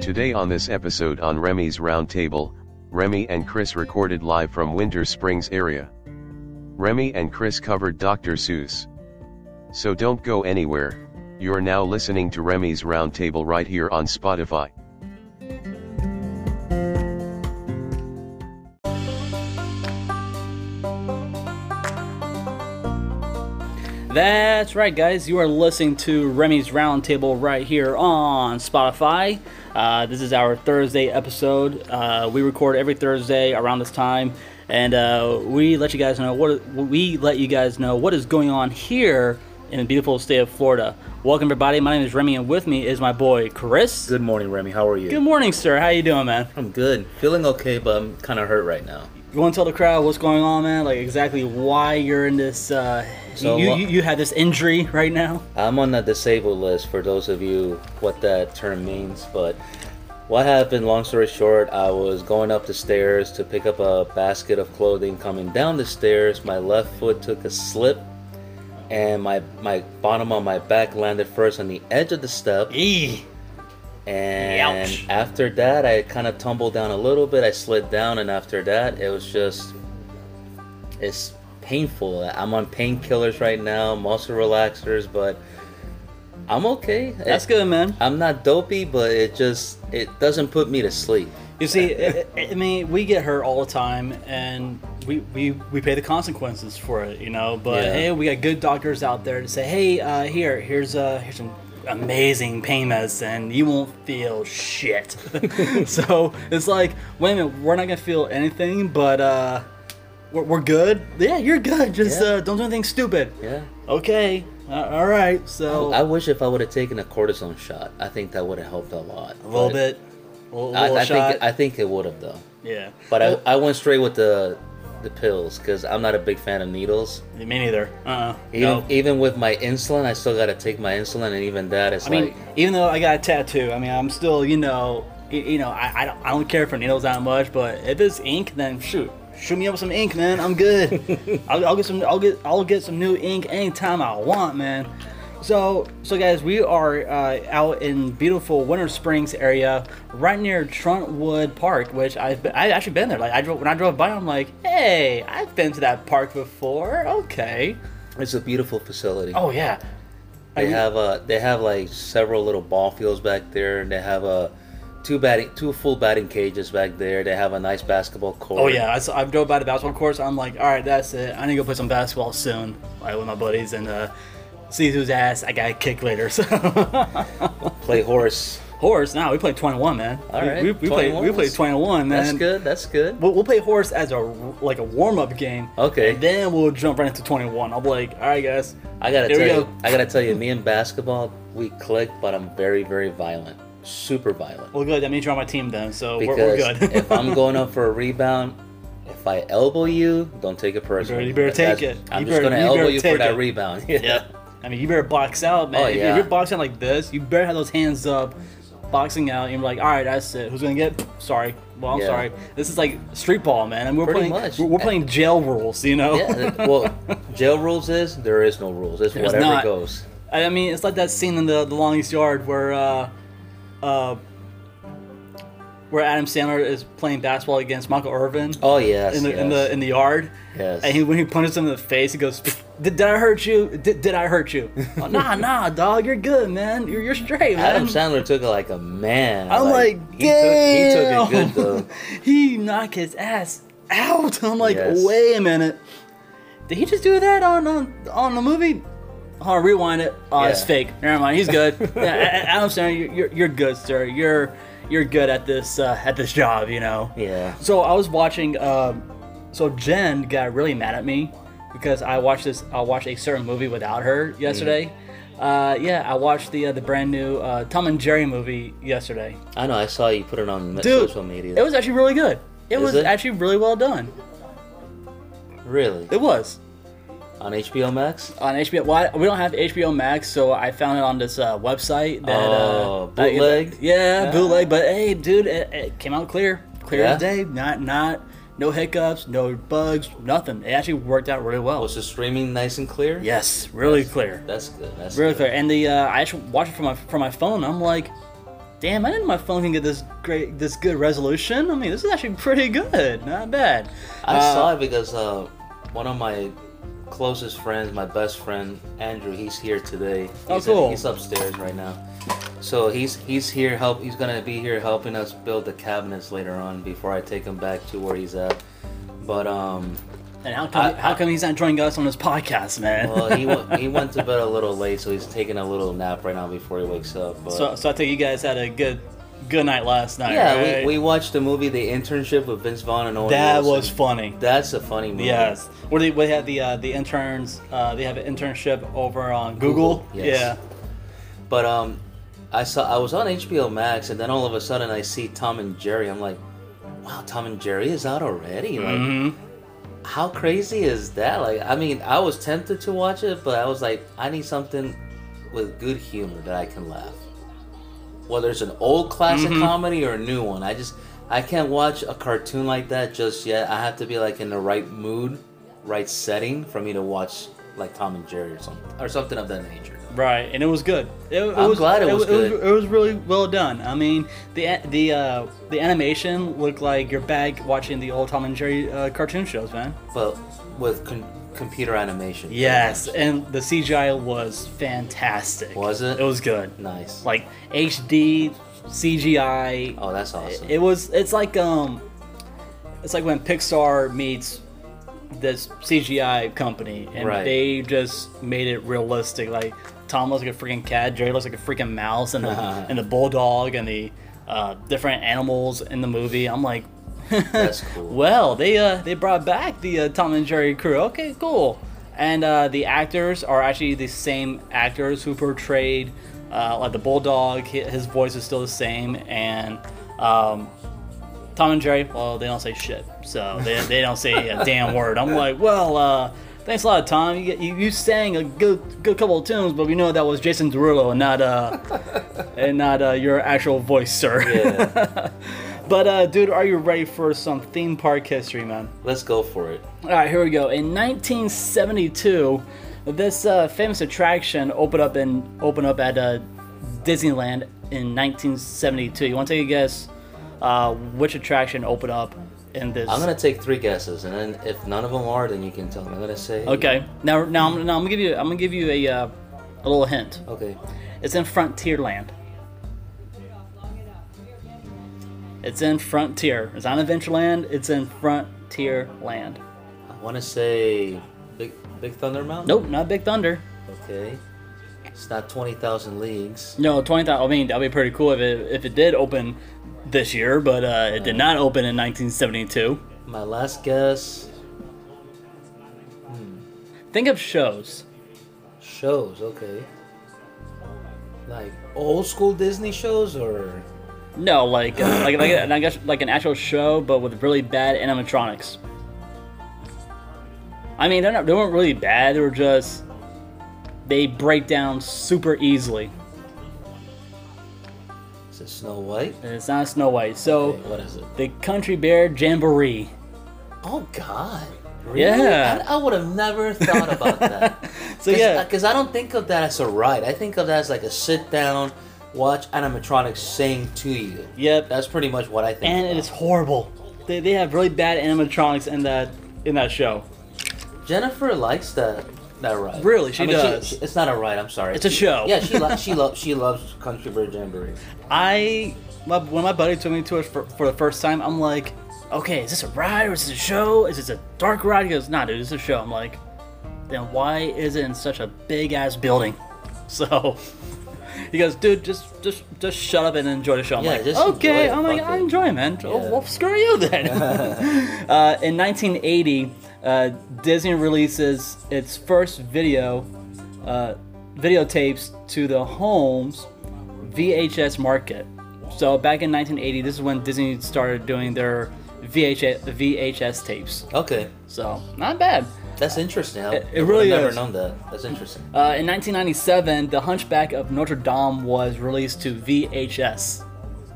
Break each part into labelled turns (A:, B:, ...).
A: Today on this episode on Remy's Roundtable, Remy and Chris recorded live from Winter Springs area. Remy and Chris covered Dr. Seuss. So don't go anywhere, you're now listening to Remy's Roundtable right here on Spotify.
B: That's right, guys. You are listening to Remy's Roundtable right here on Spotify. Uh, this is our Thursday episode. Uh, we record every Thursday around this time, and uh, we let you guys know what we let you guys know what is going on here in the beautiful state of Florida. Welcome, everybody. My name is Remy, and with me is my boy Chris.
C: Good morning, Remy. How are you?
B: Good morning, sir. How you doing, man?
C: I'm good. Feeling okay, but I'm kind of hurt right now.
B: You want to tell the crowd what's going on, man? Like exactly why you're in this? Uh,
C: So,
B: you,
C: uh,
B: you you had this injury right now.
C: I'm on the disabled list for those of you what that term means, but what happened, long story short, I was going up the stairs to pick up a basket of clothing. Coming down the stairs, my left foot took a slip and my my bottom on my back landed first on the edge of the step.
B: Eee.
C: And
B: Ouch.
C: after that, I kind of tumbled down a little bit. I slid down, and after that, it was just. It's painful. I'm on painkillers right now, muscle relaxers, but I'm okay.
B: That's
C: It-
B: good, man.
C: I'm not dopey, but it just it doesn't put me to sleep.
B: You see, I, I- I mean, we get hurt all the time, and we, we, we pay the consequences for it, you know. But
C: Yeah.
B: hey, we got good doctors out there to say, hey, uh, here, here's uh, here's some amazing pain medicine. You won't feel shit. so it's like, wait a minute, we're not gonna feel anything, but uh, we're, we're good. Yeah, you're good. Just
C: Yeah.
B: uh, don't do anything stupid.
C: Yeah.
B: Okay. Uh, all right. So
C: I wish if I would have taken a cortisone shot, I think that would have helped a lot.
B: a little
C: but
B: bit, a little,
C: I,
B: little
C: I
B: shot.
C: think I think it would have though.
B: yeah.
C: But
B: Well,
C: I, I went straight with the the pills because I'm not a big fan of needles.
B: me neither. Uh. uh
C: Even, even with my insulin, I still gotta take my insulin, and even that is
B: I mean,
C: like,
B: even though I got a tattoo, I mean, I'm still, you know, y- you know, I, I, don't, I don't care for needles that much, but if it's ink, then shoot, shoot me up with some ink, man. I'm good. I'll, I'll get some, I'll get, I'll get some new ink anytime I want, man. So, so guys, we are uh, out in beautiful Winter Springs area, right near Trentwood Park, which I've been, I actually been there. Like, I drove when I drove by, I'm like, hey, I've been to that park before. Okay.
C: it's a beautiful facility.
B: Oh yeah.
C: they
B: I-
C: have uh, they have like several little ball fields back there, and they have uh, two batting, two full batting cages back there. They have a nice basketball court.
B: Oh yeah, I, saw, I drove by the basketball course. I'm like, all right, that's it. I need to go play some basketball soon, like with my buddies, and uh, see whose ass I got to kick later. So
C: play horse.
B: horse. Now we play 21, man.
C: All
B: We-
C: right,
B: we, we play
C: 21.
B: we play 21, man.
C: That's good. That's good.
B: We'll, we'll play horse as a like a warm up game.
C: Okay.
B: And then we'll jump right into 21. I'm like, all right, guys.
C: I gotta
B: Here we
C: tell you,
B: go.
C: I gotta tell you, me and basketball, we click, but I'm very, very violent, super violent.
B: Well, good. That means you're on my team then, so we're,
C: Because
B: we're good.
C: if I'm going up for a rebound, if I elbow you, don't take it personally.
B: you better take
C: That's-
B: it.
C: I'm
B: You
C: just
B: better-
C: gonna
B: you
C: elbow
B: better
C: you for
B: take
C: that
B: it.
C: rebound. Yeah.
B: Yep. I mean, you better box out, man.
C: Oh,
B: If-
C: yeah.
B: If you're boxing like this, you better have those hands up, boxing out, and you're like, all right, that's it. Who's gonna get? Sorry. Well, I'm
C: Yeah.
B: sorry. This is like street ball, man. and we're
C: Pretty
B: playing.
C: much.
B: We're, we're playing jail rules, you know.
C: Yeah, th- well, jail rules is there is no rules. It's
B: There's
C: whatever
B: not.
C: goes.
B: I mean, it's like that scene in the the longest yard where, uh, uh, where Adam Sandler is playing basketball against Michael Irvin.
C: Oh yes,
B: in the,
C: yes.
B: in the in the yard.
C: Yes.
B: And he, when he punches him in the face, he goes, "Did, did I hurt you? Did, did I hurt you? oh, nah, nah, dog, you're good, man. You're you're straight, man."
C: Adam Sandler took it like a man.
B: I'm like,
C: he took, he took
B: "Damn."
C: it good
B: he knocked his ass out. I'm like,
C: Yes.
B: wait a minute. Did he just do that on on, on the movie? Hold on, rewind it. Oh, it's
C: Yeah.
B: fake. Never mind. He's good. yeah, A- A- Adam Sandler, you're, you're you're good, sir. You're you're good at this uh, at this job, you know.
C: though. Yeah.
B: So I was watching. Um, so Jen
C: Mm.
B: got really mad at me because I watched this. I watched a certain movie without her yesterday. Uh, yeah, I watched the uh, the brand new uh, Tom and Jerry movie yesterday.
C: I know. I saw you put it on me-
B: Dude,
C: social media.
B: it was actually really good. It
C: Is
B: was
C: it?
B: actually really well done.
C: really
B: It was
C: on HBO Max.
B: on HBO. Well, I- we don't have HBO Max, so I found it on this uh, website that
C: Oh,
B: uh, that-
C: bootleg?
B: yeah,
C: Yeah.
B: bootleg. But hey, dude, it, it came out clear, clear
C: Yeah?
B: as day. Not not no hiccups, no bugs, nothing. It actually worked out really well.
C: Was the Oh, streaming nice and clear?
B: Yes, really clear.
C: That's good. That's
B: really
C: good.
B: clear. And the uh, I actually watched it from my from my phone. I'm like, damn, I didn't know my phone can get this great, this good resolution. I mean, this is actually pretty good. Not bad.
C: I
B: Uh,
C: saw it because uh, one of my closest friends, my best friend Andrew, he's here today.
B: Oh,
C: he's
B: cool.
C: he's upstairs right now. So he's he's here help. He's gonna be here helping us build the cabinets later on before I take him back to where he's at. But um,
B: And how come
C: I-
B: how come he's not joining us on his podcast, man?
C: well, he went, he went to bed a little late, so he's taking a little nap right now before he wakes up. But
B: so so I think you guys had a good good night last night.
C: yeah,
B: right?
C: we, we watched the movie The Internship with Vince Vaughn and Owen
B: that
C: Wilson.
B: was funny.
C: That's a funny movie.
B: Yes, where they we had the uh, the interns. Uh, they have an internship over on Google.
C: Google, yes. But um, I saw I was on HBO Max, and then all of a sudden I see Tom and Jerry. I'm like, wow, Tom and Jerry is out already.
B: Yeah.
C: Like,
B: Mhm.
C: how crazy is that? Like, I mean, I was tempted to watch it, but I was like, I need something with good humor that I can laugh. Whether it's an old classic comedy or a new one, I just I can't watch a cartoon like that just yet. I have to be like in the right mood, right setting for me to watch like Tom and Jerry or something or something of that nature.
B: Right, and it was good. It, it
C: I'm
B: was,
C: glad it was
B: It
C: good.
B: was, really well done. I mean, the the uh, the animation looked like you're back watching the old Tom and Jerry uh, cartoon shows, man.
C: but with con- computer animation.
B: Yes, and the CGI was fantastic.
C: Was it?
B: It was good.
C: Nice.
B: Like HD CGI.
C: oh, that's awesome.
B: It was. It's like um, it's like when Pixar meets this CGI company, and
C: Right.
B: they just made it realistic. Like Tom looks like a freaking cat, Jerry looks like a freaking mouse, and the, and the bulldog and the uh, different animals in the movie. I'm like,
C: that's cool.
B: well, they uh, they brought back the uh, Tom and Jerry crew. Okay, cool. And uh, the actors are actually the same actors who portrayed uh, like the bulldog. Hi- His voice is still the same, and um, Tom and Jerry. Well, they don't say shit, so they, they don't say a damn word. I'm like, well, uh, thanks a lot, Tom. You, you you sang a good good couple of tunes, but we know that was Jason Derulo and not uh and not uh, your actual voice, sir.
C: yeah,
B: But uh, dude, are you ready for some theme park history, man?
C: let's go for it.
B: All right, here we go. In 1972, this uh, famous attraction opened up in opened up at uh, Disneyland in 1972. You want to take a guess uh, which attraction opened up in this?
C: I'm gonna take three guesses, and then if none of them are, then you can tell me. I'm gonna say
B: Okay. Now, now, I'm, now I'm gonna give you I'm gonna give you a uh, a little hint.
C: Okay,
B: It's in Frontierland. It's in Frontier. It's not Adventureland. It's in Frontierland.
C: I want to say Big Big Thunder Mountain.
B: Nope, not Big Thunder.
C: Okay, it's not Twenty Thousand Leagues.
B: No, twenty thousand. I mean, that'd be pretty cool if it if it did open this year, but uh, it did not open in 1972.
C: My last guess
B: Think of shows.
C: shows. Okay, like old school Disney shows or
B: No, like uh, like like and I guess like an actual show, but with really bad animatronics. I mean, they're not, they weren't really bad. They were just they break down super easily.
C: is it Snow White?
B: And it's not Snow White. So
C: Okay, what is it?
B: the Country Bear Jamboree.
C: Oh God. Really?
B: Yeah.
C: I, I would have never thought about that.
B: So
C: Cause,
B: yeah,
C: Because I don't think of that as a ride. I think of that as like a sit down, watch animatronics sing to you.
B: yep.
C: That's pretty much what I think.
B: and it is horrible. They, they have really bad animatronics in that in that show.
C: Jennifer likes that that ride.
B: Really? She does.
C: she- it's not a ride. I'm sorry.
B: It's a show.
C: Yeah, she lo- she loves she loves Country Bear Jamboree.
B: I my, when my buddy took me to it for, for the first time, I'm like, okay, is this a ride or is this a show? Is this a dark ride? He goes, nah, dude, this is a show. I'm like, then why is it in such a big ass building? So he goes, dude, just just just shut up and enjoy the show. I'm
C: Yeah,
B: like,
C: just
B: okay,
C: enjoy it,
B: I'm like,
C: fuck
B: I
C: it."
B: enjoy, it, man. Oh, well, screw you then. uh, in 1980, uh, Disney releases its first video, uh, videotapes to the home's VHS market. So back in 1980, this is when Disney started doing their VHS VHS tapes.
C: Okay,
B: So not bad.
C: that's interesting. I
B: It- it
C: would've
B: really
C: never
B: is.
C: known that. That's interesting.
B: Uh, in 1997, The Hunchback of Notre Dame was released to VHS.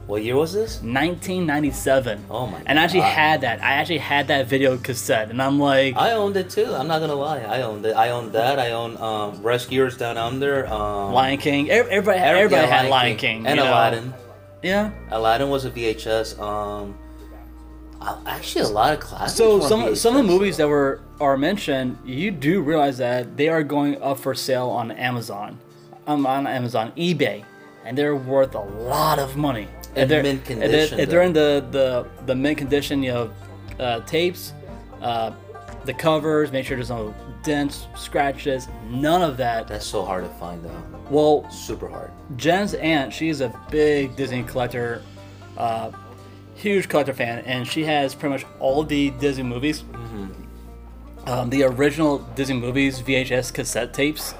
C: What year was this?
B: 1997.
C: Oh my
B: And I actually
C: God. Uh,
B: had that. I actually had that video cassette, and I'm like,
C: I owned it too. I'm not gonna lie. I owned it. I owned that. I own um, Rescuers Down Under. Um,
B: Lion King. Ev- Everybody,
C: Every-
B: everybody
C: yeah,
B: had Lion King,
C: and
B: you know?
C: Aladdin.
B: Yeah.
C: Aladdin was a VHS. Um, I- actually, a lot of classics.
B: So
C: were on
B: some some of the
C: VHS.
B: movies that were are mentioned, you do realize that they are going up for sale on Amazon, um, on Amazon, eBay, and they're worth a lot of money.
C: In
B: If they're,
C: mint
B: if
C: condition,
B: they're, if they're in the the the mint condition, you know, uh, tapes, uh, the covers, make sure there's no dents, scratches, none of that.
C: That's so hard to find though.
B: Well,
C: Super hard.
B: Jen's aunt, she's a big Disney collector, uh, huge collector fan, and she has pretty much all the Disney movies, um, the original Disney movies VHS cassette tapes,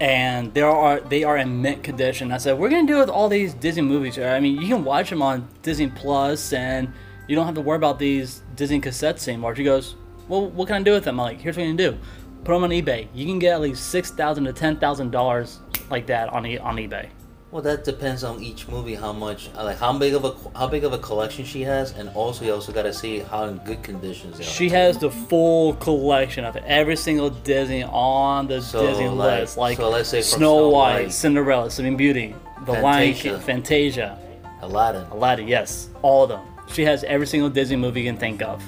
B: and they are they are in mint condition. I said we're gonna do with all these Disney movies. I mean, you can watch them on Disney Plus, and you don't have to worry about these Disney cassettes anymore. She goes, well, what can I do with them? I'm like, here's what you can do. Put them on eBay. You can get at least six thousand to ten thousand dollars like that on e- on eBay.
C: Well, that depends on each movie how much, uh, like how big of a how big of a collection she has, and also you also gotta see how in good conditions they are.
B: She has the full collection of every single Disney on the
C: So,
B: Disney
C: like-
B: list, like
C: so let's say from
B: Snow
C: Snow
B: White,
C: White.
B: Cinderella, Sleeping Beauty, The Lion King,
C: Fantasia.
B: Fantasia,
C: Aladdin.
B: Aladdin. Yes, all of them. She has every single Disney movie you can think of.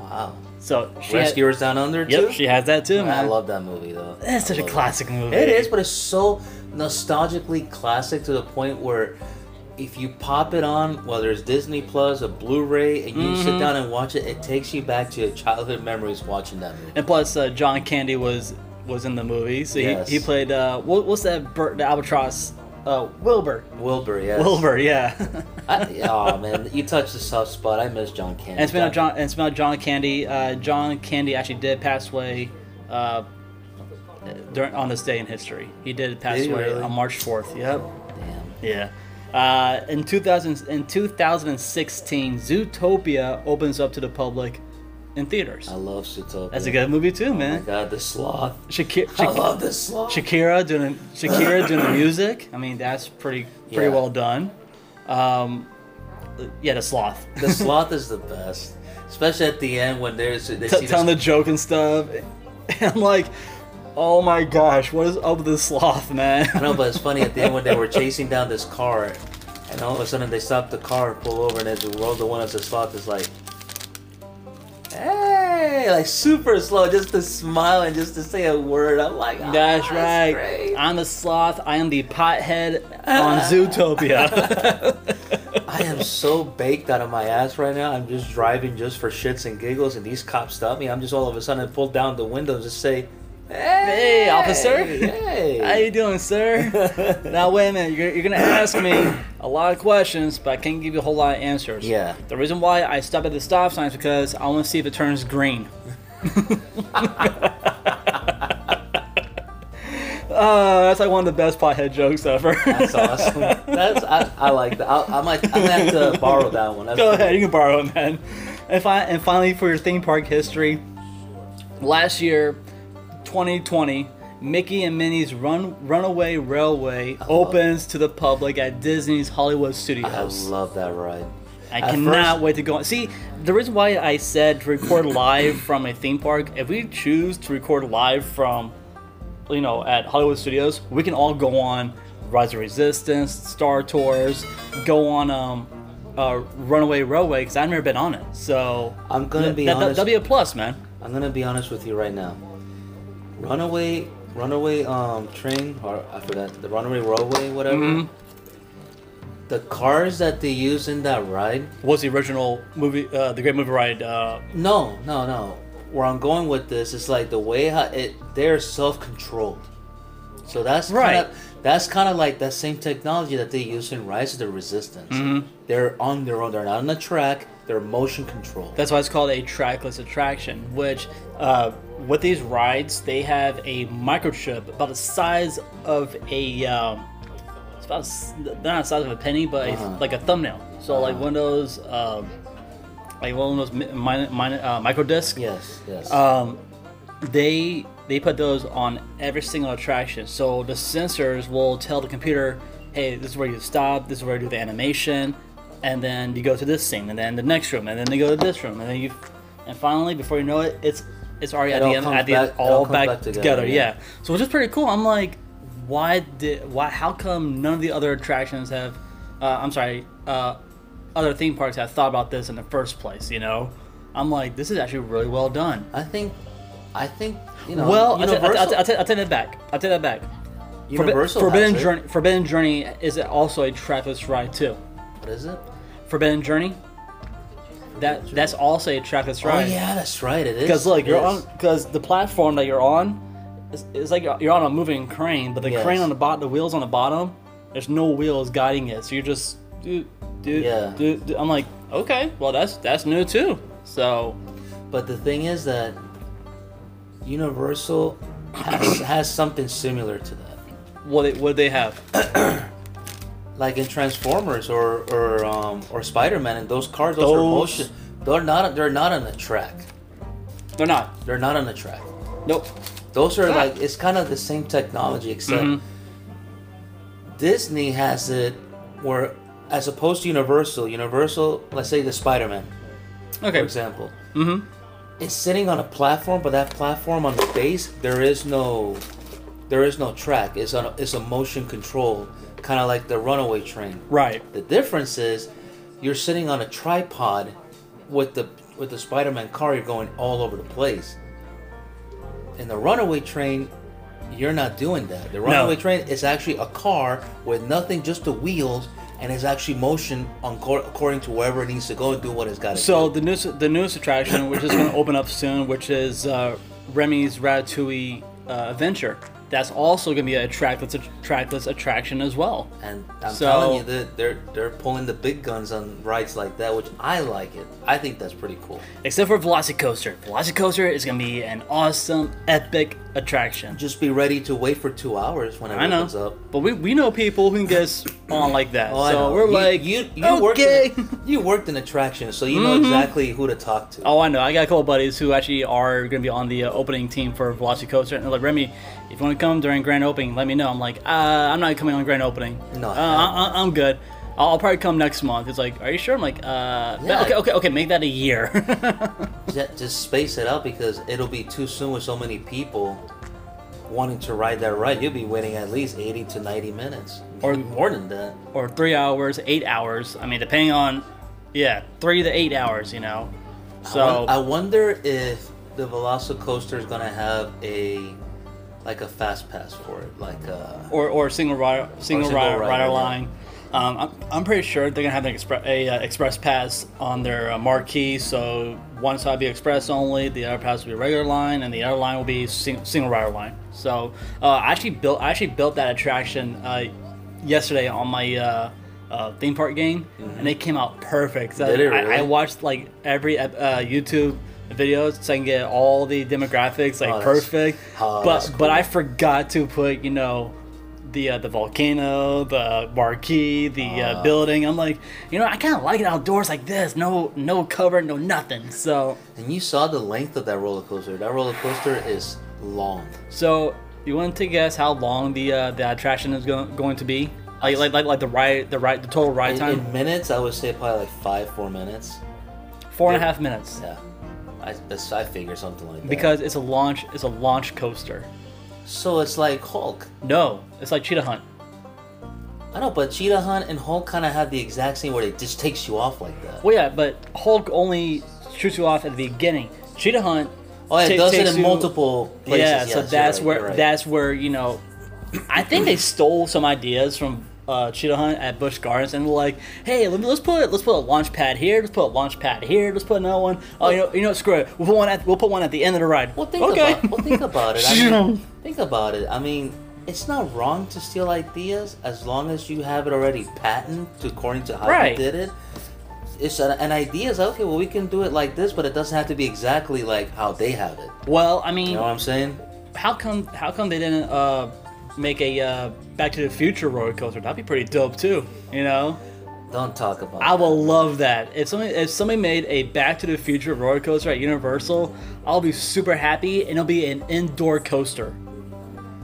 C: Wow.
B: So she has,
C: Rescuers Down Under too.
B: Yep, she has that too,
C: I
B: man.
C: love that movie though.
B: That's such
C: I
B: a
C: love it.
B: classic movie.
C: It is, but it's so nostalgically classic to the point where if you pop it on, whether it's Disney Plus, a Blu-ray, and you sit
B: Mm-hmm.
C: down and watch it, it takes you back to your childhood memories watching that movie.
B: And plus, uh, John Candy was was in the movie, so
C: Yes.
B: he, he played uh, what, what's that bird, the albatross, uh, Wilbur.
C: Wilbur, yes.
B: Wilbur, yeah.
C: I, oh man, you touched the soft spot. I miss John Candy.
B: And speaking of John, and speaking of John Candy, uh, John Candy actually did pass away uh, during on this day in history. He did pass
C: Did he
B: away
C: really?
B: on March fourth. Yep.
C: Damn.
B: Yeah. Uh, in 2000, in 2016, Zootopia opens up to the public in theaters.
C: I love Zootopia.
B: That's a good movie too,
C: Oh my
B: man.
C: god, the sloth.
B: Shakira,
C: I love the sloth.
B: Shakira doing Shakira doing the music. I mean, that's pretty pretty
C: Yeah.
B: well done. Um, yeah, the sloth.
C: the sloth is the best, especially at the end when there's
B: t-
C: they see
B: telling
C: the,
B: the joke and stuff. And I'm like, oh my gosh, what is up with this sloth, man?
C: I know, but it's funny at the end when they were chasing down this car, and all of a sudden they stop the car, pull over, and as they roll the one up, the sloth is like, "Hey!" Like super slow, just to smile and just to say a word. I'm like, "Ah,
B: That's right.
C: great."
B: I'm the sloth. I am the pothead on Zootopia.
C: I am so baked out of my ass right now. I'm just driving just for shits and giggles, and these cops stop me. I'm just all of a sudden pull down the window and just say, "Hey,
B: officer."
C: Hey!"
B: How you doing, sir? now wait a minute. You're, you're gonna ask me a lot of questions, but I can't give you a whole lot of answers.
C: Yeah.
B: The reason why I stop at the stop sign is because I want to see if it turns green. uh, that's like one of the best pothead jokes ever.
C: That's awesome. That's I, I like that. I, I might I might have to borrow that one. That's
B: Go ahead, you can borrow it, man. And, fi- and finally, for your theme park history, last year, 2020, Mickey and Minnie's Run Runaway Railway opens to the public at Disney's Hollywood
C: I
B: Studios.
C: love that ride.
B: I,
C: at
B: cannot
C: first-
B: wait to go. On. See, the reason why I said to record live from a theme park, if we choose to record live from, you know, at Hollywood Studios, we can all go on Rise of Resistance, Star Tours, go on um, uh, Runaway Railway because I've never been on it. So
C: I'm gonna
B: th-
C: be
B: th- th-
C: honest.
B: That'd be a plus, man.
C: I'm gonna be honest with you right now. Runaway, runaway um train or I forgot the runaway railway whatever.
B: Mm-hmm.
C: The cars that they use in that ride.
B: Was the original movie, uh, the Great Movie Ride? Uh,
C: No, no, no. Where I'm going with this is like the way how it they're self-controlled. So that's
B: Right.
C: Kinda, that's kind of like
B: Mm-hmm.
C: that same technology that they use in Rise of the Resistance. They're on their own. They're not on the track. They're motion controlled.
B: That's why it's called a trackless attraction, which uh, with these rides, they have a microchip about the size of a. Um, it's about s- not the size of a penny, but it's like a thumbnail. So like one of those, um, like one of those mi- mini, mini, uh, micro discs.
C: yes, yes.
B: Um, they they put those on every single attraction. So the sensors will tell the computer, "Hey, this is where you stop. This is where you do the animation, and then you go to this scene, and then the next room, and then they go to this room, and then you, and finally, before you know it, it's it's already at
C: all
B: the end,
C: comes
B: at the end,
C: back- it
B: all,
C: all comes
B: back,
C: back
B: together.
C: together,
B: yeah.
C: yeah.
B: So which is pretty cool. I'm like, why did why? How come none of the other attractions have? Uh, I'm sorry. Uh, other theme parks have thought about this in the first place, you know? I'm like, this is actually really well done.
C: I think, I think you know.
B: Well, I
C: Um, Universal,
B: will i take that back. I'll take that back. Forbi-
C: Universal
B: Forbidden
C: has it.
B: Journey. Forbidden Journey is also a trackless ride too.
C: What is it?
B: Forbidden Journey. That that's also a trackless ride.
C: Oh yeah, that's right. It is.
B: Because look,
C: It
B: you're on.
C: is.
B: Because the platform that you're on, is, is like you're you're on a moving crane, but the
C: Yes.
B: crane on the bottom, the wheels on the bottom, there's no wheels guiding it, so you're just dude, dude,
C: Yeah.
B: dude, dude. I'm like, okay, well that's that's new too. So
C: But the thing is that Universal has, has something similar to that,
B: what they- what do they have?
C: like in Transformers or or um, or Spider Man and those cars. Those, are
B: Those-
C: motion. They're not. They're not on a track.
B: They're not.
C: They're not on a track.
B: Nope.
C: Those are
B: Ah.
C: like it's kind of the same technology, except
B: Mhm.
C: Disney has it where, as opposed to Universal, Universal, let's say the Spider Man, for
B: Okay.
C: example,
B: Mm-hmm.
C: it's sitting on a platform, but that platform on the base, there is no, there is no track. It's on, it's a motion control, kind of like the Runaway Train.
B: Right.
C: The difference is, you're sitting on a tripod, with the with the Spider-Man car, you're going all over the place. In the Runaway Train, you're not doing that. The Runaway Train is actually a car with nothing, just the wheels, and it's actually motion on cor- according to wherever it needs to go and do what it's got to
B: So the newest the newest attraction, which is going to open up soon, which is uh, Remy's Ratatouille uh, Adventure. That's also going to be a trackless a trackless attraction as well.
C: do. And I'm
B: so-
C: telling you that they're they're pulling the big guns on rides like that, which I like it. I think that's pretty cool.
B: Except for Velocicoaster. Velocicoaster is going to be an awesome, epic attraction.
C: Just be ready to wait for two hours when it
B: I know,
C: opens up.
B: but we, we know people who can get us on like that.
C: Oh, I
B: so
C: know.
B: we're
C: You-
B: like,
C: you, you
B: okay.
C: worked in, you worked in attractions, so you know exactly who to talk to.
B: Oh, I know. I got a couple buddies who actually are going to be on the uh, opening team for Velocicoaster. And they're like, Remy, if you want to come during grand opening, let me know. I'm like, uh, I'm not coming on grand opening.
C: No,
B: Uh, I,
C: I-
B: I, I'm good. I'll, I'll probably come next month. It's like, are you sure? I'm like, uh,
C: Yeah.
B: okay, okay, okay, make that a year.
C: Ju- Just space it out because it'll be too soon with so many people wanting to ride that ride. You'll be waiting at least 80 to 90 minutes,
B: Or-
C: or more than that.
B: or three hours, eight hours. I mean, depending on, yeah, three to eight hours, you know. So,
C: I wonder if the Velocicoaster is gonna have a like a fast pass for it, like uh, a
B: or, or single rider, single,
C: single
B: rider,
C: rider,
B: rider
C: yeah.
B: line. Um, I'm, I'm pretty sure they're gonna have an expre- a uh, express pass on their uh, marquee. So one side will be express only, the other pass will be regular line, and the other line will be sing- single rider line. So uh, I actually built I actually built that attraction uh, yesterday on my uh, uh, theme park game, and it came out perfect. So
C: Mm-hmm. Did it
B: I, I
C: really?
B: watched like every ep- uh, YouTube videos so I can get all the demographics like
C: Oh, that's-
B: perfect.
C: oh,
B: but
C: that's cool.
B: but I forgot to put you know the uh, the volcano, the marquee, the uh,
C: Ah.
B: building. I'm like, you know, I kind of like it outdoors like this. No no cover, no nothing. So
C: And you saw the length of that roller coaster. That roller coaster is long.
B: so you want to guess how long the uh, the attraction is going going to be? Like like like, like the ride the ride the total ride
C: In,
B: time
C: in minutes, I would say probably like five, four minutes.
B: four and a half minutes
C: Yeah, I that's, I figure something like that.
B: because it's a launch it's a launch coaster.
C: so it's like Hulk.
B: No, it's like Cheetah Hunt.
C: I know, but Cheetah Hunt and Hulk kind of have the exact same where it just takes you off like that.
B: Well, yeah, but Hulk only shoots you off at the beginning. Cheetah Hunt.
C: Oh, it
B: ta-
C: does it
B: takes
C: in
B: you-
C: multiple places.
B: yeah,
C: Yes,
B: so
C: you're
B: that's
C: right,
B: where
C: you're right.
B: that's where you know. I think they stole some ideas from uh, Cheetah Hunt at Busch Gardens, and were like, "Hey, let me, let's put let's put a launch pad here. Let's put a launch pad here. Let's put another one. Oh, you know, you know, what, screw it. We'll put one at we'll put one at the end of the ride.
C: Well, think
B: okay.
C: about well, think about it.
B: You
C: I
B: know.
C: mean, think about it. I mean, it's not wrong to steal ideas as long as you have it already patented according to how
B: Right.
C: you did it. it's an, an idea. It's like, okay, well, we can do it like this, but it doesn't have to be exactly like how they have it.
B: Well, I mean,
C: You know what I'm saying?
B: how come how come they didn't uh, make a uh, Back to the Future roller coaster? That'd be pretty dope too. You know,
C: Don't talk about.
B: I will love that. If somebody if somebody made a Back to the Future roller coaster at Universal, I'll be super happy, and it'll be an indoor coaster,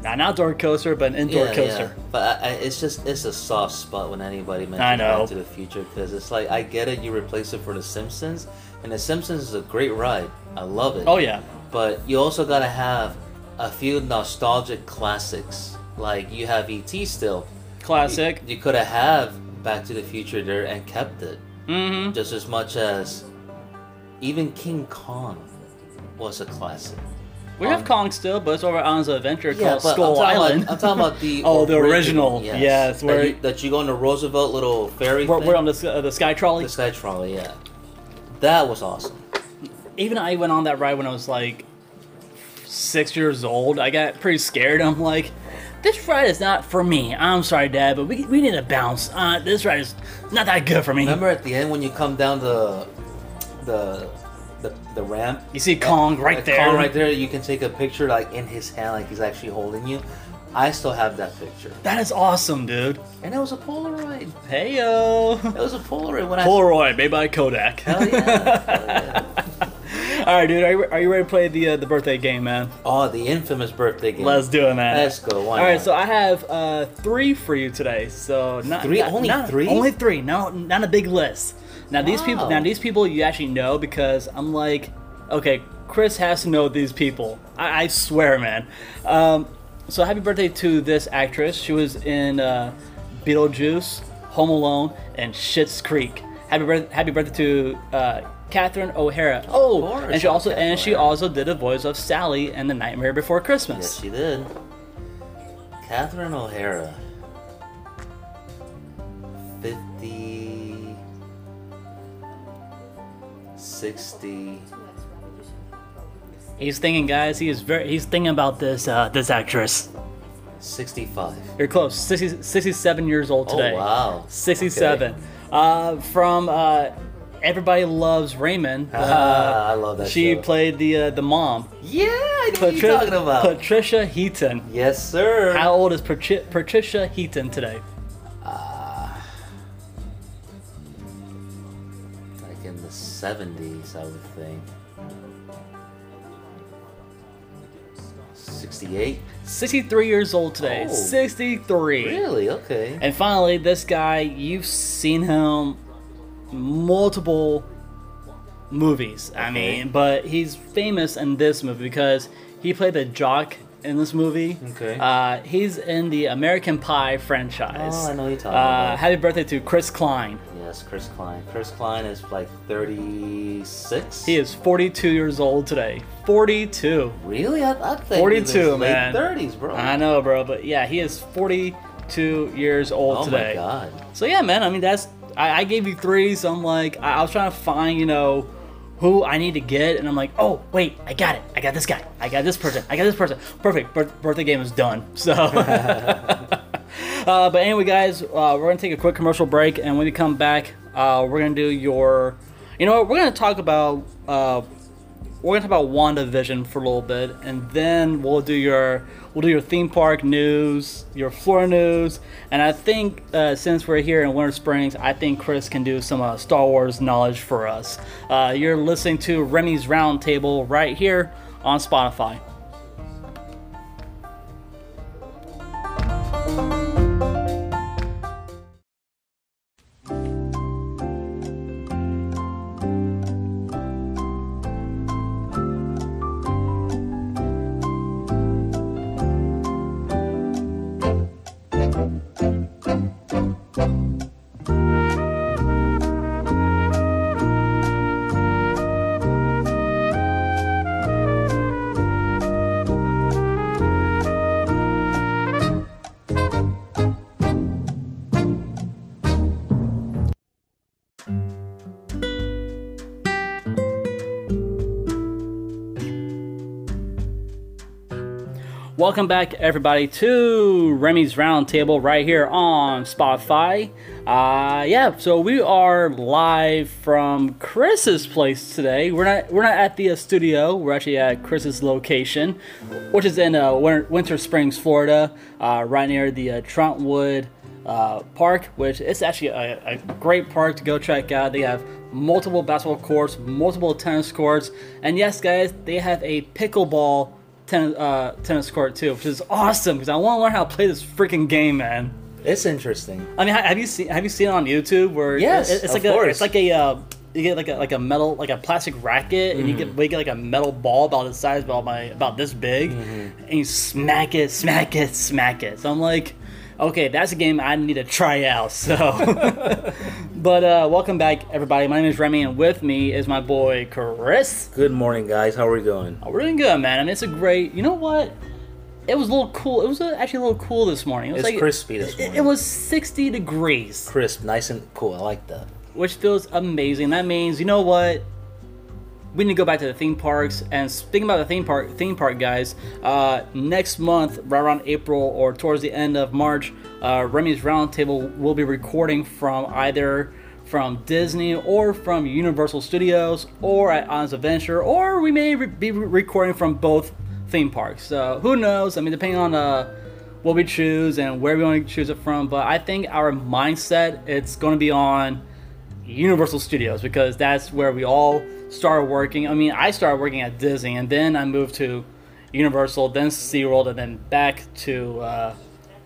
B: not an outdoor coaster, but an indoor coaster.
C: But I, I, it's just it's a soft spot when anybody mentions
B: I know.
C: Back to the Future because it's like I get it. You replace it for The Simpsons, and The Simpsons is a great ride. I love it.
B: Oh yeah,
C: But you also gotta have a few nostalgic classics. Like you have ET still.
B: classic.
C: You, could have have Back to the Future there and kept it
B: Mm-hmm.
C: just as much as even King Kong was a classic.
B: We have Kong still, but it's over on the adventure called
C: Um, but
B: Skull
C: I'm talking
B: Island.
C: About, I'm talking about the
B: Oh, the original, yes,
C: that
B: where-
C: you, that you go on the Roosevelt little ferry.
B: we're,
C: thing,
B: we're on the, s- uh, the Sky Trolley.
C: the sky trolley. Yeah, that was awesome.
B: even I went on that ride when I was like six years old. I got pretty scared. I'm like, this ride is not for me. I'm sorry, Dad, but we, we need to bounce. Uh, this ride is not that good for me.
C: Remember at the end when you come down the the the, the ramp,
B: You see Kong right
C: Like,
B: there.
C: Kong right there. You can take a picture like in his hand, like he's actually holding you. I still have that picture,
B: That is awesome, dude.
C: and it was a Polaroid.
B: Hey yo.
C: It was a Polaroid when I.
B: Polaroid made by Kodak.
C: Hell yeah. Hell yeah.
B: All right, dude. Are you, are you ready to play the uh, the birthday game, man?
C: Oh, the infamous birthday game.
B: Let's do it, man.
C: Let's go. Why
B: All right,
C: not?
B: so I have uh, three for you today. So not
C: Three?
B: not-
C: Only
B: not-
C: three?
B: Only three. No, not a big list. Now these people.
C: Wow.
B: Now these people you actually know because I'm like, okay, Chris has to know these people. I, I swear, man. Um, so happy birthday to this actress. She was in uh, Beetlejuice, Home Alone, and Schitt's Creek. Happy birthday! Happy birthday to uh, Catherine O'Hara. Oh,
C: course,
B: and she also and she
C: Catherine.
B: also did the voice of Sally in The Nightmare Before Christmas.
C: Yes, she did. Catherine O'Hara. 50. 60.
B: He's thinking, guys. He is very. He's thinking about this. Uh, this actress.
C: 65.
B: You're close. 60, 67 years old today.
C: Oh, wow.
B: 67.
C: Okay.
B: Uh, from uh, Everybody Loves Raymond. Uh,
C: Ah, I love that
B: she
C: show.
B: played the uh, the mom.
C: Yeah, I know what
B: Patri-
C: you're talking about.
B: Patricia Heaton.
C: yes, sir.
B: How old is Patri- Patricia Heaton today?
C: Like in the 70s, I would think. 68?
B: 63 years old today.
C: Oh.
B: 63.
C: Really? Okay.
B: And finally, this guy, you've seen him multiple movies. I
C: Okay.
B: mean, but he's famous in this movie because he played the jock in this movie.
C: Okay.
B: Uh, he's in the American Pie franchise.
C: Oh, I know who you're talking
B: uh,
C: about.
B: Happy birthday to Chris Klein.
C: Yes, Chris Klein. Chris Klein is like 36.
B: He is 42 years old today. 42.
C: Really? I, I think
B: 42,
C: he was
B: man.
C: Late 30s, bro.
B: I know, bro, but yeah, he is 42 years old
C: Oh
B: today.
C: my god.
B: So yeah, man. I mean, that's I, I gave you three, so I'm like, I, I was trying to find, you know, who I need to get, and I'm like, oh wait, I got it. I got this guy. I got this person. I got this person. Perfect. Birth, birthday game is done. So. Uh, but anyway, guys, uh, we're gonna take a quick commercial break, and when we come back, uh, we're gonna do your, you know, what, we're gonna talk about, uh, we're gonna talk about WandaVision for a little bit, and then we'll do your, we'll do your theme park news, your floor news, and I think uh, since we're here in Winter Springs, I think Chris can do some uh, Star Wars knowledge for us. Uh, you're listening to Remy's Roundtable right here on Spotify. Welcome back, everybody, to Remy's Roundtable right here on Spotify. Uh, yeah, so we are live from Chris's place today. We're not we're not at the uh, studio. We're actually at Chris's location, which is in uh, Winter, Winter Springs, Florida, uh, right near the uh, Troutwood uh, Park, which is actually a, a great park to go check out. They have multiple basketball courts, multiple tennis courts, and yes, guys, they have a pickleball tennis uh, tennis court too, which is awesome because I want to learn how to play this freaking game, man.
C: It's interesting.
B: I mean, ha- have you seen have you seen it on YouTube where
C: Yes,
B: it- it's
C: of
B: like a
C: course.
B: it's like a uh, you get like a like a metal like a plastic racket and you
C: Mm-hmm.
B: get we get like a metal ball about the size about my about this big
C: Mm-hmm.
B: and you smack it smack it smack it. So I'm like, okay, that's a game I need to try out. So, but uh, welcome back everybody. My name is Remy and with me is my boy Chris.
C: Good morning, guys. How are we going?
B: Oh, We're doing good, man. I mean, it's a great. You know what? It was a little cool. It was uh, actually a little cool this morning. It was
C: It's
B: like,
C: crispy this
B: It,
C: morning.
B: it was 60 degrees,
C: Crisp, nice and cool. I like that.
B: which feels amazing. That means you know what? We need to go back to the theme parks. And speaking about the theme park, theme park guys, uh, next month, right around April or towards the end of March, uh, Remy's Roundtable will be recording from either from Disney or from Universal Studios or at Islands Adventure, or we may re- be re- recording from both theme parks. So who knows? I mean, depending on uh, what we choose and where we want to choose it from. But I think our mindset it's going to be on Universal Studios because that's where we all started working. I mean, I started working at Disney and then I moved to Universal, then SeaWorld, and then back to uh,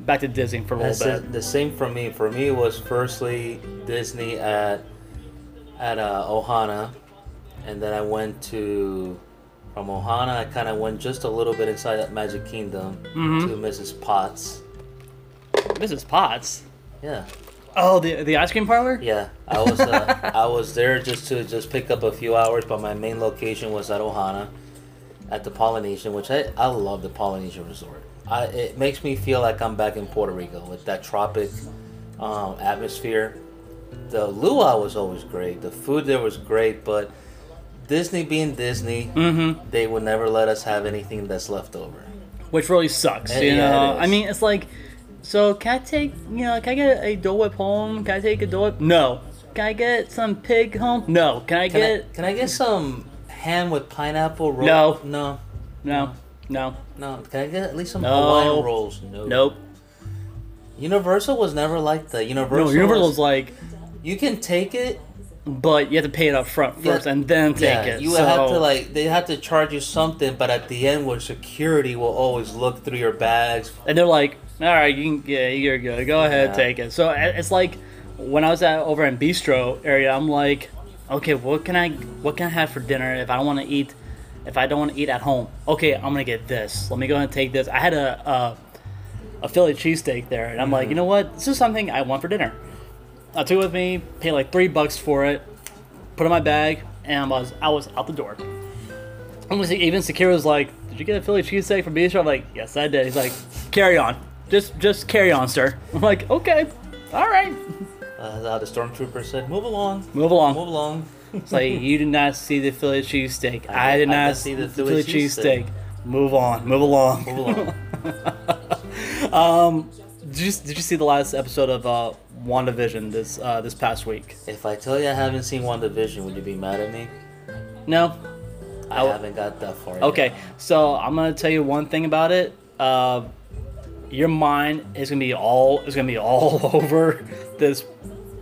B: back to Disney for a little
C: That's
B: bit.
C: the, the same for me. For me, it was firstly Disney at at uh, Ohana, and then I went to from Ohana. I kind of went just a little bit inside that Magic Kingdom
B: Mm-hmm.
C: to Mrs. Potts.
B: Mrs. Potts.
C: Yeah,
B: Oh, the the ice cream parlor.
C: yeah. I was uh, I was there just to just pick up a few hours, but my main location was at Ohana, at the Polynesian, which I I love the Polynesian Resort. I it makes me feel like I'm back in Puerto Rico with that tropic um, atmosphere. The luau was always great. The food there was great, but Disney being Disney,
B: Mm-hmm.
C: they would never let us have anything that's left over.
B: which really sucks.
C: Yeah,
B: you know,
C: it is.
B: I mean, it's like, so can I take, you know, can I get a Dole Whip home? Can I take a Dole Whip? No. Can I get some pig home? No. Can I
C: Can,
B: get
C: I, can I get some ham with pineapple roll?
B: No.
C: no,
B: no, no,
C: no. Can I get at least some
B: No.
C: Hawaiian rolls? No,
B: nope.
C: Universal was never like that. Universal,
B: No, Universal's
C: was-
B: like,
C: you can take it.
B: but you have to pay it up front
C: Yeah.
B: first and then take
C: yeah,
B: it.
C: you
B: so,
C: have to like they have to charge you something, but at the end, where security will always look through your bags.
B: and they're like, all right, you can, yeah, you're good. Go ahead,
C: Yeah.
B: take it. So it- it's like when I was at over in bistro area, I'm like, okay, what can I what can I have for dinner if I don't want to eat if I don't want to eat at home? Okay, I'm gonna get this. Let me go ahead and take this. I had a a, a Philly cheesesteak there, and I'm like,
C: Mm-hmm.
B: you know what? This is something I want for dinner. I took it with me, paid like three bucks for it, put it in my bag, and I was I was out the door. I'm gonna say even Sekiro was like, "Did you get a Philly cheesesteak from Bistro?" I'm like, "Yes, I did." He's like, "Carry on, just just carry on, sir." I'm like, "Okay, all right,
C: Uh, how the stormtrooper said, "Move along,
B: move along."
C: move along."
B: It's like you did not see the Philly cheesesteak. I,
C: I
B: did
C: did
B: not
C: not
B: see the Philly, cheesesteak. Move on, move along.
C: Move along.
B: Did you, did you see the last episode of uh, WandaVision this uh, this past week?
C: if I tell you I haven't seen One Division, would you be mad at me?
B: No.
C: I,
B: w-
C: haven't got that far. yet.
B: Okay, so I'm gonna tell you one thing about it. Uh, your mind is gonna be all is gonna be all over this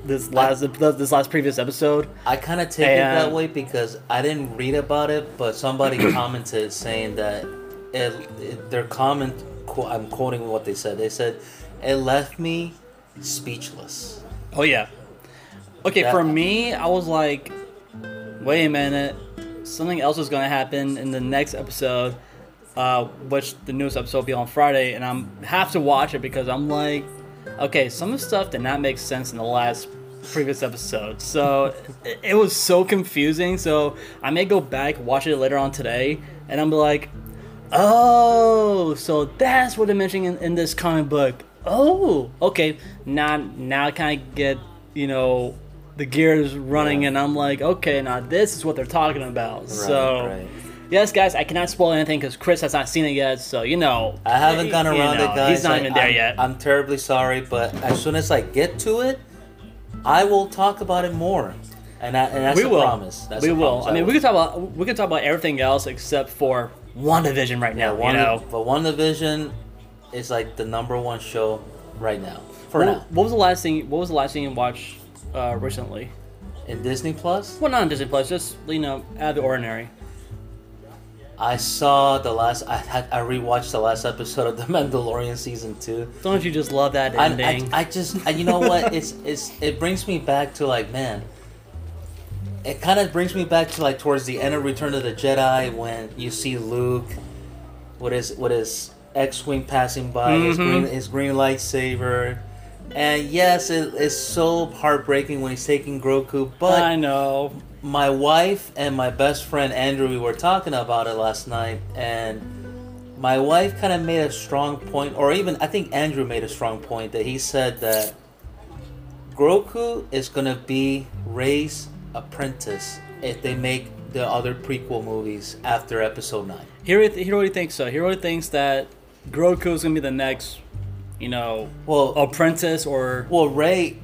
B: this last this last previous episode.
C: I kind of take
B: And-
C: it that way because I didn't read about it, but somebody commented saying that it, it, their comment, qu- I'm quoting what they said. They said, "It left me speechless."
B: Oh yeah. Okay,
C: Yeah.
B: for me, I was like, wait a minute, something else is gonna happen in the next episode, uh, which the newest episode will be on Friday, and I'm have to watch it because I'm like, okay, some of the stuff did not make sense in the last previous episode, so it, it was so confusing. So I may go back watch it later on today, and I'm like, Oh, so that's what they're mentioning in, in this comic book. Oh, okay. Now, now can I get you know the gears running,
C: Right.
B: and I'm like, okay, now this is what they're talking about. so
C: right.
B: Yes, guys, I cannot spoil anything because Chris has not seen it yet, so you know.
C: I haven't gone
B: you
C: around
B: know,
C: it, guys.
B: He's not
C: Like,
B: even there
C: I'm-
B: yet.
C: I'm terribly sorry, but as soon as I get to it, I will talk about it more. And, I, and that's
B: we
C: a
B: will.
C: promise. That's
B: we
C: a
B: will.
C: promise
B: I mean, we can talk about we can talk about everything else except for WandaVision right now.
C: But
B: you know,
C: Wanda- but WandaVision is like the number one show right now. For
B: what,
C: now.
B: what was the last thing? What was the last thing you watched uh, recently?
C: In Disney Plus,
B: Well, not on Disney Plus, just you know, out of the ordinary.
C: I saw the last. I had I rewatched the last episode of The Mandalorian season two.
B: Don't you just love that
C: I, I,
B: ending?
C: I just I, you know what it's it's it brings me back to like man it kind of brings me back to like towards the end of return of the jedi when you see luke with his with his x-wing passing by his
B: Mhm.
C: green his green lightsaber and yes it is so heartbreaking when he's taking grogu but
B: I know.
C: my wife and my best friend Andrew, we were talking about it last night, and my wife kind of made a strong point, or even I think Andrew made a strong point that he said that Groku is gonna be Ray's apprentice if they make the other prequel movies after Episode Nine.
B: He already, he already thinks so. He already thinks that Grogu's gonna be the next, you know,
C: Well,
B: apprentice or
C: Well, Ray,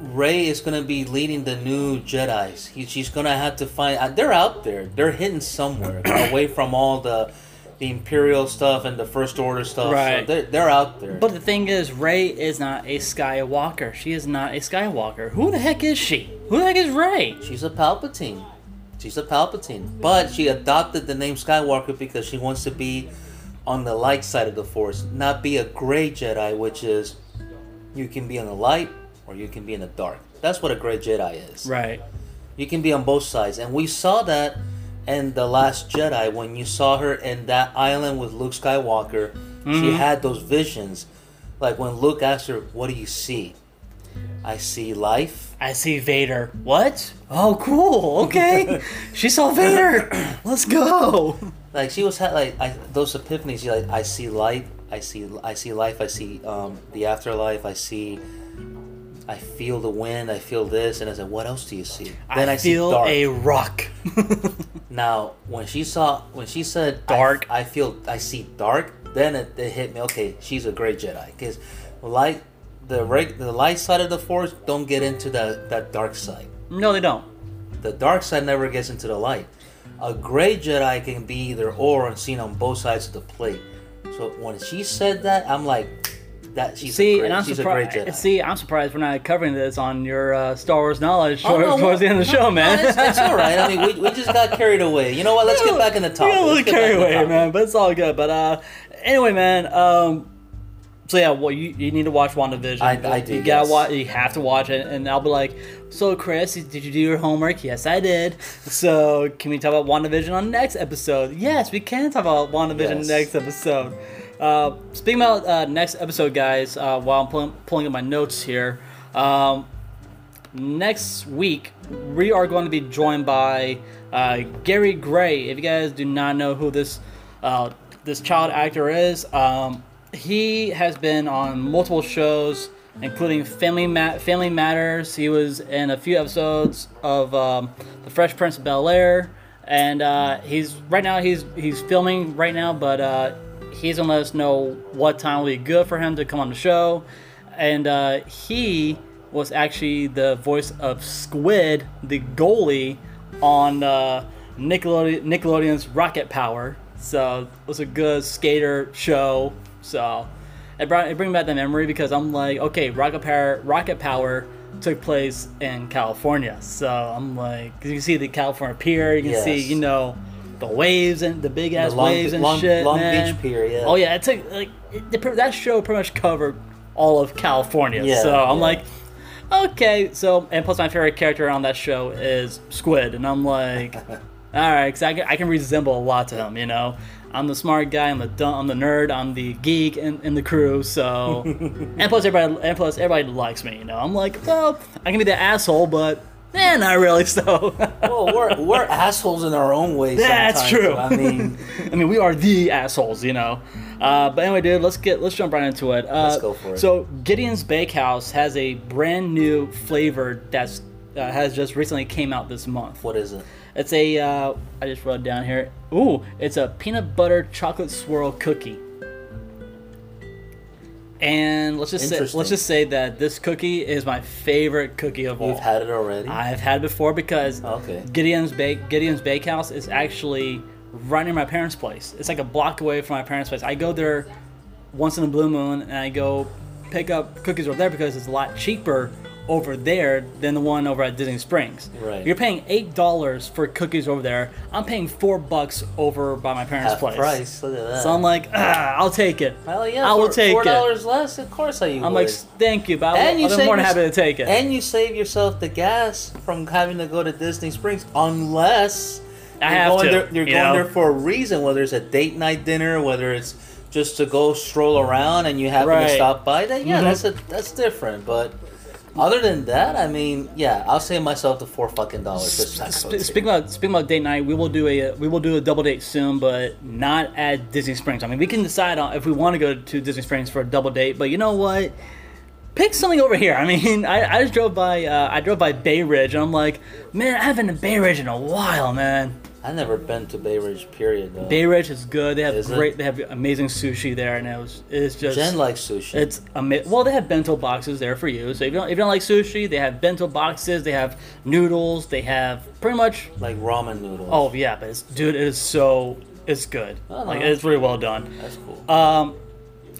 C: Ray is gonna be leading the new Jedi's. He, she's gonna have to find. uh, They're out there. They're hidden somewhere, away from all the, the Imperial stuff and the First Order stuff.
B: Right.
C: So they're, they're out there.
B: But the thing is, Ray is not a Skywalker. She is not a Skywalker. Who the heck is she? Who the heck is Ray?
C: she's a Palpatine. She's a Palpatine. But she adopted the name Skywalker because she wants to be on the light side of the Force, not be a gray Jedi, which is you can be in the light or you can be in the dark. That's what a gray Jedi is.
B: Right.
C: You can be on both sides. And we saw that in The Last Jedi when you saw her in that island with Luke Skywalker.
B: Mm-hmm.
C: She had those visions. Like when Luke asked her, What do you see? I see life.
B: I see Vader. What? Oh, cool. Okay. she saw Vader. Let's go.
C: Like she was had like I, those epiphanies. She like I see light. I see I see life. I see um, the afterlife. I see. I feel the wind. I feel this. And I said, "What else do you see?" Then
B: I, feel a rock.
C: Now, when she saw, when she said I-
B: Dark.
C: I, feel, I see dark. Then it, it hit me. Okay, she's a great Jedi because light, the right, the light side of the Force don't get into that that dark side.
B: no, they don't.
C: The dark side never gets into the light. A gray Jedi can be either or and seen on both sides of the plate. So when she said that, I'm like, that she's a
B: See,
C: great,
B: and I'm
C: she's a great Jedi.
B: surprised. See, I'm surprised we're not covering this on your uh, Star Wars knowledge
C: Oh,
B: towards,
C: no,
B: towards the end of the
C: no,
B: show,
C: no,
B: man.
C: it's, it's all right. I mean, we, we just got carried away. You know what? Let's get back in the top.
B: Yeah, we'll
C: Let's get back
B: carry
C: in the
B: away,
C: topic.
B: man. But it's all good. But uh, anyway, man. Um, so yeah, well, you, you need to watch WandaVision.
C: I- I do,
B: You gotta
C: yes.
B: watch. You have to watch it, and I'll be like, "So, Chris, did you do your homework? Yes, I did. So, can we talk about WandaVision on next episode? Yes, we can talk about WandaVision
C: Yes.
B: next episode. Uh, speaking about uh, next episode, guys. Uh, while I'm pulling, pulling up my notes here. Um, next week we are going to be joined by uh, Gary Gray. If you guys do not know who this uh, this child actor is, um, he has been on multiple shows, including Family Ma- Family Matters. He was in a few episodes of um, The Fresh Prince of Bel Air, and uh, he's right now he's he's filming right now, but uh, he's gonna let us know what time will be good for him to come on the show and uh, he was actually the voice of Squid, the goalie on uh, Nickelode- Nickelodeon's Rocket Power. So it was a good skater show. So it brought it bring back the memory because I'm like, okay, Rocket Power, Rocket Power took place in California. So I'm like, 'cause you can see the California pier, you can see,
C: Yes.
B: you know. The waves and the big ass
C: Long-
B: waves and
C: Long-
B: shit,
C: Long
B: man.
C: Beach pier, yeah.
B: Oh yeah, it took like it, the- that show pretty much covered all of California.
C: Yeah,
B: so I'm
C: yeah.
B: like, okay. So and plus my favorite character on that show is Squid, and I'm like, all right, 'cause I can, I can resemble a lot to him. You know, I'm the smart guy, I'm the dumb, I'm the nerd, I'm the geek in, in the crew. So and plus everybody and plus everybody likes me. You know, I'm like, well, I can be the asshole, but eh, not really. So
C: Well, we're we're assholes in our own way.
B: Yeah, that's
C: sometimes,
B: true.
C: so, I mean,
B: I mean, we are the assholes, you know. Uh, but anyway, dude, let's get let's jump right into it. Uh,
C: Let's go for it.
B: So Gideon's Bakehouse has a brand new flavor that's that has just recently came out this month.
C: What is it?
B: It's a uh, I just wrote it down here. Ooh, it's a peanut butter chocolate swirl cookie. And let's just say,
C: Interesting.
B: let's just say that this cookie is my favorite cookie of all.
C: You've had it already.
B: I've had before because
C: Okay.
B: Gideon's Bake Gideon's Bakehouse is actually right near my parents' place. It's like a block away from my parents' place. I go there once in a blue moon and I go pick up cookies over there because it's a lot cheaper over there than the one over at Disney Springs.
C: Right.
B: You're paying eight dollars for cookies over there. I'm paying four bucks over by my parents'
C: Half
B: place.
C: price. Look at that.
B: So I'm like, ah, I'll take it.
C: Hell yeah,
B: I will
C: for-
B: take
C: four
B: it.
C: dollars less. Of course, I. You
B: I'm
C: would.
B: like, thank you, but
C: and
B: I'm
C: you save
B: more than
C: your-
B: happy to take it.
C: And you save yourself the gas from having to go to Disney Springs, unless
B: I
C: you're
B: have
C: going
B: to,
C: There, you're
B: you
C: going
B: know?
C: there for a reason, whether it's a date night dinner, whether it's just to go stroll around, and you happen
B: Right.
C: to stop by. Then yeah,
B: Mhm.
C: that's a, that's different. But other than that, I mean, yeah, I'll save myself the four fucking dollars. That's not
B: Sp-
C: gonna take
B: speaking about speaking about date night, we will do a we will do a double date soon, but not at Disney Springs. I mean, we can decide on if we want to go to Disney Springs for a double date, but you know what? Pick something over here. I mean, I, I just drove by uh, I drove by Bay Ridge, and I'm like, man, I haven't been to Bay Ridge in a while, man.
C: I've never been to Bay Ridge. Period. Though.
B: Bay Ridge is good. They have
C: Is it?
B: great. They have amazing sushi there, and it was it's just
C: Jen likes sushi.
B: it's ama- well, they have bento boxes there for you. So if you don't if you don't like sushi, they have bento boxes. They have noodles. They have pretty much
C: like ramen noodles.
B: Oh yeah, but it's dude, it is so it's good.
C: Oh.
B: Like it's really well done.
C: that's cool.
B: Um,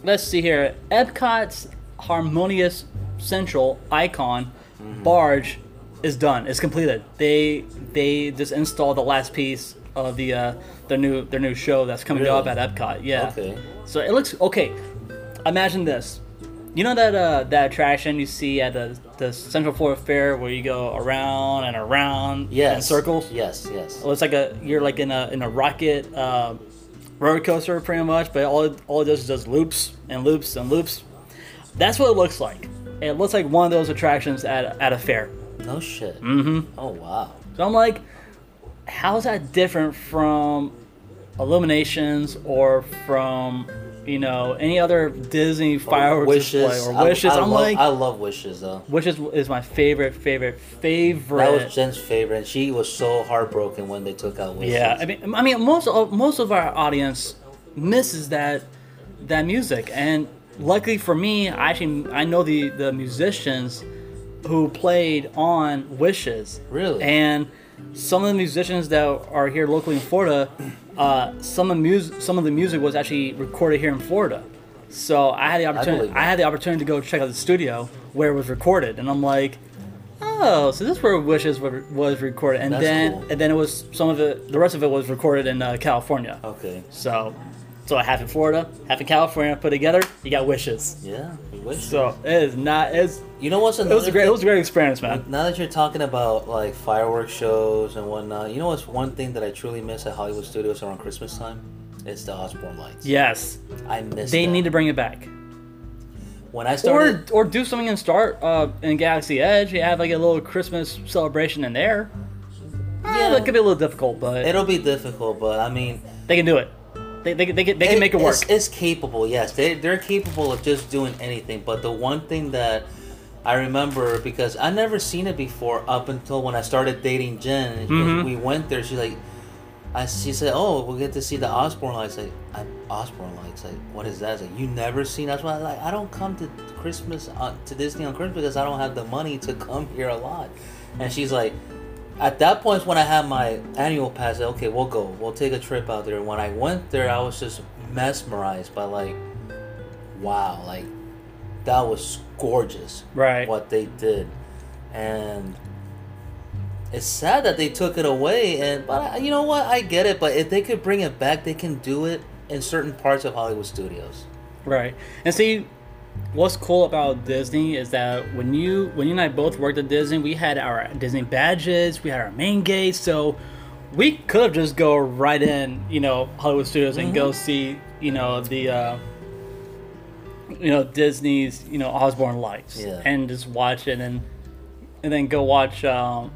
B: let's see here. Epcot's Harmonious Central Icon
C: Mm-hmm.
B: barge is done. It's completed. They they just installed the last piece of the uh, their new their new show that's coming
C: Really?
B: up at Epcot. Yeah.
C: Okay.
B: So it looks okay. Imagine this. You know that uh, that attraction you see at the, the Central Florida Fair where you go around and around
C: yes.
B: in circles? Oh.
C: Yes. Yes.
B: Well, it's like a you're like in a in a rocket uh, roller coaster pretty much, but all it, all it does is just loops and loops and loops. That's what it looks like. It looks like one of those attractions at at a fair.
C: No shit. Mm-hmm. Oh wow.
B: So I'm like, how's that different from Illuminations or from you know any other Disney fireworks display or
C: I-
B: wishes?
C: I,
B: am
C: love,
B: like,
C: I love wishes though.
B: wishes is my favorite favorite favorite.
C: That was Jen's favorite, and she was so heartbroken when they took out wishes.
B: Yeah, I mean, I mean, most of, most of our audience misses that that music, and luckily for me, I actually I know the the musicians who played on Wishes.
C: Really?
B: And some of the musicians that are here locally in Florida, uh, some of mus- some of the music was actually recorded here in Florida. So I had the opportunity
C: believe
B: I, had the opportunity to go check out the studio where it was recorded, and I'm like. Oh, so this is where Wishes were- was recorded, and
C: That's
B: then
C: cool.
B: and then it was some of it. The rest of it was recorded in uh, California.
C: Okay.
B: So, so half in Florida, half in California, put together, you got wishes.
C: Yeah. Wishes.
B: So it is not. It's
C: you know what's
B: it
C: another?
B: was a great. It
C: thing?
B: was a great experience, man.
C: Now that you're talking about like fireworks shows and whatnot, you know what's one thing that I truly miss at Hollywood Studios around Christmas time? It's the Osborne lights.
B: Yes,
C: I miss.
B: they
C: that.
B: need to bring it back,
C: When I
B: or
C: started.
B: or do something and start uh, in Galaxy Edge. You have like a little Christmas celebration in there. Yeah, that could be a little difficult, but
C: It'll be difficult, but I mean,
B: they can do it. They they, they, can, they can make it work.
C: it's- It's, capable, yes. They, they're capable of just doing anything. But the one thing that I remember, because I never seen it before up until when I started dating Jen, and
B: Mm-hmm.
C: we went there, she's like, I, she said, "Oh, we'll get to see the Osborne lights." Like, I, Osborne lights. Like, what is that? It's Like, you never seen? That's why, like, I don't come to Christmas on, to Disney on Christmas because I don't have the money to come here a lot. And she's like, at that point is when I had my annual pass. Like, okay, we'll go. We'll take a trip out there. When I went there, I was just mesmerized by like, wow, like that was gorgeous.
B: Right.
C: What they did, and it's sad that they took it away and but I, you know what i get it but if they could bring it back they can do it in certain parts of hollywood studios
B: Right. And see, what's cool about Disney is that when you when you and I both worked at Disney, we had our Disney badges, we had our main gates, so we could have just go right in, you know, Hollywood Studios and go see, you know, the uh, you know Disney's, you know, Osborne Lights,
C: Yeah.
B: and just watch it and and then go watch um,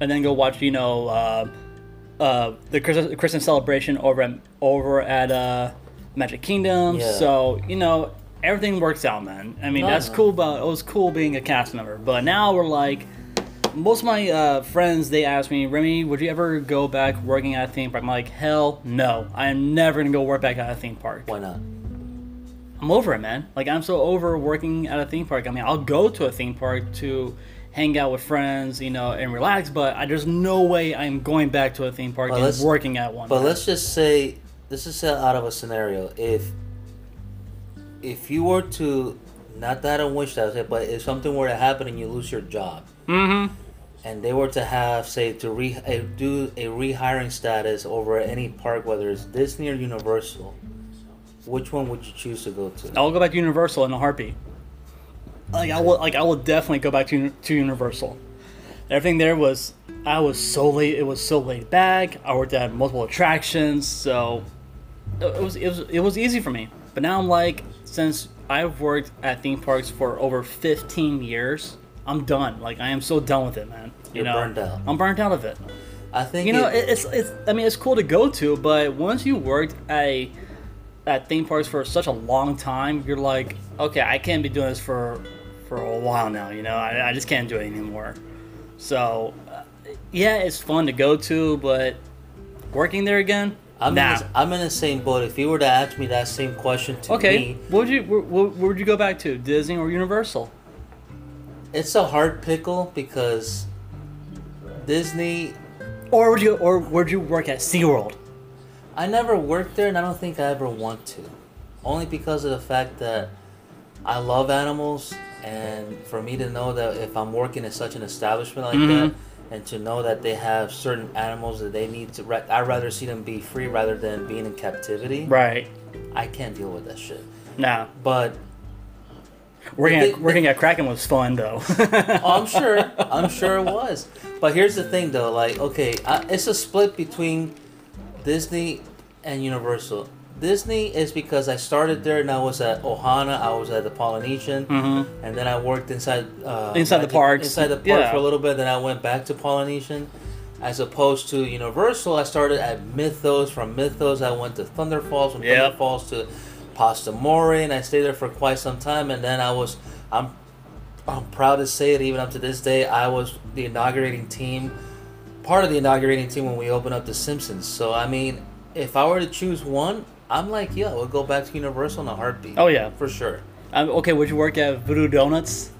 B: and then go watch, you know. Uh, uh, the Christmas, Christmas celebration over at, over at uh, Magic Kingdom.
C: Yeah.
B: So you know everything works out, man. I mean
C: No,
B: that's
C: no.
B: cool. About it was cool being a cast member, but now we're like, most of my uh, friends they ask me, Remy, would you ever go back working at a theme park? I'm like, hell no. I am never gonna go work back at a theme park.
C: Why not?
B: I'm over it, man. Like I'm so over working at a theme park. I mean, I'll go to a theme park to hang out with friends, you know, and relax. But I, there's no way I'm going back to a theme park
C: But
B: and
C: let's-
B: working at one.
C: But let's just say this is uh, out of a scenario. If if you were to not that I don't wish that, but if something were to happen and you lose your job,
B: Mm-hmm.
C: and they were to have say to re uh, do a rehiring status over at any park, whether it's Disney or Universal, which one would you choose to go to?
B: I'll go back to Universal in a heartbeat. Like I will, like I will definitely go back to Uni- to Universal. Everything there was, I was so late. It was so laid back. I worked at multiple attractions, so it it was it was it was easy for me. But now I'm like, since I've worked at theme parks for over 15 years, I'm done. Like I am so done with it, man. You
C: You're
B: know,
C: burned out.
B: I'm burnt out of it.
C: I think
B: You know,
C: it-
B: it, it's it's. I mean, it's cool to go to, but once you worked at at theme parks for such a long time, you're like, okay, I can't be doing this for for a while now. You know, I, I just can't do it anymore. So, uh, yeah, it's fun to go to, but working there again,
C: I'm,
B: nah.
C: in the, I'm in the same boat. If you were to ask me that same question to
B: okay,
C: me,
B: what would you where, where where would you go back to? Disney or Universal?
C: it's a hard pickle because Disney
B: Or would you or would you work at SeaWorld?
C: I never worked there, and I don't think I ever want to. Only because of the fact that I love animals, and for me to know that if I'm working in such an establishment like that, and to know that they have certain animals that they need to, ra- I'd rather see them be free rather than being in captivity.
B: Right.
C: I can't deal with that shit.
B: Nah.
C: But
B: Working
C: They-
B: at,
C: they-
B: working at Kraken was fun though.
C: oh, I'm sure, I'm sure it was. But here's the thing, though. Like, okay, I, it's a split between Disney and Universal. Disney is because I started there and I was at Ohana, I was at the Polynesian, and then I worked inside uh,
B: Mm-hmm. Inside the
C: Magic-
B: parks.
C: inside the park
B: Yeah.
C: for a little bit. Then I went back to Polynesian. As opposed to Universal, I started at Mythos. From Mythos, I went to Thunder Falls. From
B: Yep.
C: Thunder Falls to Pasta More, and I stayed there for quite some time. And then I was, I'm I'm proud to say it, even up to this day, I was the inaugurating team, part of the inaugurating team when we opened up The Simpsons. So, I mean, if I were to choose one, I'm like, yeah, we'll go back to Universal in a heartbeat.
B: Oh, yeah.
C: For sure.
B: Um, okay, would you work at Voodoo Donuts?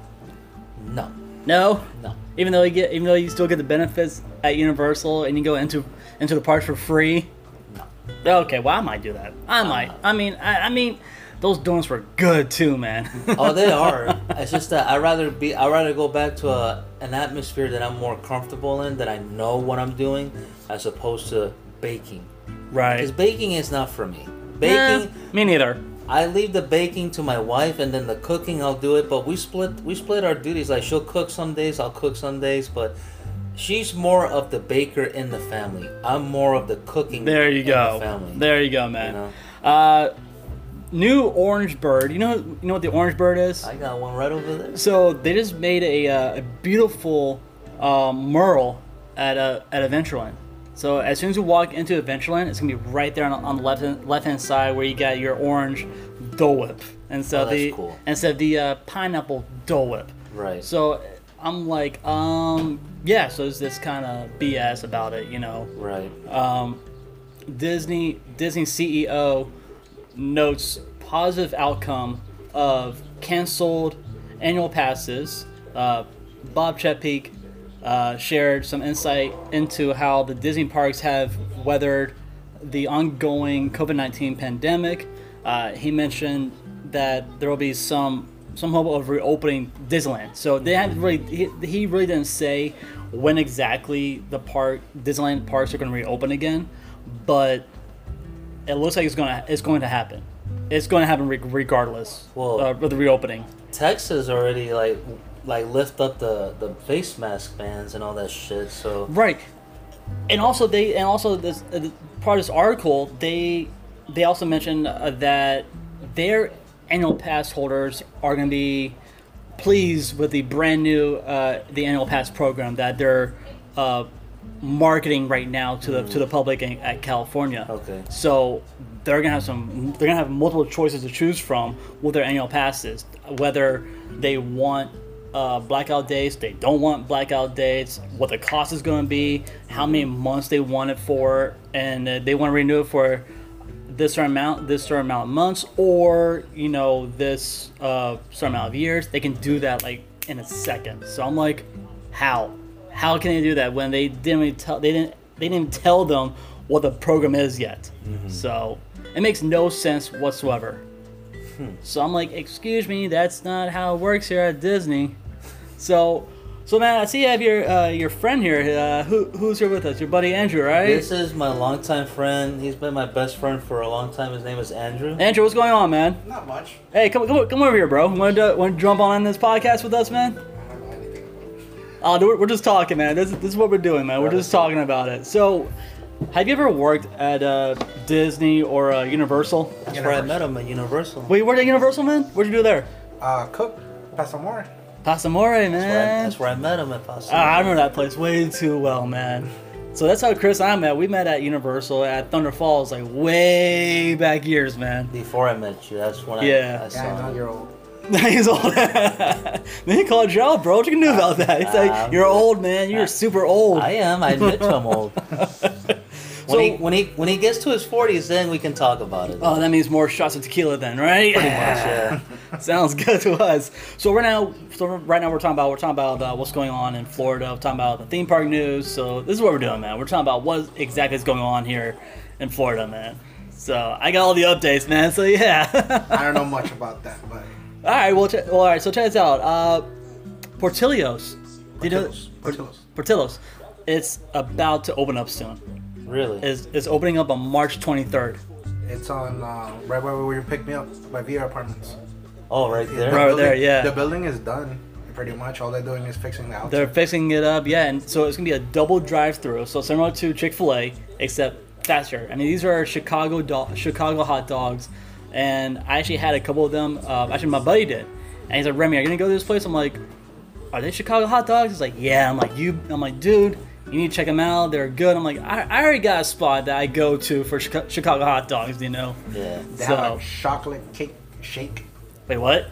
C: No,
B: No.
C: no.
B: Even though you get, even though you still get the benefits at Universal, and you go into into the parks for free. No. Okay, well I might do that.
C: Uh,
B: I might. I mean, I, I mean, those donuts were good too, man.
C: Oh, they are. it's just that I'd rather be, I'd rather go back to a, an atmosphere that I'm more comfortable in, that I know what I'm doing, as opposed to baking.
B: right.
C: Because baking is not for me.
B: Eh,
C: Baking.
B: me neither.
C: I leave the baking to my wife, and then the cooking I'll do it. But we split we split our duties. Like she'll cook some days, I'll cook some days. But she's more of the baker in the family. I'm more of the cooking.
B: There you
C: in
B: go.
C: The family.
B: There you go,
C: You
B: man.
C: know?
B: Uh, new orange bird. You know, you know what the orange bird is?
C: I got one right over there.
B: So they just made a, uh, a beautiful uh, mural at uh, at Adventureland. So as soon as you walk into Adventureland, it's gonna be right there on, on the left left hand side where you got your orange Dole Whip instead
C: Oh,
B: of
C: that's
B: the
C: cool.
B: instead of the uh, pineapple Dole Whip.
C: Right.
B: So I'm like, um, yeah. So it's this kind of BS about it, you know.
C: Right.
B: Disney Disney E CEO notes positive outcome of canceled annual passes. Uh, Bob Chapek uh, shared some insight into how the Disney parks have weathered the ongoing COVID nineteen pandemic. Uh, he mentioned that there will be some some hope of reopening Disneyland. So they had really he, he really didn't say when exactly the park Disneyland parks are going to reopen again, but it looks like it's gonna it's going to happen. It's going to happen re- regardless
C: Well-
B: uh, of the reopening.
C: Texas already like like lift up the the face mask bans and all that shit. So
B: Right. And also they and also this uh, part of this article they they also mentioned uh, that their annual pass holders are going to be pleased with the brand new uh, the annual pass program that they're uh, marketing right now to the to the public in, at California.
C: Okay.
B: So they're gonna have some they're gonna have multiple choices to choose from with their annual passes, whether they want uh, blackout dates. They don't want blackout dates. What the cost is going to be, how many months they want it for, and uh, they want to renew it for this certain amount, this certain amount of months, or you know this uh, certain amount of years. They can do that like in a second. So I'm like, how? How can they do that when they didn't really tell they didn't they didn't even tell them what the program is yet? So it makes no sense whatsoever. So I'm like, excuse me, that's not how it works here at Disney. So, so man, I see you have your uh, your friend here. Uh, who who's here with us? Your buddy Andrew, right?
C: This is my longtime friend. He's been my best friend for a long time. His name is Andrew.
B: Andrew, what's going on, man?
D: Not much.
B: Hey, come come come over here, bro. Want to want to jump on this podcast with us, man?
D: I don't know anything about it.
B: Uh, we're, we're just talking, man. This, this is what we're doing, man. We're just talking about it. So, have you ever worked at uh, Disney or uh, Universal?
C: That's where I met him at Universal.
B: Wait, you worked at Universal, man? What'd you do there?
D: Uh, cook, pasamore.
B: Pasamore, man.
C: That's where I- that's where I met him at Paso.
B: Ah, I remember that place way too well, man. So that's how Chris and I met. We met at Universal at Thunder Falls, like way back years, man.
C: Before I met you, that's when I-
B: Yeah.
C: I,
D: Yeah, I
C: saw
D: know
C: him.
D: you're old.
B: He's old. then he called you out, bro. What you can do about that? He's
C: Ah,
B: like, you're old, man. You're super old.
C: I am. I admit to I'm old. When
B: So-
C: he when he when he gets to his forties, then we can talk about it.
B: Oh, that means more shots of tequila, then, right?
C: yeah.
B: Sounds good to us. So right now, so right now we're talking about we're talking about uh, what's going on in Florida. We're talking about the theme park news. So this is what we're doing, man. We're talking about what exactly is going on here in Florida, man. So I got all the updates, man. So yeah.
D: I don't know much about that, but
B: all right, well, check, well, all right. So check this out. Uh, Portillo's. Did you know-
D: Portillo's. Portillo's.
B: Portillo's. It's about to open up soon.
C: really?
B: It's, it's opening up on March 23rd.
D: it's on uh, right where you picked me up by VR Apartments.
C: Oh, right
D: The
C: there.
B: Right
D: building-
B: there, yeah.
D: The building is done pretty much. All they're doing is fixing the outside.
B: They're fixing it up, yeah, and so it's gonna be a double drive-through, so similar to Chick Fil A, except faster. I mean, these are Chicago do- Chicago hot dogs, and I actually had a couple of them. Uh, actually, my buddy did, and he's like, "Remy, are you gonna go to this place?" I'm like, "Are they Chicago hot dogs?" He's like, "Yeah." I'm like, "You?" I'm like, "Dude." You need to check them out. They're good. I'm like, I, I already got a spot that I go to for Chica- Chicago hot dogs. You know,
C: Yeah.
D: They have
B: so-
D: a chocolate cake shake.
B: wait, what?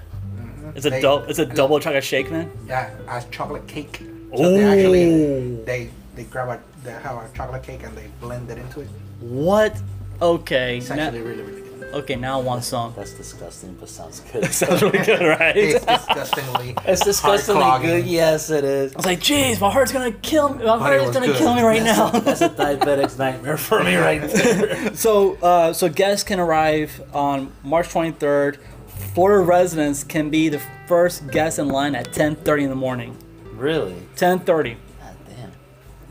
B: It's a
D: They-
B: double. It's a double chocolate shake, man.
D: Yeah, as chocolate cake. So they actually
B: Ooh.
D: they they grab a they have a chocolate cake and they blend it into it.
B: What? Okay.
D: It's
B: now-
D: actually really really good.
B: okay, now I want some.
C: That's disgusting, but sounds good.
B: Sounds really good, right?
D: It's
B: I
D: disgustingly.
C: it's disgustingly
D: heart-clogging.
C: good. Yes, it is.
B: was like, "Jeez, my heart's gonna kill me. My
D: But it
B: heart is
D: was
B: gonna
D: good.
B: kill me right now."
C: That's a diabetic's nightmare for me right there.
B: so, uh, so guests can arrive on March 23rd. Florida residents can be the first guest in line at 10:30 in the morning.
C: really?
B: 10:30.
C: God damn.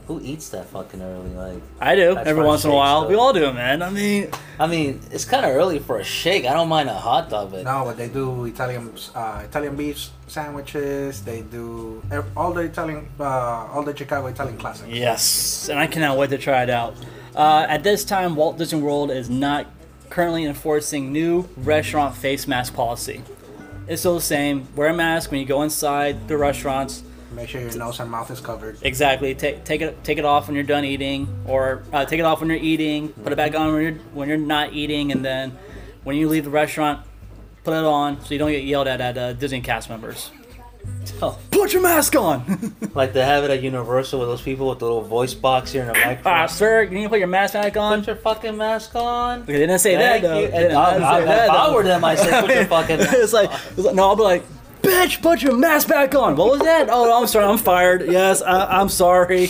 C: Who eats that fucking early? Like,
B: I do
C: That's
B: every
C: fun
B: once in a
C: shakes,
B: while.
C: though.
B: We all do, it, man. I mean,
C: I mean, it's kind of early for a shake. I don't mind a hot dog, but
D: No, but they do Italian uh, Italian beef sandwiches. They do ev- all the Italian uh, all the Chicago Italian classics.
B: Yes, and I cannot wait to try it out. Uh, at this time, Walt Disney World is not currently enforcing new restaurant face mask policy. It's still the same. Wear a mask when you go inside the restaurants.
D: Make sure your nose and mouth is covered.
B: Exactly. Take take it take it off when you're done eating, or uh, take it off when you're eating. Put it back on when you're when you're not eating, and then when you leave the restaurant, put it on so you don't get yelled at at uh, Disney cast members. Put your mask on.
C: like they have it at Universal with those people with the little voce box here and a microphone.
B: ah, sir, you need to put your mask back on.
C: Put your fucking mask on.
B: They didn't say
C: Thank
B: that though.
C: you.
B: They didn't
C: And I- I-
B: say that,
C: if I
B: though.
C: were them, I'd say, "Put your fucking mask
B: it's like, it's like- no, I'll be like, bitch, put your mask back on. What was that? Oh, I'm sorry, I'm fired. Yes, I, I'm sorry.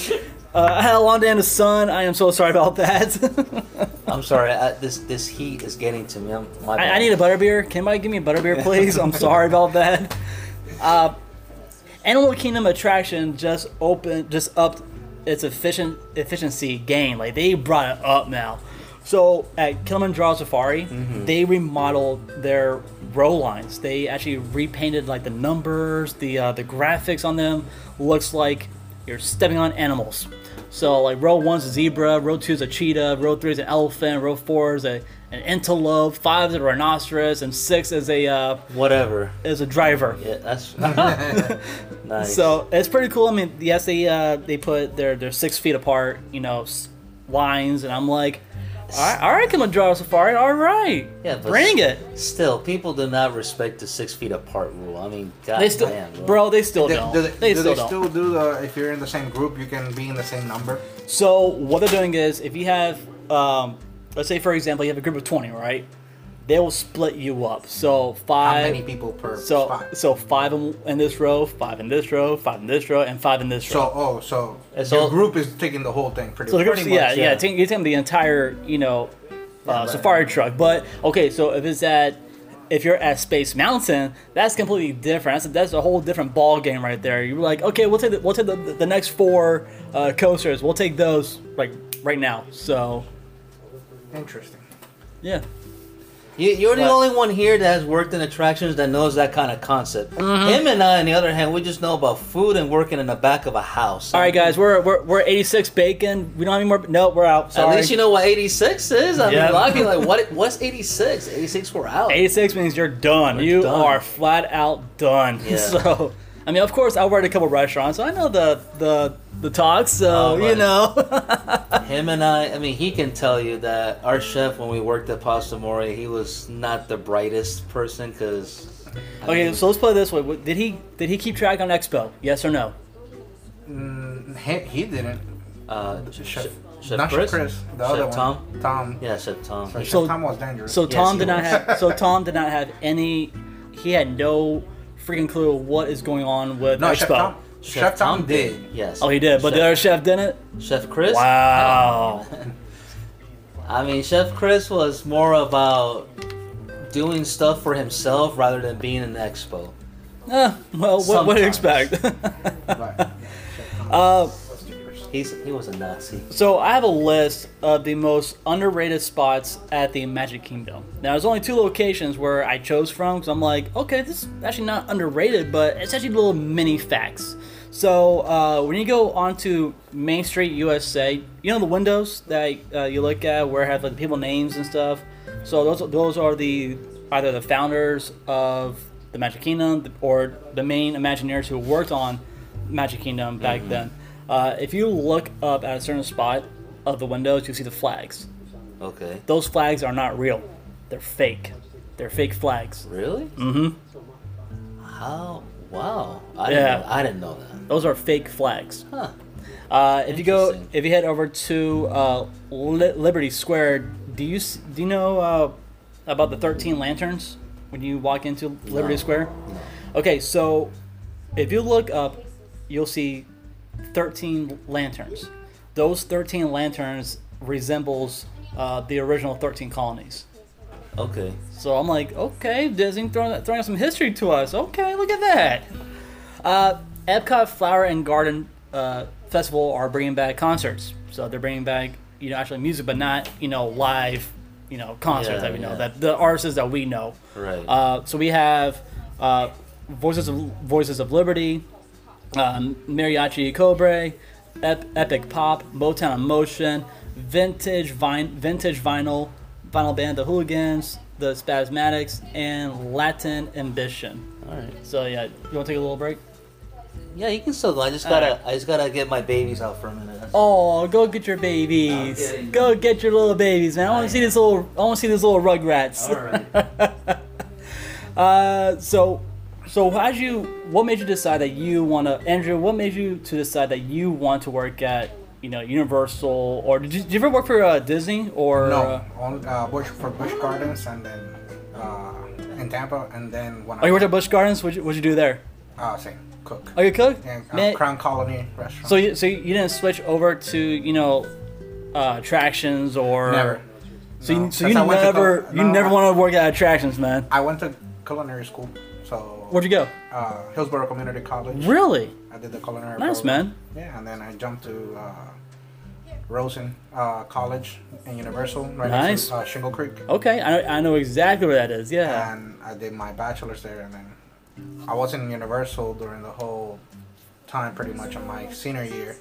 B: Uh, I had a long day in the sun. I am so sorry about that.
C: I'm sorry. I, this this heat is getting to me. I'm, my
B: I,
C: bad.
B: I need a butterbeer. Can anybody give me a butterbeer, please? I'm sorry about that. Uh, Animal Kingdom attraction just opened, just upped its efficient efficiency gain. Like they brought it up now. So at Kilimanjaro Safari, they remodeled their row lines. They actually repainted like the numbers, the uh, the graphics on them looks like you're stepping on animals. So like row one's a zebra, row two's a cheetah, row three's an elephant, row four is a an antelope, five's a rhinoceros, and six is a uh,
C: whatever.
B: is a driver.
C: Yeah, that's nice.
B: So it's pretty cool. I mean, yes, they uh, they put their their six feet apart, you know, s- lines, and I'm like, All right, all right, Kilimanjaro Safari. All right.
C: Yeah, but
B: Bring it.
C: Still, people do not respect the six feet apart rule. I mean, god
B: They still,
C: damn, bro.
B: bro. They still
D: Do,
B: don't.
D: do
B: they
D: they, do
B: still
D: they
B: don't.
D: still do the if you're in the same group you can be in the same number?
B: So what they're doing is, if you have, um, let's say for example, you have a group of twenty, right? They will split you up. So
D: How
B: five.
D: many people per
B: so
D: spot?
B: so five in, in this row, five in this row, five in this row, and five in this
D: So
B: row.
D: oh so
C: It's
D: your
C: all-
D: group is taking the whole thing pretty
B: So the
D: much.
B: group,
C: pretty
B: yeah,
C: much,
B: yeah,
C: yeah.
B: take- you're taking the entire, you know, uh,
D: right.
B: safari truck. But okay, so if it's at, if you're at Space Mountain, that's completely different. That's a, that's a whole different ball game right there. You're like, okay, we'll take the, we'll take the, the next four uh, coasters. We'll take those like right now. So
D: Interesting.
B: yeah.
C: You, you're the
B: What?
C: only one here that has worked in attractions that knows that kind of concept.
B: Mm-hmm.
C: Him and I, on the other hand, we just know about food and working in the back of a house.
B: All right, guys, we're we're, we're 86 bacon. We don't have any more. No, we're out. Sorry.
C: At least you know what 86 is. I
B: Yeah.
C: mean, a lot of people are like, what? What's 86? 86, we're out.
B: 86 means you're done.
C: We're
B: you
C: done.
B: are flat out done.
C: Yeah.
B: So, I mean, of course, I worked at a couple restaurants, so I know the the the talks. So
C: Oh,
B: you
C: right.
B: know,
C: Him and I, I mean, he can tell you that our chef, when we worked at Pasta More, he was not the brightest person because.
B: okay. So let's play this way. Did he did he keep track on Expo? Yes or no?
D: He, he didn't.
C: uh,
D: Chef,
C: Chef
D: not
C: Chris?
D: Chef Chris, the
C: Chef
D: other one.
C: Tom?
D: Tom.
C: yeah, Chef Tom.
D: So,
B: So-
D: Chef Tom was dangerous.
B: So
C: Yes,
B: Tom
C: he
B: did not
C: was.
B: have. So Tom did not have any. He had no freaking clue what is going on with
D: no,
B: Expo.
D: Chef Tom. Chef, Tom, did.
C: Yes.
B: Oh, he did, but the other chef didn't.
C: Chef Chris.
B: Wow.
C: I mean, Chef Chris was more about doing stuff for himself rather than being an expo.
B: Eh, well, what, what do you
C: Sometimes.
B: expect?
D: Right. Chef Tom was dangerous.
C: He's he was a Nazi.
B: So I have a list of the most underrated spots at the Magic Kingdom. Now there's only two locations where I chose from because I'm like, okay, this is actually not underrated, but it's actually little mini facts. So uh, when you go onto Main Street USA, you know the windows that uh, you look at where it have like people names and stuff. So those those are the either the founders of the Magic Kingdom or the main Imagineers who worked on Magic Kingdom back then. Uh, if you look up at a certain spot of the windows, you see the flags.
C: Okay.
B: Those flags are not real; they're fake. They're fake flags.
C: Really? Mm-hmm. How? Wow.
B: Mm-hmm.
C: I
B: Yeah.
C: didn't know, I didn't know that.
B: Those are fake flags.
C: Huh.
B: Uh, if you go,
C: Interesting.
B: if you head over to uh, Li- Liberty Square, do you s- do you know uh, about the thirteen lanterns when you walk into Liberty
C: No.
B: Square? Okay, so if you look up, you'll see 13 lanterns. Those 13 lanterns resembles uh, the original 13 colonies.
C: Okay.
B: So I'm like, okay, Disney throwing, throwing some history to us. Okay, look at that. Uh, Epcot Flower and Garden uh, Festival are bringing back concerts. So they're bringing back, you know, actually music, but not, you know, live, you know, concerts
C: Yeah,
B: that we know,
C: yeah.
B: that the artists that we know.
C: Right.
B: Uh, so we have uh, Voices of Voices of Liberty, um, Mariachi Cobre, Ep- Epic Pop, Motown Emotion, Vintage Vine, Vintage Vinyl, Vinyl Band, The Hooligans, The Spasmatics, and Latin Ambition.
C: All right.
B: So yeah, you want to take a little break?
C: Yeah, you can still go. I just gotta I just gotta get my babies out for a minute. That's-
B: Oh, go get your babies!
C: Okay.
B: Go get your little babies, man. I want to see this little. I want to see this little Rugrats.
C: All right.
B: Uh, so, so how'd you? What made you decide that you want to, Andrew? What made you to decide that you want to work at, you know, Universal, or did you, did you ever work for uh, Disney or?
D: No,
B: Uh,
D: on uh, Bush for Bush Gardens and then uh, in Tampa and then when
B: oh, you worked
D: I
B: at Bush Gardens. What'd you, what'd you do there?
D: uh, same cook
B: Oh, you cooked.
D: and uh,
B: Man,
D: Crown Colony restaurant.
B: so you so you didn't switch over to you know, uh, attractions or.
D: never.
B: So you,
D: No,
B: so
D: since
B: you
D: I went to
B: never
D: cul-
B: you
D: no,
B: never
D: I-
B: want to work at attractions, man.
D: I went to culinary school, so
B: Where'd you go?
D: uh, Hillsborough Community College.
B: Really?
D: I did the culinary.
B: Nice,
D: program.
B: man.
D: Yeah, and then I jumped to uh, Rosen uh, College in Universal, right
B: Nice.
D: next to uh, Shingle Creek,
B: Okay, I, I know exactly where that is. Yeah.
D: and I did my bachelor's there, and then I was in Universal during the whole time, pretty much on my senior year.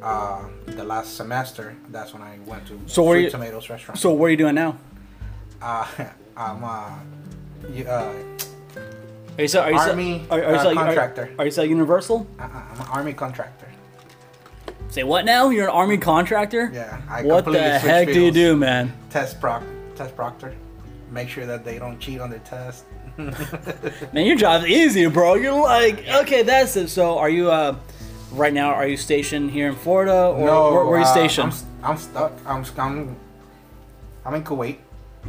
D: Uh, the last semester, that's when I went to
B: So were
D: Sweet
B: you-
D: Tomatoes restaurant.
B: So what are you doing now?
D: uh, I'm uh, you, uh,
B: Are you still, are you still-
D: Army,
B: are, are you
D: uh,
B: still, are-
D: contractor.
B: Are, you still Universal?
D: I- I'm an army contractor.
B: Say what now? You're an army contractor?
D: Yeah, I
B: What the
D: completely switched
B: heck do you
D: fields.
B: do, man?
D: Test proc, test proctor, make sure that they don't cheat on their test.
B: Man, your job's easy, bro. You're like, okay, that's it. So, are you uh, right now? Are you stationed here in Florida, or where, where are you
D: uh, I'm,
B: stationed?
D: st- I'm stuck. I'm, st- I'm, I'm in Kuwait.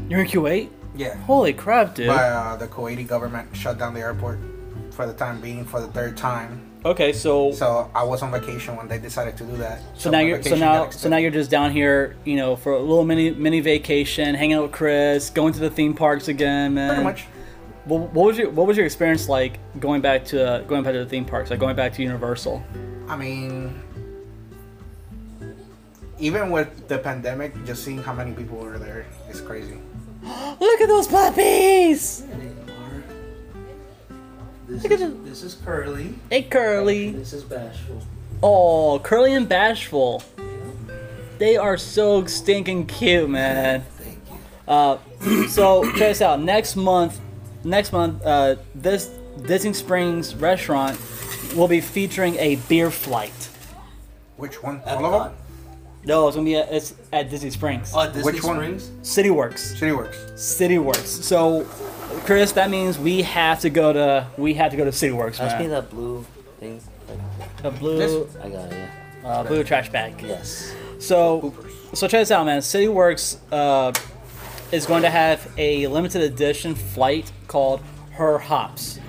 B: You're in Kuwait.
D: Yeah.
B: Holy crap, dude.
D: But uh, the Kuwaiti government shut down the airport for the time being for the third time.
B: Okay, so so,
D: So I was on vacation when they decided to do that. So,
B: now
D: my
B: you're so
D: vacation got
B: now so now
D: extended.
B: you're just down here, you know, for a little mini mini vacation, hanging out with Chris, going to the theme parks again, man.
D: pretty much.
B: What, what was your What was your experience like going back to uh, going back to the theme parks, like going back to Universal?
D: I mean, even with the pandemic, just seeing how many people were there is crazy.
B: Look at those puppies!
C: This
B: Look at
C: is, this is Curly.
B: Hey, Curly.
C: This is Bashful.
B: Oh, Curly and Bashful. They are so stinking cute, man.
C: Thank you.
B: Uh, so check this out. Next month, next month, uh, this Disney Springs restaurant will be featuring a beer flight.
D: Which one? All of them?
B: No, it's gonna be at, it's at Uh, Disney Springs.
C: Oh, Disney
D: Which one?
C: Springs?
B: City Works.
D: City Works.
B: City Works. So, Chris, that means we have to go to we have to go to City Works,
C: Pass me
B: man.
C: that blue thing. Like,
B: The blue
D: This-
C: I got it, yeah.
B: uh, blue trash bag.
C: Yes.
B: So.
D: Hoopers.
B: So check this out, man. City Works uh, is going to have a limited edition flight called Her Hops.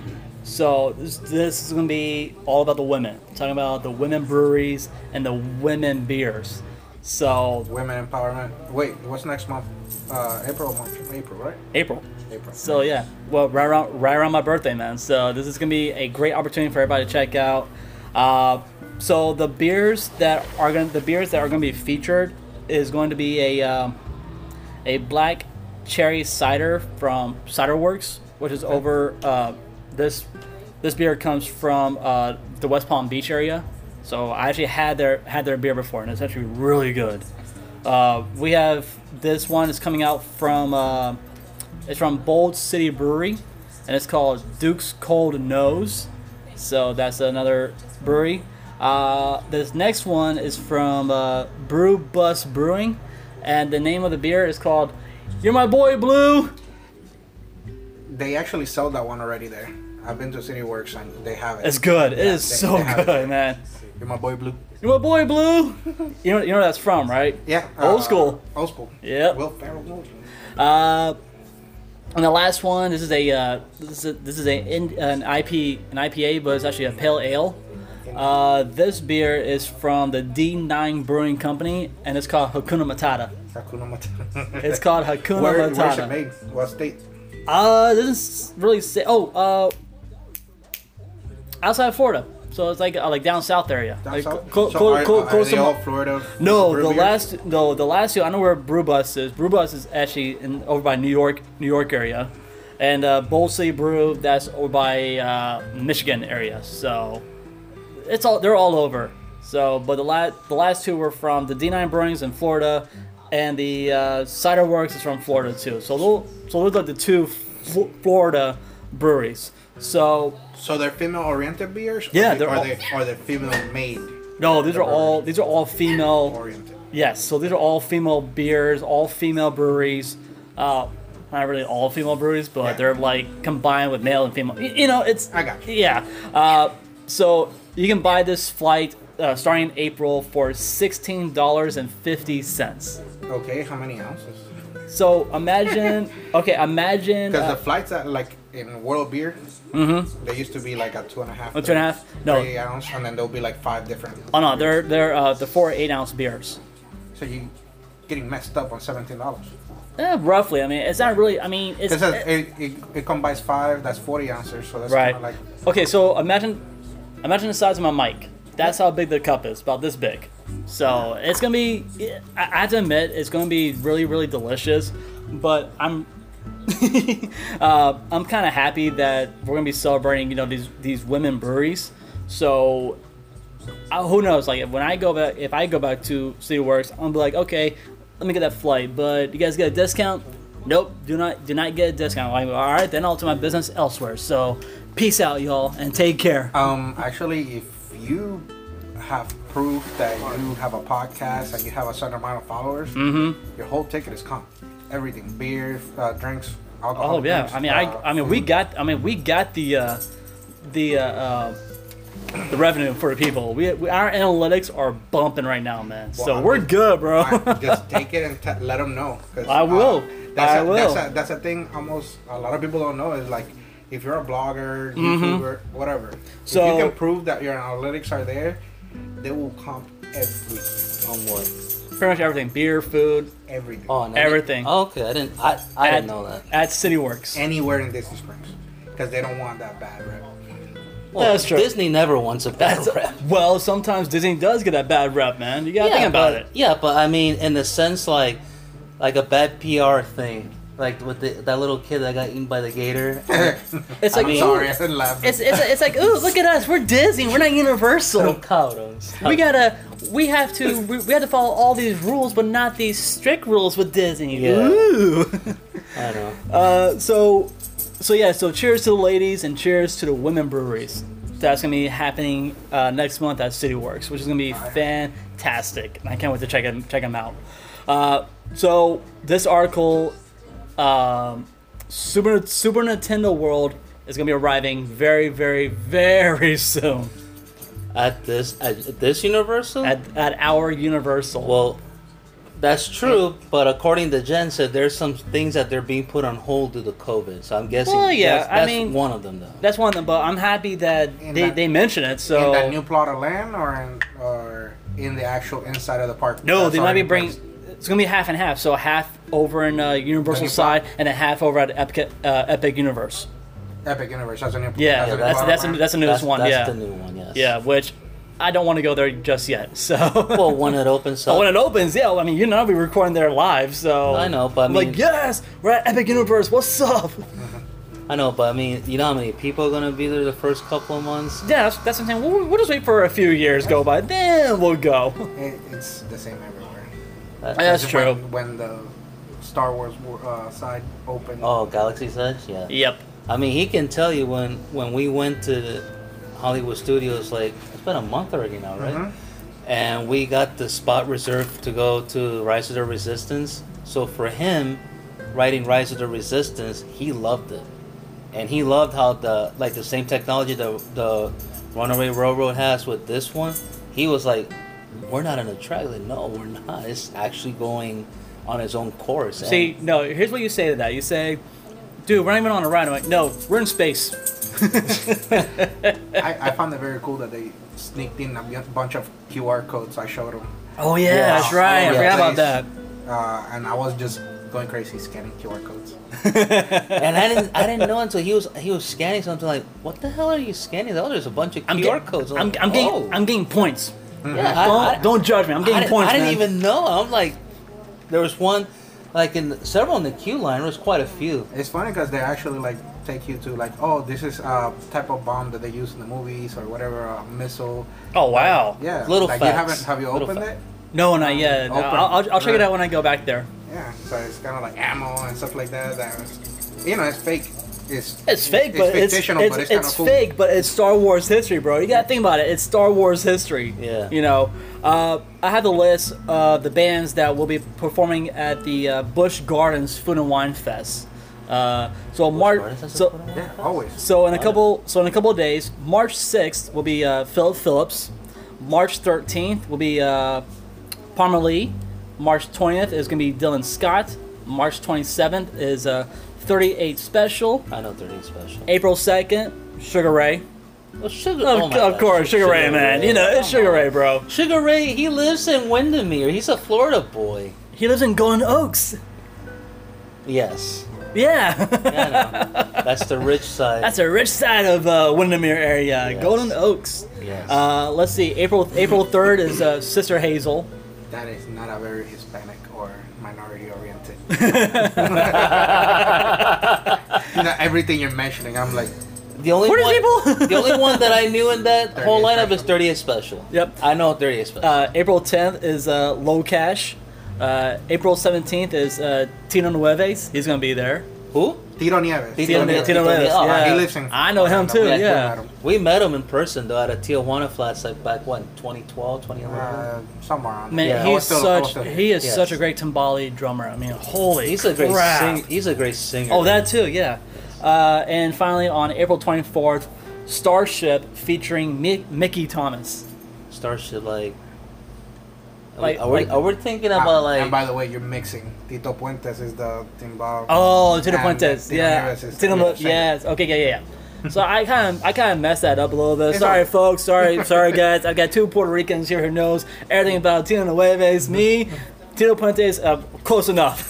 B: So this, this is going to be all about the women. Talking about the women breweries and the women beers. So
D: Women empowerment. Wait, what's next month? Uh, April month. April, right?
B: April.
D: April.
B: So yeah, well, right around right around my birthday, man. So this is gonna be a great opportunity for everybody to check out. Uh, so the beers that are gonna the beers that are gonna be featured is going to be a um, a black cherry cider from Cider Works, which is over. Uh, this this beer comes from uh, the West Palm Beach area. So I actually had their had their beer before, and it's actually really good. Uh, we have this one is coming out from. Uh, it's from Bold City Brewery, and it's called Duke's Cold Nose. So that's another brewery. Uh, this next one is from uh, Brew Bus Brewing, and the name of the beer is called "You're My Boy Blue."
D: They actually sold that one already there. I've been to City Works and they have it.
B: It's good. it
D: Yeah,
B: is
D: they-
B: so
D: they have it.
B: good, man.
D: You're my boy, Blue.
B: "You're My Boy Blue." you know, you know where that's from, right?
D: Yeah.
B: Old
D: uh,
B: school.
D: Old school.
B: Yep.
D: Will Ferrell. old school.
B: Uh, and the last one, this is a uh, this is a, this is a in- an IP an IPA, but it's actually a pale ale. Uh, this beer is from the D9 Brewing Company, and it's called Hakuna Matata.
D: Hakuna Matata.
B: It's called Hakuna
D: Where, where's it
B: Matata.
D: made? What state?
B: Uh, this is really say. Oh, uh, outside of Florida, so it's like uh, like down south area,
D: Down
B: like
D: south?
B: clo-
D: So
B: clo-
D: are-
B: clo-
D: are
B: close
D: they
B: to
D: all
B: Mo-
D: Florida.
B: no, the
D: breweries?
B: last no, the last two. I know where Brew Bus is. Brew Bus is actually in over by New York, New York area, and uh, Bold City Brew that's over by uh, Michigan area. So it's all they're all over. So, but the last the last two were from the D9 Brewings in Florida, and the uh, Cider Works is from Florida too. So those so those are the two Fl- Florida breweries. So
D: So they're female oriented beers?
B: Yeah,
D: or
B: they're
D: are
B: all-
D: they are they female made
B: no, these are all these are all female.
D: oriented.
B: Yes, so these are all female beers, all female breweries. Uh, not really all female breweries, but
D: Yeah.
B: they're like combined with male and female. Y- You know, it's
D: I got you.
B: yeah. Uh, so you can buy this flight uh, starting in April for sixteen dollars and fifty cents.
D: Okay, how many ounces?
B: So imagine, okay, imagine
D: Because
B: uh,
D: the flights that like in World Beer, they used to be like a two and a half.
B: two and a half. No,
D: three ounce, and then there'll be like five different.
B: oh no, they're they're uh, the four eight ounce beers.
D: So you getting messed up on seventeen dollars.
B: Eh, roughly, I mean, it's not really. I mean, it's
D: It, it, it, it combines five. That's forty ounces. So that's
B: eh, Right.
D: kinda like
B: Okay, so imagine, imagine the size of my mic. That's how big the cup is, about this big. So it's gonna be. I I have to admit, it's gonna be really, really delicious. But I'm, uh, I'm kind of happy that we're gonna be celebrating, you know, these these women breweries. So, uh, who knows? Like, when I go back, if I go back to City Works, I'm gonna be like, okay, let me get that flight. But you guys get a discount? Nope, do not do not get a discount. Like, all right, then I'll do my business
D: Oh,
B: elsewhere. So, peace out, y'all, and take care.
D: um actually if you have proof that you have a podcast and you have a certain amount of followers,
B: Mm-hmm.
D: your whole ticket is comp. Everything, beer, uh, drinks, alcohol.
B: Oh yeah.
D: drinks,
B: I mean,
D: uh,
B: I I mean, we got I mean, we got the uh, the uh, uh, the revenue for the people. We, we our analytics are bumping right now, man.
D: Well,
B: so
D: I
B: we're
D: mean,
B: good, bro.
D: I just take it and t- let them know. 'cause, uh,
B: I will.
D: that's
B: I
D: a,
B: will.
D: That's a, that's a thing. Almost a lot of people don't know is like if you're a blogger, YouTuber, whatever. if
B: Mm-hmm. So-
D: you can prove that your analytics are there, they will comp everything,
C: On what?
B: Pretty much everything: beer, food,
D: everything,
C: On
B: Everything.
C: Oh, okay, I didn't. I, I
B: At-
C: didn't know that.
B: at CityWorks.
D: anywhere in Disney Springs, because they don't want that bad rep.
C: Well,
B: That's true.
C: Disney never wants a bad rep.
B: Well, sometimes Disney does get that bad rep, man. You gotta think about
C: but,
B: it.
C: Yeah, but I mean, in the sense like, like a bad PR thing, like with the, that little kid that got eaten by the gator.
B: It's
C: I
B: like
C: mean-
D: Sorry, I didn't laugh.
B: It's, it's, it's like, ooh, look at us. We're Disney. We're not Universal.
C: Cabros.
B: We gotta, we have to, we, we have to follow all these rules, but not these strict rules with Disney.
C: Yeah.
B: Ooh.
C: I know.
B: Uh, so, so yeah. So, cheers to the ladies and cheers to the women breweries. That's gonna be happening uh, next month at City Works, which is gonna be fantastic. I can't wait to check them check them out. Uh, so this article, um, Super Super Nintendo World is gonna be arriving very, very, very soon
C: At this, at this Universal.
B: at at our Universal.
C: well, that's true. But according to Jen, said there's some things that they're being put on hold due to COVID. So I'm guessing.
B: Well, yeah,
C: That's,
B: I
C: that's
B: mean-
C: one of them though.
B: That's one of them, but I'm happy that
D: In
B: they,
D: that-
B: they mention it. So
D: in that new plot of land, or in, or in the actual inside of the park.
B: No,
D: That's
B: they might
D: already
B: be bringing.
D: placed.
B: It's gonna be half and half. So half over in uh, Universal
D: Universal.
B: side, and a half over at Epic, uh, Epic Universe.
D: Epic Universe. That's a new.
B: Yeah,
D: a new
B: that's
D: plot of
B: that's a,
D: land.
B: that's the newest
C: that's,
B: one.
C: That's
B: yeah,
C: the new one. Yes.
B: yeah. Which I don't want to go there just yet. So
C: Well, when it opens up.
B: when it opens, yeah. I mean, you know, we recording there live, so
C: I know, but I
B: I'm
C: mean-
B: like, yes, we're at Epic Universe. What's up?
C: I know, but I mean, you know how many people are gonna be there the first couple of months?
B: Yeah, that's, that's what I'm saying. We'll, we'll just wait for a few years go by, then we'll go.
D: It, it's the same everywhere.
C: That-
B: That's true.
D: When, when the Star Wars uh, side opened.
C: Oh, Galaxy's Edge, yeah.
B: Yep.
C: I mean, he can tell you when when we went to Hollywood Studios. Like it's been a month already now, right?
D: Mhm.
C: And we got the spot reserved to go to Rise of the Resistance. So for him, writing Rise of the Resistance, he loved it, and he loved how the like the same technology the the Runaway Railroad has with this one. He was like, "We're not in a track." Like, no, we're not. It's actually going on its own course. and-
B: See, no. Here's what you say to that. You say, dude, we're not even on a ride. I'm like, no, we're in space.
D: I, I found it very cool that they sneaked in a bunch of QR codes. I showed them,
B: Oh yeah,
C: Yeah.
B: that's right. I
C: Yeah.
B: forgot about that.
D: uh, and I was just going crazy scanning QR codes.
C: and I didn't, I didn't know until he was he was scanning something like, what the hell are you scanning? Oh, there's a bunch of
B: I'm
C: QR
B: getting,
C: codes.
B: I'm,
C: like,
B: I'm getting,
C: oh.
B: I'm getting points.
C: yeah, I-
B: Don't,
C: I-
B: don't judge me. I'm
C: I
B: getting
C: didn't-
B: points.
C: I didn't
B: man.
C: even know. I'm like, there was one, like in the, several in the queue line. There was quite a few.
D: It's funny because they actually like take you to like, oh, this is a type of bomb that they use in the movies or whatever, a missile.
B: Oh wow.
D: Yeah,
C: Little
D: like you
C: facts.
D: haven't have you
C: Little
D: opened
C: fact.
D: it?
B: No, not yet. No,
D: Open.
B: I'll, I'll, I'll check it
D: Right.
B: out when I go back there.
D: Yeah, so it's kind of like ammo and stuff like that. That was- you know, it's fake. It's
B: It's fake, but it's it's,
D: fictional,
B: it's,
D: but it's kind of cool.
B: fake, but it's Star Wars history, bro. You gotta think about it. It's Star Wars history.
C: Yeah.
B: You know, uh, I have the list of the bands that will be performing at the uh, Bush Gardens Food and Wine Fest. Uh, so March.
C: Gardens has a
B: So,
C: Food and Wine Oh,
D: Yeah, always.
B: So in a couple, so in a couple of days, March sixth will be uh, Philip Phillips. March thirteenth will be uh, Palmer Lee. March twentieth is gonna be Dylan Scott. March twenty seventh is uh, Thirty Eight Special.
C: I know 30 special.
B: April second, Sugar Ray.
C: Well, Sugar,
B: Of,
C: oh my
B: of
C: gosh,
B: course, Sugar, Ray, man. You know it's
C: Come
B: Sugar
C: on.
B: Ray, bro.
C: Sugar Ray, he lives in Windermere. He's a Florida boy.
B: He lives in Golden Oaks.
C: Yes,
B: Yeah,
C: Yeah, I know. that's the rich side.
B: that's a rich side of uh, Windermere area.
C: Yes.
B: Golden Oaks.
C: Yes.
B: Uh, let's see. April April third is uh, Sister Hazel.
D: That is not a very Hispanic or minority oriented. you know, everything you're mentioning, I'm like,
C: The only
B: What is
C: one,
B: people?
C: the only one that I knew in that
D: 30th
C: whole lineup is
D: Special.
C: 30th Special.
B: Yep.
C: I know 30th Special.
B: Uh, April 10th is uh, Low Cash. Uh, April 17th is uh, Tino Nueves. He's going to be there.
C: Who?
D: Tito Nieves.
C: Tito Nieves.
B: Tito Nieves,
C: Oh,
B: yeah.
D: he lives in.
B: I know him too.
D: We- we met
B: Yeah.
D: him.
C: We met him in person though at a Tijuana flat like back when 2012, 2011.
D: Uh, somewhere on.
B: Man,
D: yeah, I
B: he's
D: was still- I was
B: such
D: still here.
B: he is
C: Yes.
B: such a great timbali drummer. I mean, holy
C: he's a great
B: crap.
C: sing- he's a great singer.
B: Oh, that too, yeah. Uh, and finally, on April 24th, Starship featuring Mi- Mickey Thomas.
C: Starship like are
B: Like-
C: we, are, we, are we thinking about
D: Ah,
C: like
D: and by the way, you're mixing. Tito Puentes is the timbal.
B: Oh, Tino
D: And
B: Puentes,
D: Tino
B: yeah.
D: Nieves is
B: Tino,
D: the
B: Mo-
D: singer.
B: yes, okay, yeah, yeah, yeah. So I kind of I kind of messed that up a little bit.
D: It's
B: Sorry,
D: all-
B: folks. Sorry, sorry, guys. I've got two Puerto Ricans here who knows everything about Tino Nueves. Me, Tino Puentes, uh, close enough.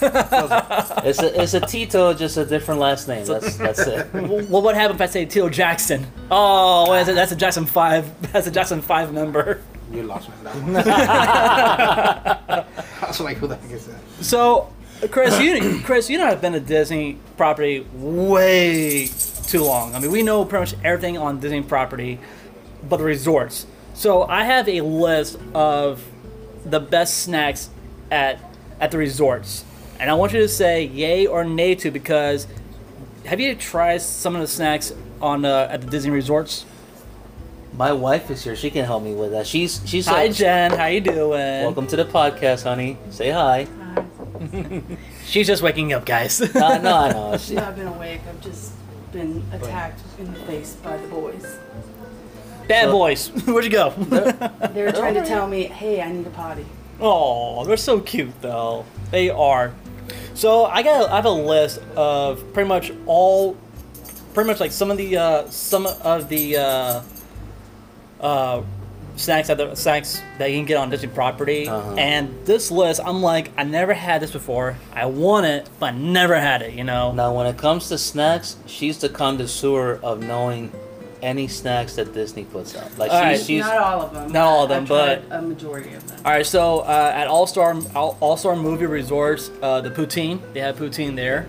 C: it's a it's a Tito just a different last name. That's that's it.
B: well, what happened if I say Tito Jackson? Oh, that's a, that's a Jackson Five. That's a Jackson Five number.
D: You lost me on that one. I was like, who the heck is that?
B: So, Chris, you Chris, you know I've been to Disney property way too long. I mean, we know pretty much everything on Disney property, but the resorts. So I have a list of the best snacks at at the resorts, and I want you to say yay or nay to because have you tried some of the snacks on uh, at the Disney resorts?
C: My wife is here. She can help me with that. She's she's
B: Hi,
C: like,
B: Jen. How you doing?
C: welcome to the podcast, honey. Say hi.
B: She's just waking up, guys.
C: Uh, no, I know. She,
E: I've been awake. I've just been attacked in the face by the boys.
B: Bad boys. Where'd you go?
E: They're trying to tell me, "Hey, I need a potty."
B: Oh, they're so cute though. They are. So I got I have a list of pretty much all, pretty much like some of the uh, some of the uh, uh, snacks that the snacks that you can get on Disney property.
C: Uh-huh.
B: And this list, I'm like, I never had this before. I want it, but I never had it. You know.
C: now, when it comes to snacks, she's the connoisseur of knowing any snacks that Disney puts out. Like
B: All right.
C: she's, she's
E: not all of them.
B: Not all of
E: I-
B: them,
E: I've tried
B: but-
E: a majority of them.
B: All right, so uh, at All Star All Star Movie Resorts, uh, the poutine they have poutine there.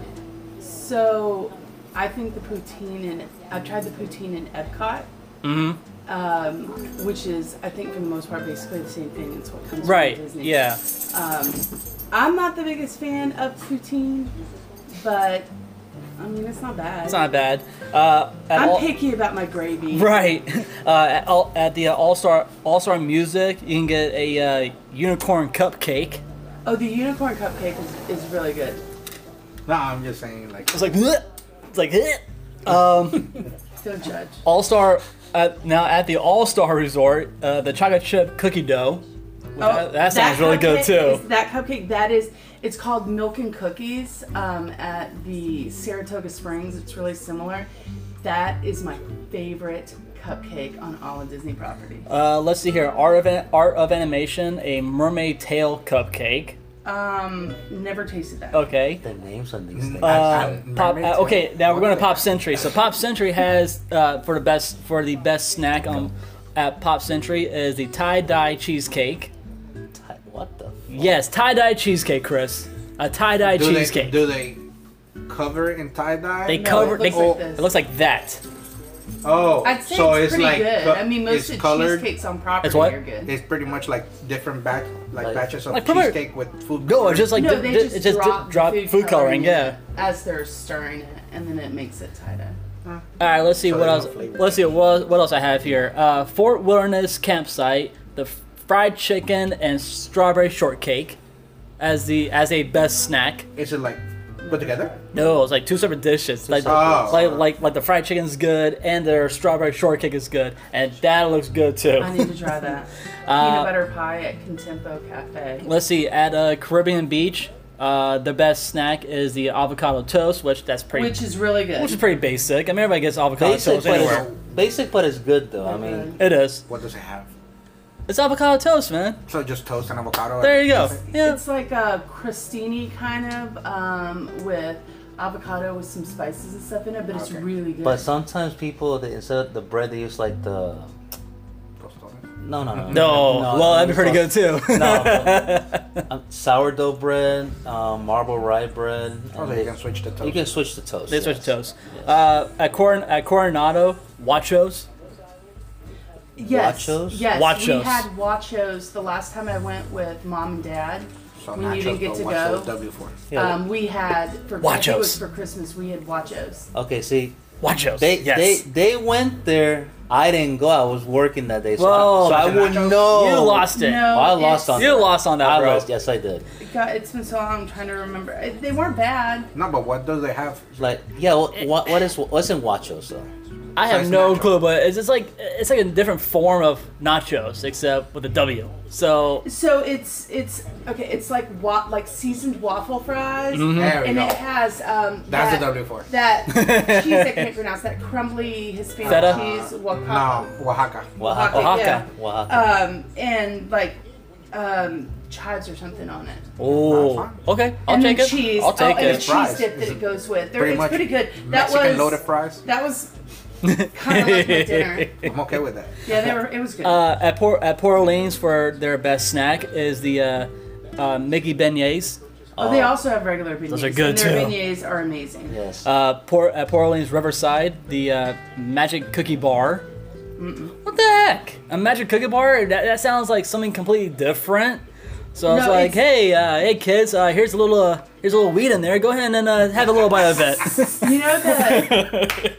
E: So, I think the poutine in I've tried the poutine in Epcot,
B: Mm-hmm.
E: um, which is I think for the most part basically the same thing. It's what comes
B: Right.
E: from Disney.
B: Yeah.
E: Um, I'm not the biggest fan of poutine, but I mean it's not bad.
B: It's not bad. Uh, at
E: I'm
B: all-
E: picky about my gravy.
B: Right. Uh, at, all, at the uh, All Star All Star Music, you can get a uh, unicorn cupcake.
E: Oh, the unicorn cupcake is, is really good.
D: No, I'm just saying, like,
B: It's like, "Bleh." it's like, "Bleh." um,
E: Don't judge.
B: All Star. Uh, now at the All Star Resort, uh, the chocolate chip cookie dough. Which I- that, sounds really good
E: Oh, cupcake
B: too.
E: is- that cupcake, that is, it's called Milk and Cookies um, at the Saratoga Springs. It's really similar. That is my favorite cupcake on all of Disney property.
B: Uh, let's see here. Art of An- Art of Animation, a mermaid tail cupcake.
E: Um, never tasted that.
B: Okay.
C: the names on these things.
B: Uh,
D: I'm-
B: pop,
D: mermaid
B: uh,
D: tail.
B: okay, now we're
D: What
B: going
D: is
B: to
D: it?
B: Pop Century. So Pop Century has uh, for the best for the best snack on at Pop Century is the tie dye cheesecake.
C: Ti- what the? F-
B: Yes, tie dye cheesecake, Chris. A tie dye
D: do
B: cheesecake.
D: they do they cover it in tie dye?
B: They
E: No,
B: cover.
E: it looks
B: they,
E: like this.
B: it looks like that.
D: Oh,
E: I'd say
D: so
E: it's, pretty
D: like
E: good.
D: co-
E: I mean, most
D: it's
E: of the
D: colored.
E: cheesecakes on property
B: It's what?
E: are good.
D: It's pretty much like different batch, like,
C: Like-
D: batches of
B: like pretty-
D: cheesecake with food.
B: No,
D: coloring.
B: it's just like
E: no,
B: di-
E: they
B: di-
E: just,
B: it just di-
E: drop,
B: drop
E: food,
B: coloring.
E: in
B: Yeah.
E: it as they're stirring it, and then it makes it tie dye.
B: All right. Let's see
D: So
B: what else.
D: there's no flavor.
B: Let's see what what else I have here. Uh, Fort Wilderness campsite, the fried chicken and strawberry shortcake, as the as a best snack.
D: Is it like put together?
B: No, it's like two separate dishes. Like,
D: separate
B: like,
D: dishes.
B: like, like the fried chicken's good, and their strawberry shortcake is good, and that looks good too.
E: I need to try that.
B: Uh,
E: Peanut butter pie at Contempo Cafe.
B: Let's see. At uh, Caribbean Beach, uh, the best snack is the avocado toast, which that's pretty,
E: Which is really good.
B: which is pretty basic. I mean, everybody gets avocado
C: Basic,
B: toast
C: but
B: anywhere.
C: it's, basic, but it's good though. I mean,
B: It is.
D: What does it have?
B: It's avocado toast, man.
D: So just toast and avocado.
B: There you go. Yeah.
E: It's like a crostini kind of um, with avocado with some spices and stuff in it, but it's
D: Okay.
E: really good.
C: but sometimes people they, instead of the bread they use like the no no no
B: No, well, that'd be
C: it's
B: pretty
C: not-
B: good too.
C: No. um, sourdough bread, um, marble rye bread.
D: Oh,
C: and
D: so you
C: they-
D: can switch the toast.
C: you can switch to toast.
B: They switch
C: yes.
B: toast. Uh, at, Coron- at Coronado, Wachos.
E: yes,
C: Wachos?
E: yes,
B: Wachos.
E: we had wachos the last time I went with mom and dad,
D: So
E: When you didn't get to
D: nachos,
E: go.
D: but Nachos W4.
C: Yeah.
E: Um, we had for I think it was
B: Wachos.
E: for Christmas. We had Wachos.
C: Okay, see,
B: Watch out.
C: they
B: yes.
C: they they went there. I didn't go. I was working that day, so,
B: Whoa.
C: I, so I wouldn't know.
B: you lost it.
E: No,
C: I lost
E: it's-
C: on
B: You lost on that,
C: I
B: Ah, bro.
C: lost. Ah, Yes, I did.
E: God, it's been so long. I'm trying to remember. Uh, They weren't bad.
D: No, but what do they have?
B: Mm-hmm.
C: Like, yeah,
E: Eh.
C: what what, what is what's in Wachos though?
B: I have
D: Nice
B: no
D: nacho.
B: clue, but it's just like it's like a different form of nachos, except with a W. So
E: So it's it's okay. It's like wa- like seasoned waffle fries,
B: Mm-hmm.
D: There we
E: and
D: go.
E: it has um
D: That's
E: that,
D: the W4.
E: that cheese I can't pronounce that crumbly Hispanic
B: Feta?
E: cheese. Oaxaca.
D: no, Oaxaca.
C: Oaxaca.
E: Oaxaca.
B: Oaxaca.
E: yeah.
C: Oaxaca.
E: Um and like um chives or something on it.
B: oh,
D: fine.
B: okay, I'll
E: and
B: take
E: then
B: it.
E: cheese.
B: I'll take
E: oh, and the
B: it.
D: it's- Fries.
E: cheese dip that it goes with. They're,
D: Pretty
E: it's
D: much
E: pretty good. That
D: Mexican
E: was
D: loaded fries.
E: That was kind of like my dinner.
D: I'm okay with that.
E: Yeah, they were. It was good.
B: Uh, at Port at Port Orleans for their best snack is the uh, uh, Mickey beignets.
E: oh, they also have regular beignets.
B: are good
E: and their
B: too.
E: beignets are amazing.
C: yes.
B: Uh, Port at Port Orleans Riverside, the uh, Magic Cookie Bar. What the heck? A Magic Cookie Bar? That, that sounds like something completely different. So I was
E: No,
B: like,
E: it's-
B: hey, uh, hey kids, uh, here's a little uh, here's a little weed in there. Go ahead and uh, have a little bite of it.
E: You know the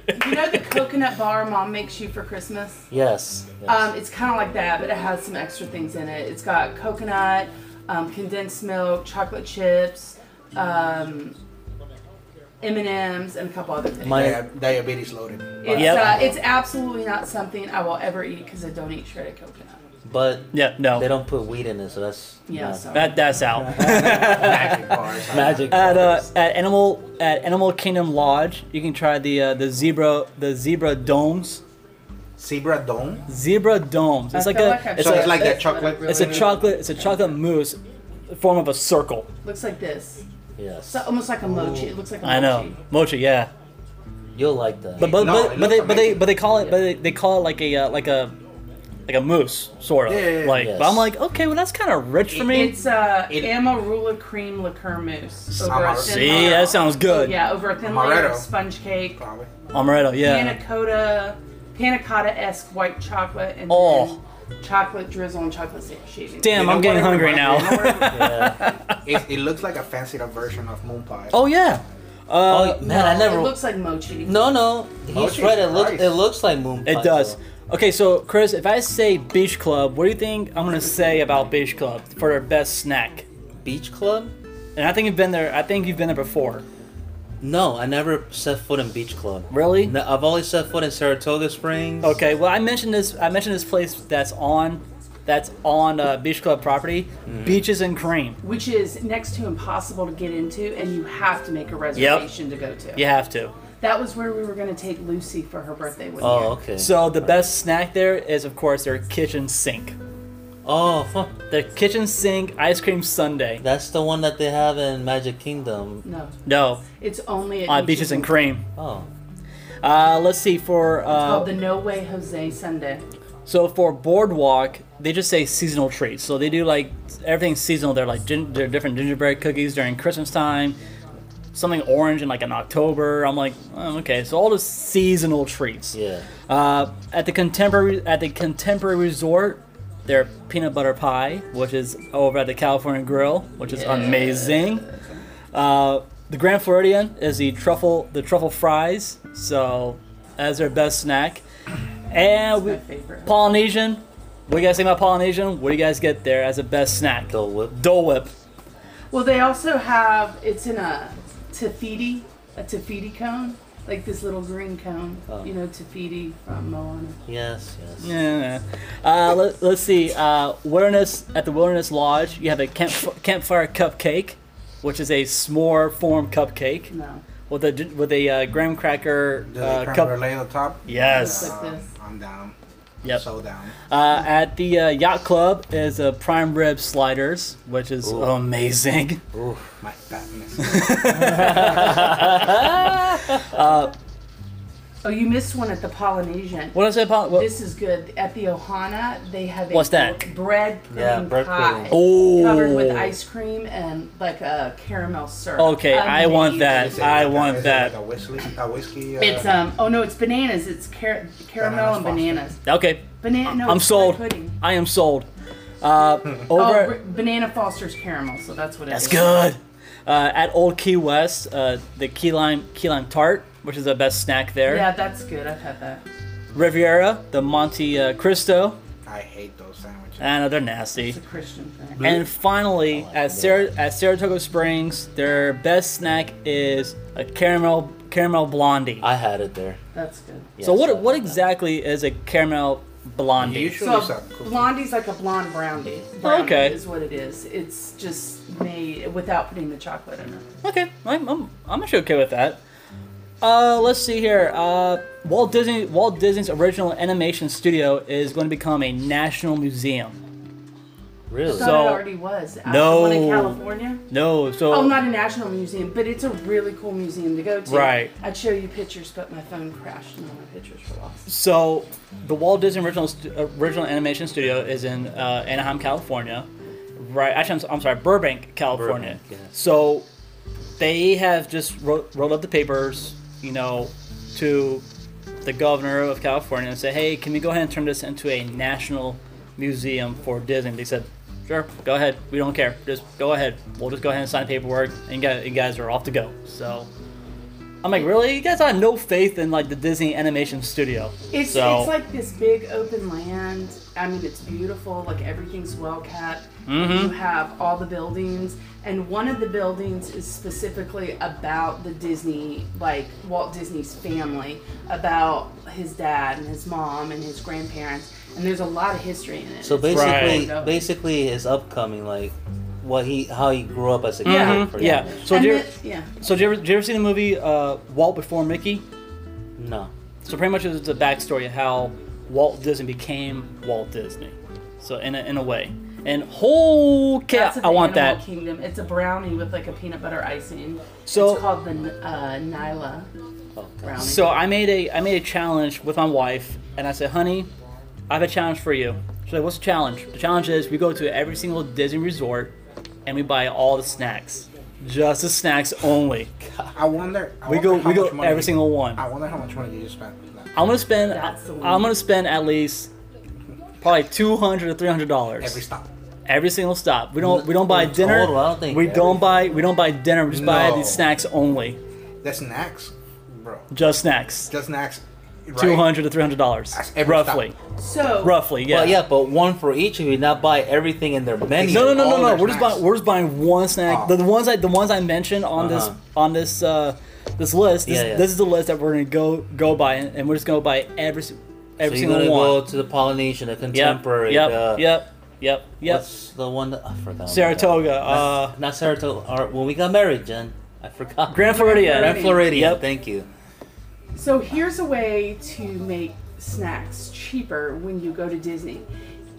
E: you know the coconut bar mom makes you for Christmas.
C: yes. yes.
E: Um, it's kind of like that, but it has some extra things in it. It's got coconut, um, condensed milk, chocolate chips, um, M and M's, and a couple other things.
C: My-
D: Dia- diabetes loaded.
E: It's,
B: Yep.
E: uh, it's absolutely not something I will ever eat because I don't eat shredded coconut.
C: but
B: yeah, no,
C: they don't put weed in it, so that's
E: Yeah,
C: nah.
E: so
B: that that's out.
D: Magic bars.
C: magic.
B: at uh,
C: bars.
B: at animal at Animal Kingdom Lodge, you can try the uh, the zebra the zebra domes.
D: Zebra dome.
B: Zebra domes. It's
E: I
B: like
E: feel
B: a
E: like I've
B: it's
D: So
E: tried
B: a,
D: it's like that
E: this, but
D: chocolate.
E: it
B: it's a
E: really
B: chocolate it's a chocolate mousse form of a circle.
E: looks like this.
C: yes.
E: It's almost like a mochi. It looks like a mochi.
B: I know mochi, yeah.
C: You'll like that.
B: But but,
D: No,
B: but,
D: it
B: but
D: looks
B: they but they
D: amazing.
B: but they call it but they, they call it like a uh, like a like a mousse sort of
D: Yeah, yeah, yeah.
B: like.
C: Yes.
B: But I'm like okay, well that's kind of rich for me.
E: It's uh,
D: It-
E: amarula cream liqueur mousse over a
D: Amar-
E: thin
B: See,
E: layer.
B: that sounds good.
E: Yeah, over a thin layer
D: Amaretto.
E: of sponge cake,
D: Probably.
B: Amaretto,
E: panna
B: yeah.
E: cotta, panna cotta esque white chocolate, and
B: Oh.
E: then chocolate drizzle and chocolate sa- shavings.
B: Damn,
D: You know
B: I'm getting
D: what it
B: hungry
D: reminds
B: now.
D: me- you know what
C: yeah.
D: It, it- it looks like a fancied up version of moon pie.
B: oh yeah. Uh,
C: oh man, I never.
E: It looks like mochi.
C: no, no. He's
D: Mochi's
C: right. It looks.
D: nice.
C: It looks like moon.
B: It
C: pie,
B: does.
C: though.
B: Okay, so Chris, if I say Beach Club, what do you think I'm gonna say about Beach Club for their best snack?
C: Beach club?
B: And I think you've been there. I think you've been there before.
C: No, I never set foot in beach club.
B: Really?
C: No, I've only set foot in Saratoga Springs.
B: Okay. Well, I mentioned this. I mentioned this place that's on, that's on uh, Beach Club property,
C: Mm-hmm.
B: Beaches and Cream.
E: Which is next to impossible to get into, and you have to make a reservation to go to.
B: You have to.
E: That was where we were going to take Lucy for her birthday one year.
C: Oh, okay.
B: So the best snack there is, of course, their kitchen sink.
C: oh, huh.
B: Their kitchen sink ice cream sundae.
C: that's the one that they have in Magic Kingdom.
E: No,
B: No,
E: it's only at
B: on Beaches and Cream.
C: Oh,
B: Uh, let's see for uh,
E: Called the No Way Jose Sunday.
B: So for Boardwalk, they just say seasonal treats. So they do like everything seasonal. They're like gin- they're different gingerbread cookies during Christmas time, something orange in like in October. I'm like, oh, okay, so all the seasonal treats.
C: yeah.
B: Uh, at the contemporary at the contemporary resort, their peanut butter pie, which is over at the California Grill, which is amazing. Uh, the Grand Floridian is the truffle the truffle fries. So as their best snack,
C: Oh,
B: and
E: My
B: we,
E: favorite.
B: Polynesian. What do you guys think about Polynesian? What do you guys get there as a best snack?
C: Dole Whip.
B: Dole Whip.
E: Well, they also have it's in a tafiti, a tafiti cone, like this little green cone.
C: Oh.
E: You know, tafiti from Moana.
C: Yes, yes.
B: Yeah. Uh, let, let's see. Uh, wilderness at the Wilderness Lodge. You have a camp, campfire cupcake, which is a s'more form cupcake
E: No,
B: with a with a uh, graham cracker
D: Do they
B: uh,
D: creme
B: cup.
D: brulee on top?
B: Yes.
E: Like this.
D: I'm down.
B: Yep.
D: So down.
B: Uh, at the uh, yacht club is a prime rib sliders, which is
C: Ooh.
B: amazing.
C: Ooh.
D: My fatness.
E: oh, you missed one at the Polynesian.
B: What is it? Paul? What?
E: This is good at the Ohana. They have a
B: What's that?
E: bread pudding
C: Yeah, bread
E: pie
C: pudding.
E: covered with
B: Oh.
E: ice cream and like a caramel syrup. Um,
B: Okay, I want that.
D: Is it
B: I
D: like a-
B: want
D: is it
B: that.
D: Like a whiskey. A whiskey uh,
E: It's um oh no, it's bananas. It's car-
D: Bananas
E: caramel and
D: frosting.
E: bananas.
B: Okay,
E: Banana. No,
B: I'm
E: it's bread
B: sold.
E: Pudding.
B: I am sold. Uh,
E: Oh,
B: over.
E: b- banana Foster's caramel, so that's what it
B: That's
E: is.
B: good. Uh, at Old Key West, uh, the key lime key lime tart, which is the best snack there.
E: Yeah, that's good. I've had that.
B: Riviera, the Monte uh, Cristo.
D: I hate those sandwiches.
B: I know they're nasty.
E: It's a Christian thing.
B: And finally, at Sar- at Saratoga Springs, their best snack is a caramel caramel blondie.
C: I had it there.
E: That's good.
B: so
C: Yes, I
B: what what
C: had that.
B: exactly is a caramel blondie?
D: Usually
E: So
D: it's a cookie.
E: blondie's like a blonde brownie.
B: Okay.
E: is what it is. It's just made without putting the chocolate in it.
B: Okay, I'm, I'm, I'm actually okay with that. Uh, let's see here. Uh, Walt Disney Walt Disney's original animation studio is going to become a national museum.
C: Really?
E: So,
B: So-
E: it already was. Out-
B: No.
E: The one in California.
B: No, so
E: Oh, not a national museum, but it's a really cool museum to go to.
B: Right.
E: I'd show you pictures, but my phone crashed and all my pictures were lost.
B: So, the Walt Disney Original stu- uh, Original Animation Studio is in uh, Anaheim, California. Right. Actually, I'm, s- I'm sorry, Burbank, California.
C: Burbank, yeah.
B: So, they have just ro- rolled up the papers, you know, to the governor of California and say, "Hey, can we go ahead and turn this into a national museum for Disney?" They said, "Sure, go ahead. We don't care. Just go ahead. We'll just go ahead and sign the paperwork, and you guys, you guys are off to go." So. I'm like, really? You guys have no faith in like the Disney animation studio.
E: It's,
B: so,
E: it's like this big open land. I mean, it's beautiful. Like everything's well kept.
B: Mm-hmm.
E: You have all the buildings, and one of the buildings is specifically about the Disney, like Walt Disney's family, about his dad and his mom and his grandparents. And there's a lot of history in it.
C: So
E: It's-
C: basically,
E: Right.
C: basically his upcoming, like what he, how he grew up as a kid.
E: Yeah.
B: Mm-hmm.
C: pretty
B: yeah.
C: much.
B: So
E: and
B: do you,
E: the- yeah.
B: so do you ever do you ever see the movie uh, Walt Before Mickey?
C: No.
B: So pretty much it's a backstory of how Walt Disney became Walt Disney. So in a, in a way, and whole cat,
E: That's at
B: I
E: the
B: want
E: Animal
B: that.
E: Kingdom. It's a brownie with like a peanut butter icing.
B: So-
E: it's called the uh, Nyla
C: Oh, God.
E: brownie.
B: So I made a I made a challenge with my wife, and I said, "Honey, I have a challenge for you." She's like, "What's the challenge?" The challenge is we go to every single Disney resort, and we buy all the snacks, just the snacks only.
D: I wonder. I
B: We
D: wonder
B: go
D: how
B: we go
D: much money
B: every
D: you-
B: single one.
D: I wonder how much money you spent. on that.
B: I'm gonna spend.
E: That's the one.
B: I'm gonna spend at least probably two hundred to three hundred dollars
D: Every stop.
B: every single stop. We don't we don't buy
C: In
B: dinner.
C: total, I don't think
B: we don't
C: every-
B: buy we don't buy dinner. We just buy
D: No.
B: the snacks only,
D: The snacks, bro.
B: just snacks.
D: The snacks. Right?
B: Two hundred to three hundred dollars,
D: That's every
B: roughly.
E: So
B: Roughly, yeah.
C: Well, yeah, but one for each of you, not buy everything in their menu.
B: No, no, no,
D: all
B: no, no.
D: their
B: We're just
D: snacks.
B: buying. We're just buying one snack.
D: Oh.
B: The, the ones I the ones I mentioned on this
C: Uh-huh.
B: on this uh, this list. This,
C: Yeah, yeah.
B: this is the list that we're gonna go go by, and and we're just gonna buy every si-
C: So
B: every
C: you're
B: single
C: gonna
B: one.
C: go uh, to the Polynesian, the
B: Yep,
C: contemporary.
B: Yep.
C: the,
B: Yep. Yep. Yep.
C: What's the one that I forgot?
B: Saratoga.
C: Uh,
B: Uh,
C: not Saratoga. Or, when we got married, Jen, I forgot.
B: Grand Floridian.
C: Grand Floridian.
B: Yep.
C: Thank you.
E: So here's a way to make snacks cheaper when you go to Disney.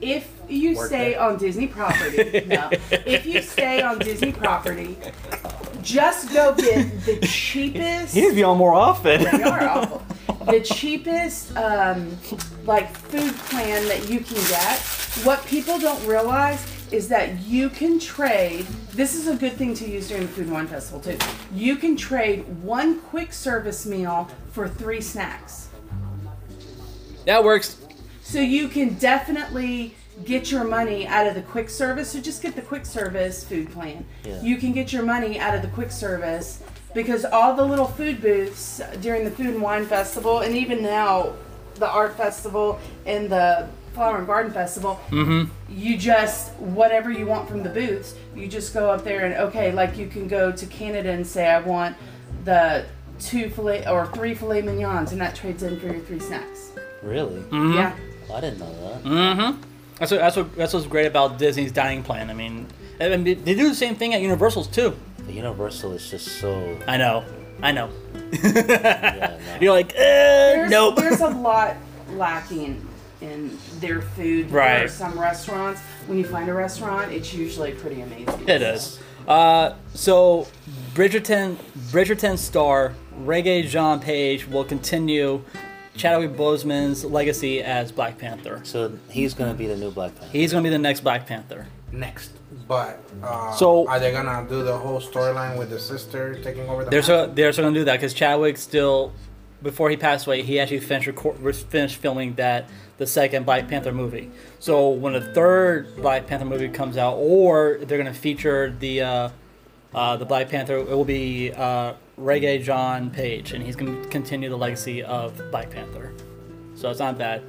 E: If you
D: Work
E: stay
D: it.
E: on Disney property, no. If you stay on Disney property, just go get the cheapest.
B: He needs to be on more often.
E: They are awful. The cheapest, um, like food plan that you can get. What people don't realize is that you can trade. This is a good thing to use during the Food and Wine Festival too. You can trade one quick service meal for three snacks.
B: that works.
E: So you can definitely get your money out of the quick service. So just get the quick service food plan.
C: Yeah.
E: You can get your money out of the quick service because all the little food booths during the Food and Wine Festival and even now the Art Festival and the Flower and Garden Festival, you just whatever you want from the booths, you just go up there and okay, like you can go to Canada and say I want the two filet or three filet mignons and that trades in for your three snacks.
C: Really?
B: Mm.
C: Oh,
E: Yeah.
C: I didn't know that.
B: That's what, that's what that's what's great about Disney's dining plan. I mean, I mean, they do the same thing at Universal's too.
C: The Universal is just so.
B: I know, I know.
C: Yeah, no.
B: You're like, eh,
E: there's,
B: nope.
E: there's a lot lacking in their food.
B: Right.
E: There are some restaurants. When you find a restorant, it's usually pretty amazing.
B: It is. Uh, so, Bridgerton, Bridgerton star Reggae Jean Page will continue Chadwick Boseman's legacy as Black Panther.
C: So he's gonna be the new Black Panther.
B: He's gonna be the next Black Panther.
D: Next, but uh,
B: So-
D: are they gonna do the whole storyline with the sister taking over the?
B: They're
D: mantle?
B: so they're still gonna do that because Chadwick's still before he passed away, he actually finished record, finished filming that the second Black Panther movie. So when the third Black Panther movie comes out, or they're gonna feature the uh, uh, the Black Panther, it will be uh, Reggae John Page, and he's gonna continue the legacy of Black Panther. So it's not bad.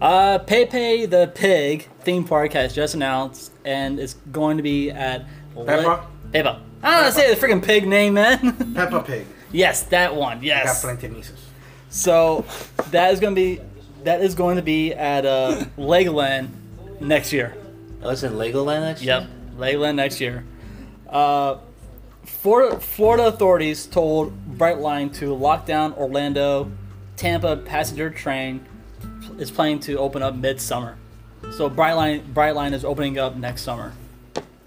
B: Uh, Pepe the Pig theme park has just announced, and it's going to be at
D: Peppa?
B: Peppa. I don't know, say the freaking pig name, man.
D: Peppa Pig.
B: yes, that one.
D: Got
B: Yes.
D: plenty of nieces.
B: So that is going to be that is going to be at uh, Legoland next year.
C: Oh, it's in Legoland actually?
B: Yep, Legoland next year. Uh, Florida, Florida authorities told Brightline to lock down Orlando Tampa passenger train is planning to open up midsummer. So Brightline Brightline is opening up next summer.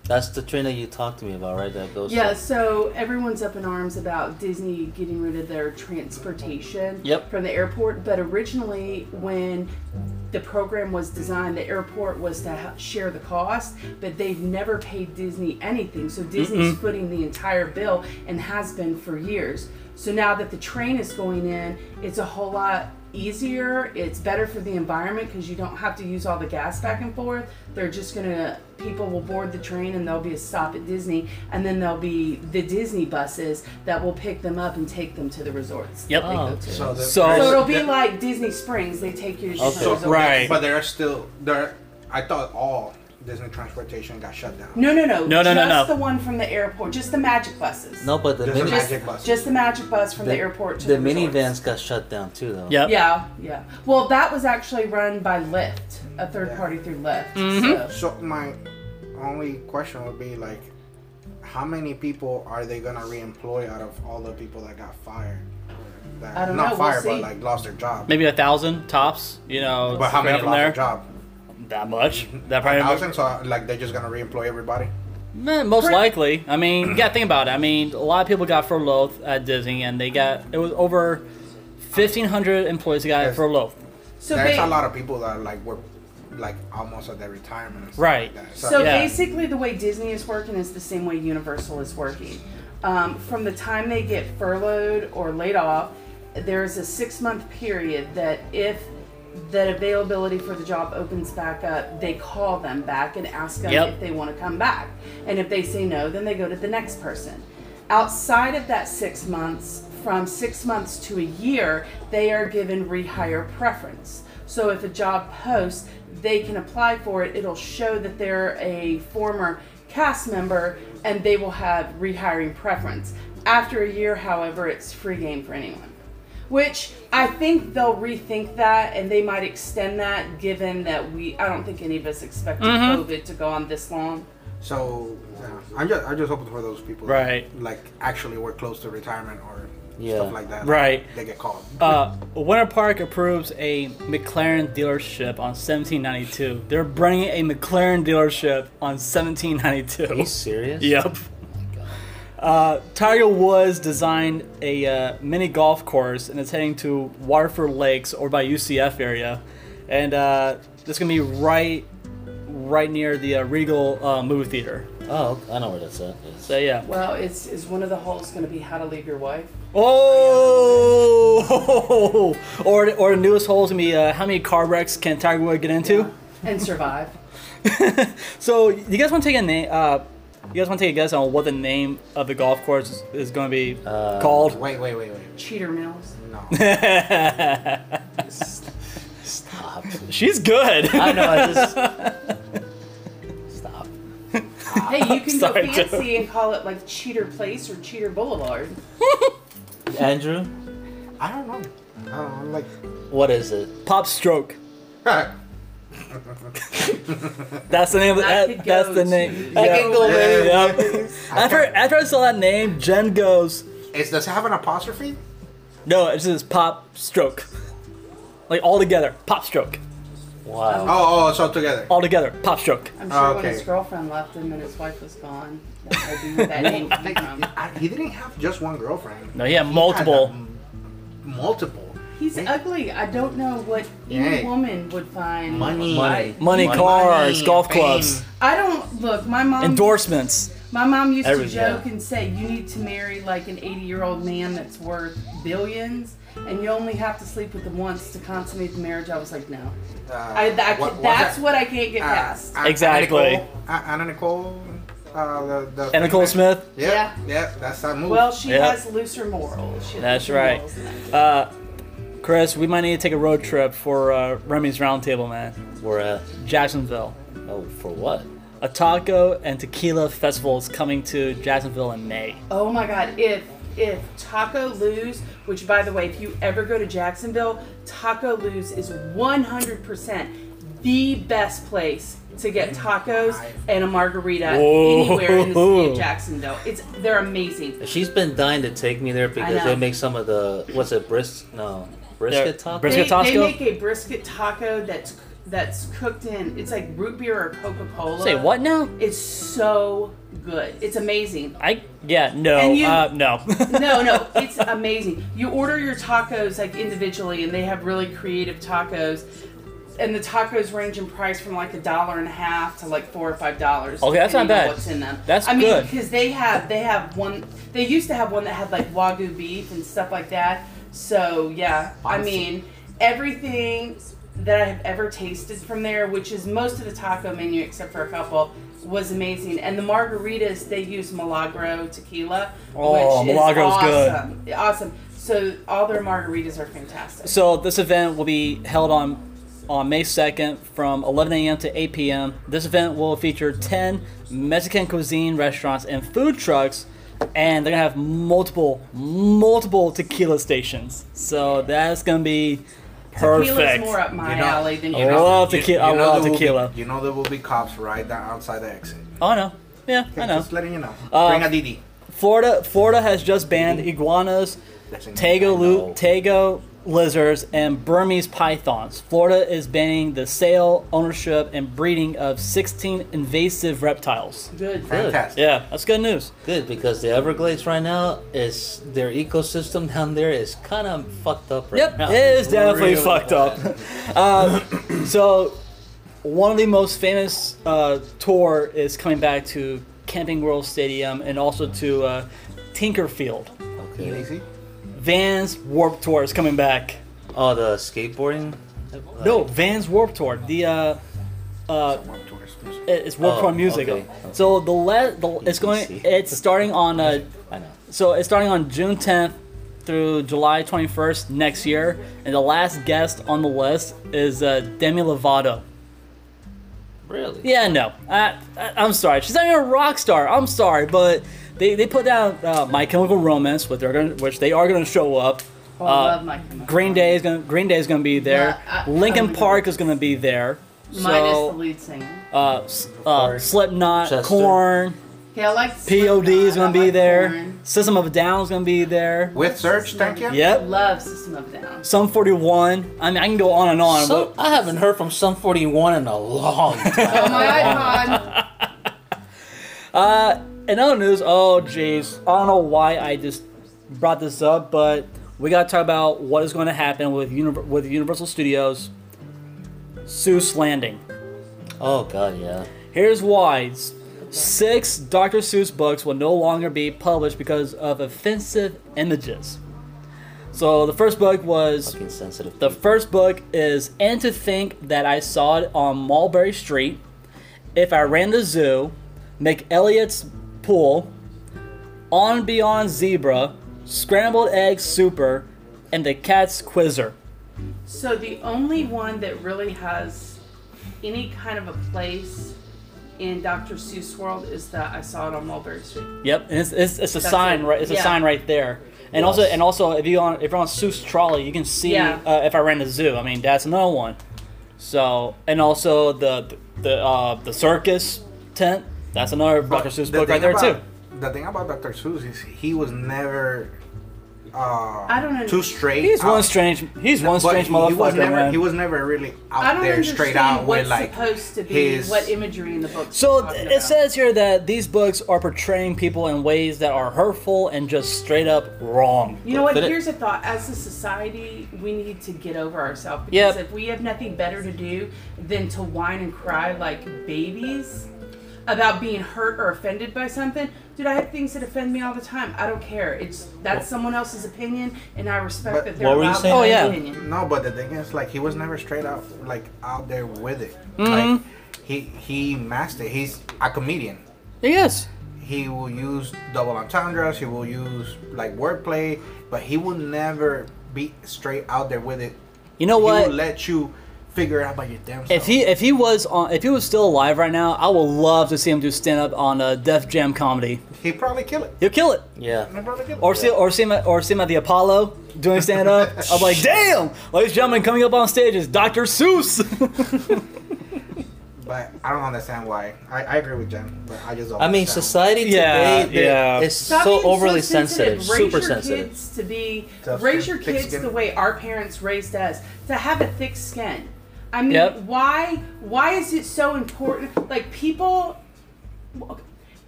C: That's the train that you talked to me about, right? That goes. to-
E: Yeah, so everyone's up in arms about Disney getting rid of their transportation
B: Yep.
E: from the airport. But originally, when the program was designed, the airport was to ha- share the cost, but they've never paid Disney anything. So Disney's footing the entire bill and has been for years. So now that the train is going in, it's a whole lot easier. It's better for the environment because you don't have to use all the gas back and forth. They're just gonna people will board the train and there'll be a stop at Disney, and then there'll be the Disney buses that will pick them up and take them to the resorts.
B: Yep.
E: They go
C: Oh.
E: to.
D: So, the,
B: So-
E: So it'll be
D: the-
E: like Disney Springs. They take you to
C: Okay.
E: the
D: so-
E: resort.
B: Right.
D: But there are still there. I thought all Disney transportation got shut down.
E: No, no, no.
B: No, no,
E: just
B: no, no.
E: the one from the airport. Just the magic buses.
C: No, but the
D: There's a
C: mini-
E: Just,
D: Magic buses.
E: just the magic bus from the, airport to the,
C: the
E: resorts.
C: minivans got shut down too, though.
B: Yep.
E: Yeah, yeah. Well, that was actually run by Lyft, a third party through Lyft.
B: Mm-hmm.
E: So.
D: So my only question would be like, how many people are they gonna reemploy out of all the people that got fired? That,
E: I don't know,
D: not
E: we'll
D: fired,
E: see.
D: but like lost their job.
B: Maybe a thousand tops. You know.
D: But how many
B: right
D: have
B: in
D: lost
B: there.
D: their job?
B: That much. That
D: Mm-hmm. A
B: probably
D: thousand. So like they're just gonna reemploy everybody.
B: Eh, most
E: Pre-
B: likely. I mean, you gotta think about it. I mean, a lot of people got furloughed at Disney, and they got it was over fifteen hundred employees that got
D: Yes.
B: furloughed.
E: So
D: There's
E: ba-
D: a lot of people that like were like almost at their retirement. And stuff
B: Right.
D: Like that. So,
E: So
B: Yeah.
E: basically, the way Disney is working is the same way Universal is working. Um, from the time they get furloughed or laid off, there's a six month period that if that availability for the job opens back up, they call them back and ask them
B: Yep.
E: if they want to come back. And if they say no, then they go to the next person. Outside of that six months, from six months to a year, they are given rehire preference. So if a job posts, they can apply for it. It'll show that they're a former cast member and they will have rehiring preference. After a year, however, it's free game for anyone. Which I think they'll rethink that and they might extend that given that we, I don't think any of us expected COVID to go on this long.
D: so yeah. I'm just I'm just hoping for those people. that,
B: Right.
D: like actually were close to retirement or
C: Yeah.
D: stuff like that.
B: Right.
D: They get called.
B: Uh, Winter Park approves a McLaren dealership on 1792. They're bringing a McLaren dealership on 1792.
C: Are you serious?
B: Yep. Uh, Tiger Woods designed a uh, mini golf course and it's heading to Waterford Lakes or by UCF area, and uh, it's gonna be right, right near the uh, Regal uh, movie theater.
C: Oh, I know where that's at. It's-
B: So yeah.
E: Well, it's, is one of the holes going to be how to leave your wife?
B: Oh, or or the newest hole is gonna be uh, how many car wrecks can Tiger Woods get into?
E: and survive.
B: So you guys want to take a name? Uh, you guys want to take a guess on what the name of the golf course is, is gonna be called?
D: Wait, wait, wait, wait.
E: Cheater Mills.
D: No.
C: Stop.
B: She's good.
C: I know. I just stop.
E: Hey, you can
B: Sorry,
E: go
B: Joe.
E: fancy and call it like Cheater Place or Cheater Boulevard.
C: Andrew,
D: I don't know. I don't know. I'm like.
C: what is it?
B: Pop Stroke. That's the name. Of,
E: I
B: that,
E: could
B: that's
E: go
B: the
E: to-
B: name.
E: I
B: Yeah.
E: could
C: go there.
B: Yeah. After after I saw that name, Jen goes,
D: Is, does it have an apostrophe?
B: "No, it's just Pop Stroke." Like all together, Pop Stroke.
C: Wow.
D: Oh, oh, it's all together.
B: All together, Pop Stroke.
E: I'm sure when
D: Okay.
E: his girlfriend left him and his wife was gone, that might be where that name came from.
D: I, he didn't have just one girlfriend.
B: No, he had
D: had
B: multiple.
D: m- multiple.
E: He's
D: Hey.
E: ugly. I don't know what
D: Hey.
E: any woman would find.
D: Money.
E: Why?
B: Money,
D: Money,
B: cars, golf
D: fame.
B: clubs,
E: I don't look. My mom.
B: endorsements.
E: My mom used
B: Everything,
E: to
B: yeah.
E: joke and say, "You need to marry like an 80-year-old man that's worth billions, and you only have to sleep with him once to consummate the marriage." I was like, "No,
D: Uh,
E: I, that,
D: what was
E: that's
D: it?
E: what I can't get
D: Uh,
E: past."
D: Anna
B: Exactly.
D: Nicole- A- Anna Nicole. Uh, the, the
B: And Nicole Smith.
D: Yeah, yeah, that's that move.
E: well, she
B: Yeah.
E: has looser morals. She has
B: That's
E: looser
B: right.
E: morals than I do.
B: Uh, Chris, we might need to take a road trip for uh, Remy's Roundtable, man.
C: We're at
B: Jacksonville.
C: oh for what?
B: A taco and tequila festival is coming to Jacksonville in May.
E: Oh my God! If if Taco Lou's, which by the way, if you ever go to Jacksonville, Taco Lou's is 100% the best place to get tacos and a margarita
B: Whoa.
E: anywhere in the city of Jacksonville. It's they're amazing.
C: She's been dying to take me there because
E: know.
C: they make some of the what's it brisket? No, brisket
B: They're-
C: tacos.
E: They,
B: brisket- Is it
E: they
B: Costco?
E: make a brisket taco that's that's cooked in. It's like root beer or Coca Cola.
B: Say what now?
E: It's so good. It's amazing.
B: I yeah no
E: And you-
B: uh, no.
E: no, no, it's amazing. You order your tacos like individually, and they have really creative tacos. And the tacos range in price from like a dollar and a half to like four or five dollars.
B: Okay, that's not
E: depending on
B: bad.
E: What's in them?
B: That's
E: I mean,
B: good.
E: because they have they have one. They used to have one that had like wagyu beef and stuff like that. So yeah, I mean everything that I have ever tasted from there, which is most of the taco menu except for a couple, was amazing. And the margaritas they use Milagro tequila,
B: Oh,
E: which
B: Milagro's
E: is
B: good.
E: awesome. good. Awesome. So all their margaritas are fantastic.
B: So this event will be held on on May 2nd from 11 a.m. to 8 p.m. This event will feature 10 Mexican cuisine restaurants and food trucks, and they're gonna have multiple multiple tequila stations. So that's gonna be perfect.
E: Tequila's more up my
D: You know-
E: alley than
B: I love
D: you-
B: tequila. I
D: you know
B: love
D: there will be-
B: tequila.
D: you know there will be cops right down outside the exit.
B: Oh, I know. Yeah, I know.
D: Just letting you know.
B: Uh,
D: Bring a DD.
B: Florida Florida has just banned iguanas,
D: That's in-
B: Tago,
C: I
B: lu-
C: know.
B: Tago lizards and Burmese pythons. Florida is banning the sale, ownership, and breeding of 16 invasive reptiles.
E: Good.
D: Fantastic.
B: Yeah, that's good news.
C: Good because the Everglades right now is their ecosystem down there is kind of fucked up right
B: Yep,
C: now.
B: it is definitely
C: Really
B: fucked
C: bad.
B: up. Uh, so, one of the most famous uh, tour is coming back to Camping World Stadium and also to uh, Tinkerfield.
C: Okay.
D: Easy.
B: Vans Warp Tour is coming back.
C: Oh, the skateboarding.
B: No, Vans Warp Tour. The uh, uh,
D: Warped Tour is-
B: it- it's Warp
C: Oh,
B: Tour music.
C: okay.
B: So the le- the it's going
C: EPC.
B: it's starting on uh,
C: I know.
B: so it's starting on June 10th through July 21st next year, and the last guest on the list is uh, Demi Lovato.
C: Really?
B: Yeah, no, I, I, I'm sorry, she's not even a rock star. I'm sorry, but they, they put out uh, My Chemical Romance, which they're gonna, which they are going to show up.
E: Oh,
B: Uh,
E: I love my Chemical
B: Green Day is going Green Day is going to be there.
E: Yeah, I-
B: Lincoln
E: I'm-
B: Park is going to be there.
E: Romance. Minus
B: so,
E: the lead singer.
B: uh, s- uh, Slipknot,
C: Chester.
B: Corn,
E: Okay, I like
B: POD is
E: Slipknot, I
B: gonna be
E: like
B: there.
E: Korn.
B: System of a Down is gonna be there.
D: With search, thank you.
B: Yeah. Yep.
E: Love System of a Down.
B: Some 41. I mean, I can go on and on.
C: Some,
B: but-
C: I haven't heard from Sum 41 in a long time.
E: Oh my iPod.
B: in other news, oh jeez, I don't know why I just brought this up, but we gotta talk about what is going to happen with Univ- with Universal Studios. Seuss Landing.
C: oh god, yeah.
B: Here's why. S- Six Dr. Seuss books will no longer be published because of offensive images. So the first book was
C: Fucking sensitive.
B: The first book is And to Think That I Saw It on Mulberry Street, If I Ran the Zoo, McElliot's Pool, On Beyond Zebra, Scrambled Egg Super, and The Cat's Quizzer.
E: So the only one that really has any kind of a place in Dr. Seuss world is that I saw it on Mulberry Street.
B: Yep, and it's, it's, it's a
E: That's
B: sign
E: it.
B: right. It's a
E: Yeah.
B: sign right there. And also,
C: Yes.
B: and also, if you on if you're on Seuss trolley, you can see
E: Yeah.
B: uh, if I ran the zoo. I mean, that's another one. So, and also the the uh, the circus tent. That's another
D: But
B: Dr. Seuss
D: the
B: book right
D: thing
B: there too.
D: about- The thing about Dr. Seuss is he was never. Uh,
E: I don't know.
D: Too straight.
B: He's
D: out.
B: one strange. He's one
D: But
B: strange
D: he, He was
B: motherfucker,
D: never.
B: man.
D: He was never really
E: I
D: out
E: don't
D: there
E: understand
D: straight out
E: what's
D: with like
E: supposed to be
D: his.
E: what imagery in the book.
B: so th- it says here that these books are portraying people in ways that are hurtful and just straight up wrong.
E: You know what?
C: But it-
E: Here's a thought. As a society, we need to get over ourselves
B: Yep.
E: because if we have nothing better to do than to whine and cry like babies about being hurt or offended by something, dude, I have things that offend me all the time. I don't care. It's that's someone else's opinion, and I respect
D: But-
E: that they're
C: What were you
E: allowed
C: saying?
B: Oh,
E: their
B: yeah.
E: opinion.
D: No, but the thing is, like, he was never straight out, like, out there with it.
B: Mm-hmm.
D: Like, he he mastered. He's a comedian.
B: Yes.
D: He will use double entendres. He will use like wordplay, but he will never be straight out there with it.
B: You know
D: He
B: what?
D: will let you figure it out by your damn self.
B: If he if he was on if he was still alive right now, I would love to see him do stand up on a Def Jam comedy.
D: he probably kill it.
B: He'll kill it.
D: He'll
C: Yeah.
D: probably kill it.
B: Or see or see him at, or see him at the Apollo doing stand up. I'm like, damn, ladies and gentlemen, coming up on stage is Dr. Seuss.
D: But I don't understand why. I, I agree with Jen, but I just don't
C: I mean,
D: understand.
C: society
B: Yeah,
C: today they're-
B: yeah.
C: is
E: Stop
C: so
E: being
C: overly sensitive,
E: Raise
C: super
E: your
C: sensitive.
E: Kids to be
D: Tough
E: raise
D: skin,
E: your
D: thick
E: kids
D: skin.
E: the way our parents raised us. To have a thick skin. I mean,
B: Yep.
E: why why is it so important? Like people,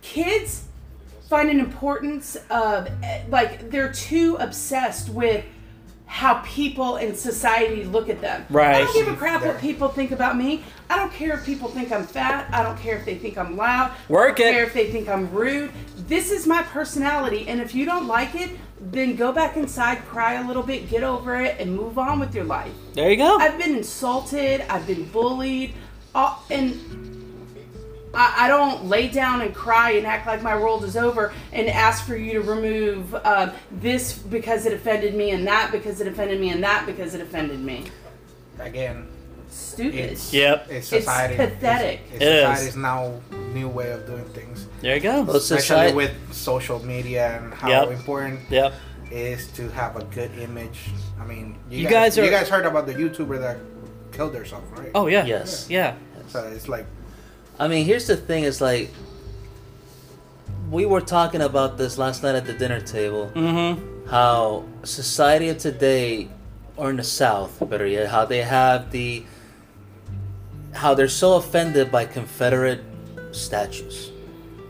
E: kids find an importance of eh, like they're too obsessed with how people in society look at them. I
B: Right.
E: don't give a crap what people think about me. I don't care if people think I'm fat. I don't care if they think I'm loud.
B: Work
E: I
B: it.
E: don't care if they think I'm rude. This is my personality, and if you don't like it, then go back inside, cry a little bit, get over it, and move on with your life.
B: There you go.
E: I've been insulted. I've been bullied. Uh, and I, I don't lay down and cry and act like my world is over and ask for you to remove um this because it offended me and that because it offended me and that because it offended me.
D: again,
E: Stupid.
D: it's
B: Yep.
D: It's society.
E: pathetic.
B: It
D: It's,
B: is.
D: society's now new way of doing things,
B: There you go.
C: Well,
D: especially
C: society,
D: with social media and how
B: Yep.
D: important
B: Yep.
D: it is to have a good image. I mean, you,
B: You
D: guys,
B: guys are-
D: you guys heard about the YouTuber that killed herself, right?
B: Oh yeah.
C: Yes.
B: Yeah.
D: so it's like
C: I mean, here's the thing: is like we were talking about this last night at the dinner table. Mm-hmm. How society of today, or in the South, better yet, how they have the how they're so offended by Confederate statues.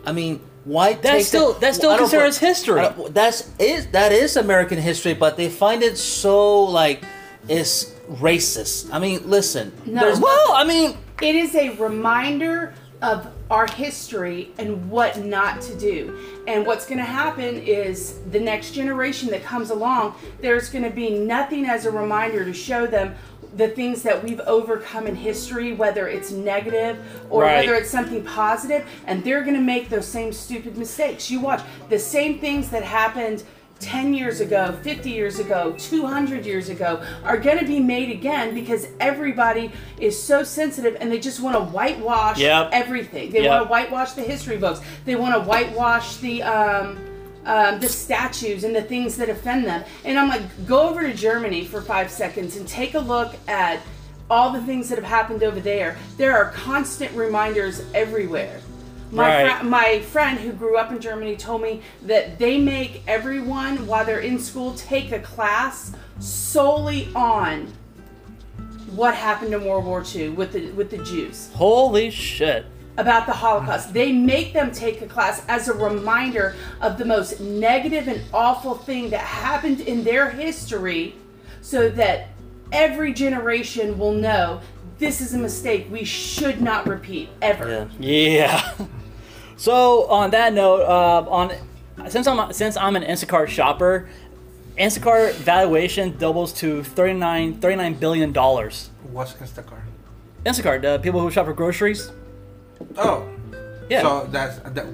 C: I mean, why
B: That's
C: take the-
B: still- that's still
C: I don't-
B: considered as history.
C: I don't- that's is that is American history, but they find it so like it's racist. I mean, listen,
E: No.
C: there's well, I mean,
E: It is a reminder of our history and what not to do. And what's going to happen is the next generation that comes along, there's going to be nothing as a reminder to show them the things that we've overcome in history, whether it's negative or
B: Right.
E: whether it's something positive, and they're going to make those same stupid mistakes. You watch the same things that happened 10 years ago, 50 years ago, 200 years ago are going to be made again because everybody is so sensitive and they just want to whitewash
B: Yep.
E: everything. They
B: Yep.
E: want to whitewash the history books. They want to whitewash the um, um, the statues and the things that offend them. And I'm like, go over to Germany for five seconds and take a look at all the things that have happened over there. There are constant reminders everywhere. My,
B: Right.
E: fri- my friend who grew up in Germany told me that they make everyone while they're in school take a class solely on what happened in World War II with the with the Jews
B: Holy shit.
E: about the Holocaust. They make them take a class as a reminder of the most negative and awful thing that happened in their history so that every generation will know this is a mistake we should not repeat ever.
C: yeah.
B: Yeah. So on that note, uh, on since I'm since I'm an Instacart shopper, Instacart valuation doubles to 39 $39 billion dollars.
D: what's Instacart?
B: Instacart, uh, people who shop for groceries.
D: Oh,
B: Yeah.
D: So that's that,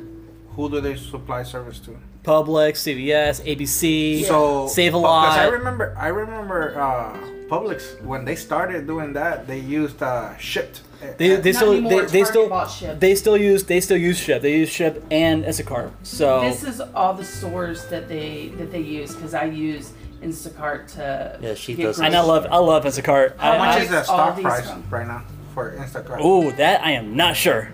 D: who do they supply service to?
B: Publix, CVS, ABC,
D: So
B: Save a
D: Because I
B: Lot.
D: remember, I remember uh, Publix when they started doing that, they used uh, shipped.
B: They, they
E: Not
B: still
E: anymore,
B: they, they
E: Target
B: still
E: bought Shipt.
B: they still use they still use Ship. They use Ship and Instacart. So
E: This is all the stores that they that they use because I use Instacart to
C: Yeah, she
E: get
C: does.
E: groceries.
B: and I love I love Instacart.
E: How
B: I-
D: How much
B: I-
D: is the
E: all
D: stock
E: these
D: price
E: from?
D: right now for Instacart?
B: Ooh, that I am not sure.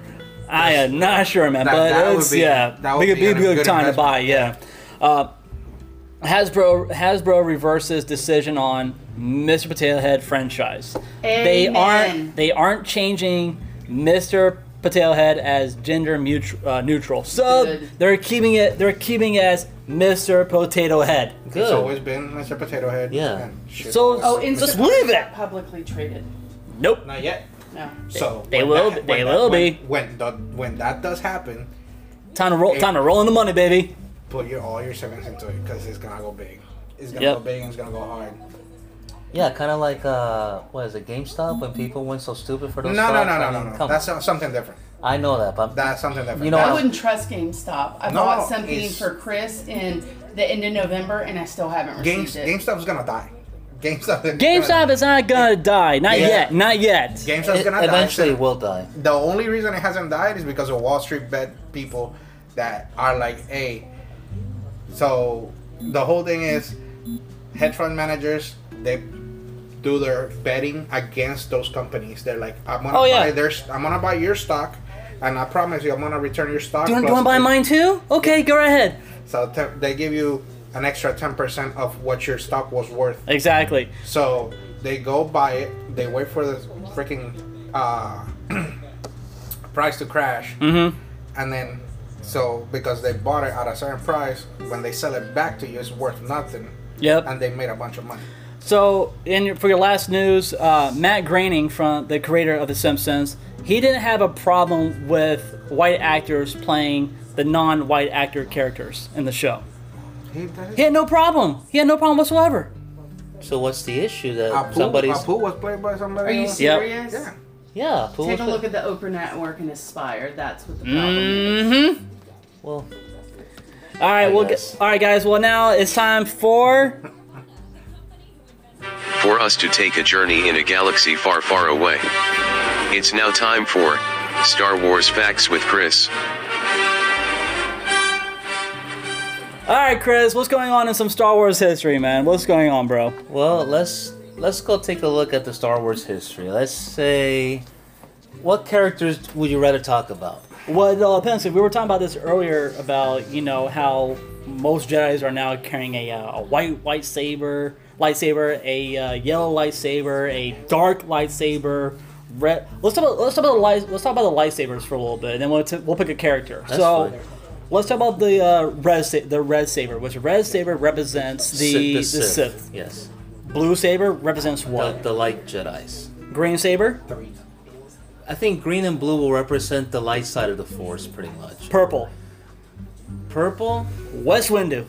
B: I am not sure, man.
D: That-
B: but
D: that would
B: it's
D: be-
B: yeah,
D: that would
B: be,
D: be
B: be a
D: a
B: good,
D: good
B: time to buy.
D: investment.
B: Yeah. Uh, Hasbro Hasbro reverses decision on Mr. Potato Head franchise. They
E: Amen.
B: aren't they aren't changing Mr. Potato Head as gender mutu- uh, neutral. So
E: Good.
B: they're keeping it they're keeping it as Mr. Potato Head.
C: Good.
D: It's always been Mr. Potato Head.
C: Yeah.
D: and shit.
B: So
E: Oh,
B: just
E: Instacart
B: leave it.
E: publicly traded.
B: Nope.
D: not yet.
E: No.
D: So
B: They
D: when
B: will
D: that-
B: be- they
D: when that-
B: will
D: when-
B: be.
D: when the when that does happen.
B: Time to roll. Time to roll in the money, baby.
D: Put your all your savings into it because it's gonna go big. It's gonna
B: Yep.
D: go big and it's gonna go hard.
C: Yeah, kind of like uh, what is it, GameStop? When people went so stupid for
D: No,
C: those.
D: no, no,
C: stocks?
D: no,
C: I
D: no,
C: mean,
D: no.
C: come
D: That's
C: on.
D: so- something different.
C: I know that, but
D: That's something different.
C: You know
E: I
D: That's-
E: wouldn't trust GameStop. I
D: No,
E: bought something
D: it's-
E: for Chris in the end of November, and I still haven't
D: Game,
E: received it.
D: GameStop's gonna die. GameStop.
B: GameStop is not gonna die. Not
D: Yeah.
B: yet. Not yet.
D: GameStop's
C: it
D: gonna
C: eventually
D: die.
C: will die.
D: The only reason it hasn't died is because of Wall Street bet people that are like, hey. So the whole thing is, hedge fund managers they do their betting against those companies. They're like, I'm gonna
B: Oh,
D: buy
B: yeah.
D: their, st- I'm gonna buy your stock, and I promise you, I'm gonna return your stock.
B: Do you want
D: plus
B: to buy
D: eight."
B: mine too? Okay, go right ahead.
D: So te- they give you an extra 10% of what your stock was worth.
B: Exactly.
D: So they go buy it. They wait for the freaking uh, price to crash,
B: Mm-hmm.
D: and then so because they bought it at a certain price, when they sell it back to you, it's worth nothing,
B: Yep.
D: and they made a bunch of money.
B: So, in your, for your last news, uh, Matt Groening, from the creator of The Simpsons, he didn't have a problem with white actors playing the non-white actor characters in the show.
D: He, that is-
B: He had no problem. He had no problem whatsoever.
C: So what's the issue that
D: Apu,
C: somebody's?
D: Apu was played by somebody.
E: Are you
D: else.
B: Yep.
E: serious?
D: Yeah.
C: Yeah, Apu
E: Take a
C: was-
E: look at the Oprah Network and Aspire. That's what the problem
D: Mm.
E: is.
B: Mm-hmm.
C: Well,
B: All right,
C: I
B: we'll
C: guess.
B: get, all right, guys. Well, now it's time for
A: For us to take a journey in a galaxy far, far away. It's now time for Star Wars Facts with Chris.
B: all right, Chris. What's going on in some Star Wars history, man? What's going on, bro?
C: well, let's let's go take a look at the Star Wars history. Let's say, what characters would you rather talk about?
B: Well, it all depends. We were talking about this earlier about you know how most Jedi's are now carrying a, uh, a white white saber lightsaber, a uh, yellow lightsaber, a dark lightsaber. Red. Let's talk about let's talk about the light, let's talk about the lightsabers for a little bit, and then we'll, t- we'll pick a character.
C: That's
B: so.
C: fine.
B: Let's talk about the uh, red sa- the red saber, which red saber represents the
C: Sith-
B: the Sith.
C: Yes.
B: Blue saber represents
C: The,
B: what?
C: the light Jedi's.
B: Green saber,
C: I think green and blue will represent the light side of the force, pretty much.
B: purple.
C: Purple
B: West Windu.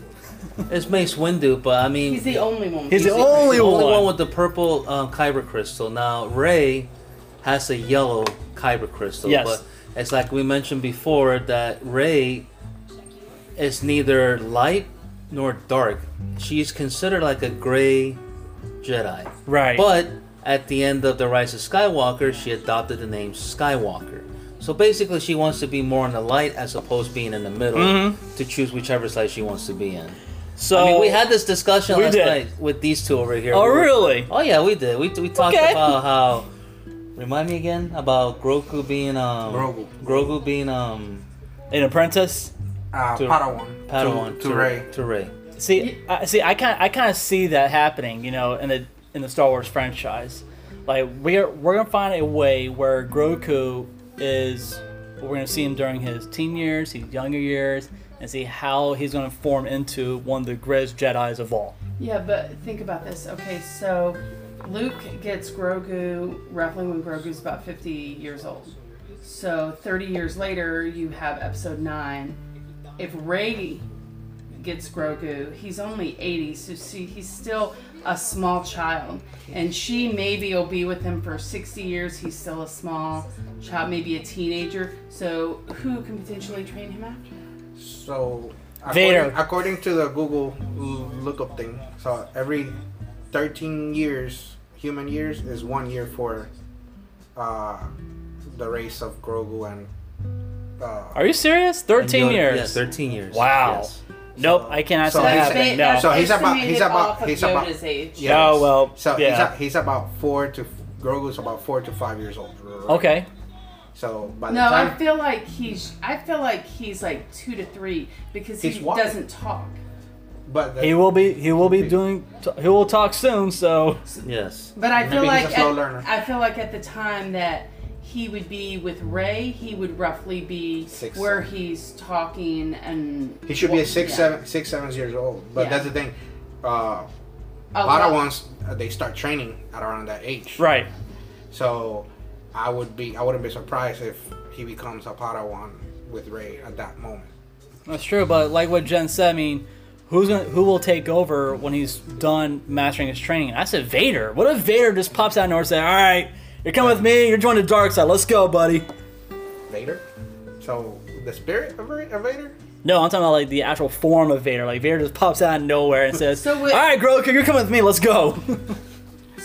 C: is Mace Windu, but I mean,
E: He's the only one.
B: He's the
C: he's
B: only,
C: the only
B: one.
C: one with the purple um, kyber crystal. Now Ray has a yellow kyber crystal,
B: Yes.
C: but it's like we mentioned before that Ray is neither light nor dark. She's considered like a gray Jedi.
B: Right.
C: But at the end of the Rise of Skywalker, she adopted the name Skywalker. So basically, she wants to be more in the light as opposed to being in the middle
B: Mm-hmm.
C: to choose whichever side she wants to be in.
B: so
C: I mean, we had this discussion
B: Oh. We
C: last
B: did.
C: night with these two over here.
B: Oh,
C: We were-
B: really?
C: Oh yeah, we did. We, we talked
B: Okay.
C: about how. Remind me again about Grogu being um
D: Grogu.
C: Grogu being um
B: an apprentice.
D: Uh,
C: To-
D: Padawan.
C: Padawan
D: To, to Rey.
C: to Rey.
B: See, I, see, I kind, I kind of see that happening, you know, in the in the Star Wars franchise. Like we're we're gonna find a way where Grogu is. We're gonna see him during his teen years, his younger years, and see how he's gonna form into one of the greatest Jedi's of all.
E: Yeah, but think about this. Okay, so Luke gets Grogu roughly when Grogu's about 50 years old. So 30 years later, you have episode 9. If Ray gets Grogu, he's only 80, so see, he's still a small child. And she maybe will be with him for 60 years. He's still a small child, maybe a teenager. So who can potentially train him after?
D: So
B: Vader.
D: According, according to the Google l- lookup thing, so every 13 years, human years is one year for uh, the race of Grogu and uh,
B: Are you serious? Thirteen
C: Yoda-
B: years.
C: Yeah, thirteen years.
B: Wow.
C: Yes.
B: Nope, I cannot
D: So
B: see that
D: he's-
B: happening. No.
D: so he's about-
E: estimated
D: he's about-
E: off of
D: he's about-
E: Yoda's age.
D: Yeah.
B: Oh well.
D: so he's,
B: yeah.
D: a, he's about four to Grogu's about four to five years old. right?
B: okay.
D: So by the
E: No, I
D: time
E: feel like he's. I feel like he's like two to three because he
D: He's walking.
E: doesn't talk.
D: but the,
B: He will be. He will be doing. He will talk soon. So
C: Yes.
E: But I feel
D: Maybe he's
E: like
D: a slow
E: at-
D: learner.
E: I feel like at the time that he would be with Ray, he would roughly be
D: Six,
E: where he's talking and
D: he should be
E: wa-
D: a six,
E: yeah.
D: seven, six, seven years old. But
E: Yeah.
D: that's the thing. Uh,
E: A lot-
D: Padawans uh, they start training at around that age.
B: right.
D: So I would be I wouldn't be surprised if he becomes a Padawan with Ray at that moment.
B: That's true, but like what Jen said, I mean, who's gonna, who will take over when he's done mastering his training? I said Vader. What if Vader just pops out of nowhere and says, "All right, you're coming with me. You're joining the dark side. Let's go, buddy."
D: Vader. So the spirit of Ra- of Vader.
B: No, I'm talking about like the actual form of Vader. Like Vader just pops out of nowhere and says,
E: So
B: "All
E: what-
B: right, Grogu, you're coming with me. Let's go."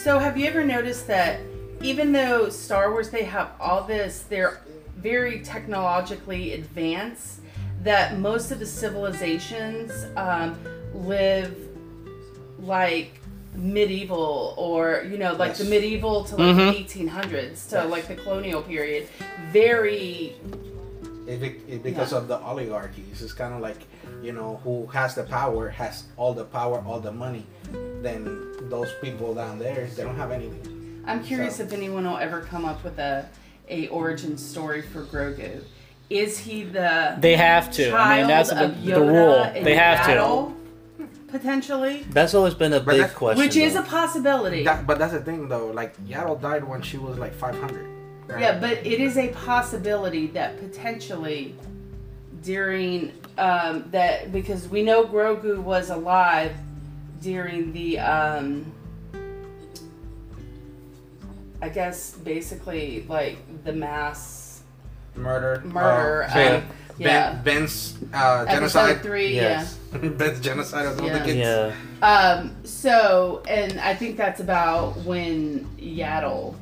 E: So, have you ever noticed that even though Star Wars, they have all this, they're very technologically advanced, that most of the civilizations um, live like medieval or, you know, like the medieval to like the 1800s to like the colonial period. Very,
D: It, be- it, because
E: Yeah.
D: of the oligarchies, it's kind of like you know who has the power has all the power, all the money. Then those people down there, they don't have anything.
E: I'm curious
D: So-
E: if anyone will ever come up with a, a origin story for Grogu. Is he the
B: they have to. I mean, that's the,
E: Child of
B: the rule.
E: Yoda in
B: They have to.
E: battle, Potentially,
C: That's always been a
D: But
C: big
D: that's-
C: question.
E: which is
C: though.
E: a possibility.
D: That, but that's the thing though. Like Yaddle died when she was like 500. right?
E: yeah, but it is a possibility that potentially during um, that because we know Grogu was alive during the um, I guess basically like the mass
D: murder.
E: murder.
D: uh,
E: um,
D: ben,
E: yeah.
D: Ben's uh,
E: Episode
D: genocide.
E: three.
C: Yes.
E: Yeah.
D: Ben's genocide of all the
E: Yeah.
D: kids.
C: Yeah.
E: Um, so, and I think that's about when Yaddle,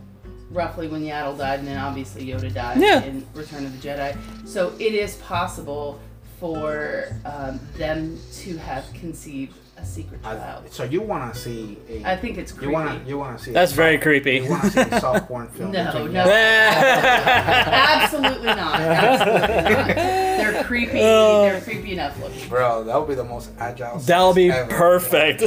E: roughly when Yaddle died, and then obviously Yoda died
B: Yeah.
E: in Return of the Jedi. So it is possible for um, them to have conceived a secret
D: I,
E: child.
D: so you want to see? A,
E: I think it's creepy.
D: you want to you want to see? a
B: That's
D: soft-
B: very creepy.
D: You want to see a soft porn film?
E: No,
D: between
E: no.
D: Yaddle-
E: Absolutely not. Absolutely not. They're creepy. They're creepy enough looking.
D: Bro, that would be the most agile.
B: That'll
D: sex
B: be
D: ever.
B: perfect.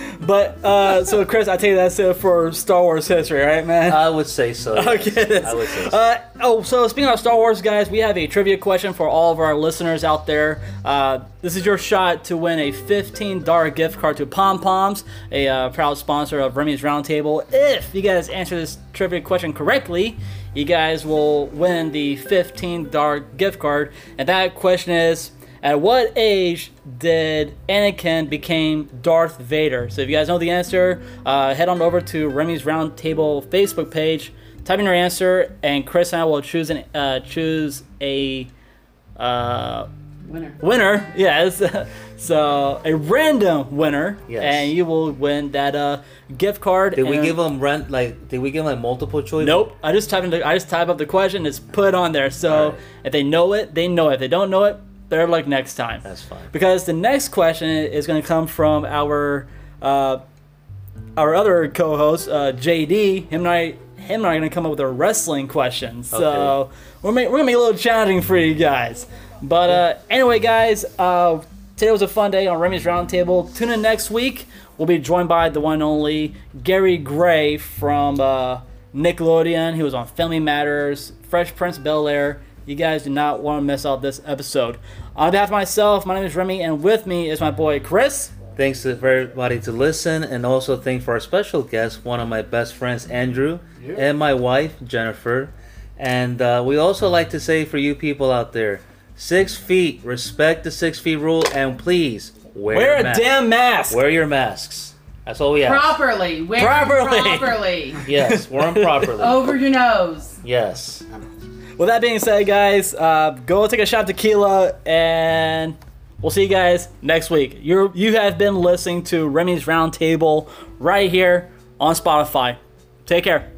B: but uh, so, Chris, I take you that's it for Star Wars history, right, man?
E: Uh,
C: I would say so. yes.
B: Okay. that's-
C: I would say so.
B: Uh, oh, so speaking of Star Wars, guys, we have a trivia question for all of our listeners out there. Uh, this is your shot to win a $15 gift card to Pom Poms, a uh, proud sponsor of Remy's Roundtable. If you guys answer this trivia question correctly, you guys will win the $15 gift card. And that question is. At what age did Anakin became Darth Vader? So if you guys know the answer, uh, head on over to Remy's Roundtable Facebook page type in your answer, and Chris and I will choose an uh, choose a uh,
E: Winner.
B: winner. Yes, so a random winner,
C: Yes.
B: and you will win that uh, gift card.
C: Did we
B: and-
C: give them rent? Like, did we give them like multiple choice?
B: Nope. I just type in the, I just type up the question. It's put on there. So
C: Alright.
B: if they know it, they know it. If they don't know it, better luck next time.
C: That's fine.
B: Because the next question is going to come from our uh, our other co-host uh, JD. Him and I him and I are going to come up with a wrestling question. So
C: Okay.
B: we're make, we're going to make it a little challenging for you guys. But uh, anyway, guys, uh, today was a fun day on Remy's Roundtable. Tune in next week. We'll be joined by the one and only Gary Gray from uh, Nickelodeon. He was on Family Matters, Fresh Prince of Bel Air. You guys do not want to miss out this episode. On behalf of myself, my name is Remy, and with me is my boy Chris.
C: Thanks to everybody to listen, and also thank for our special guest, one of my best friends, Andrew, and my wife, Jennifer. And uh, we also like to say for you people out there, six feet, respect the six feet rule, and please wear,
B: Wear a
C: mask.
B: damn mask.
C: wear your masks. That's all we ask.
E: Properly. Wear
B: Properly.
E: properly. Properly.
C: yes, wear them properly.
E: Over your nose.
C: Yes.
B: With that being said, guys, uh, go take a shot of tequila, and we'll see you guys next week. You you have been listening to Remy's Roundtable right here on Spotify. Take care.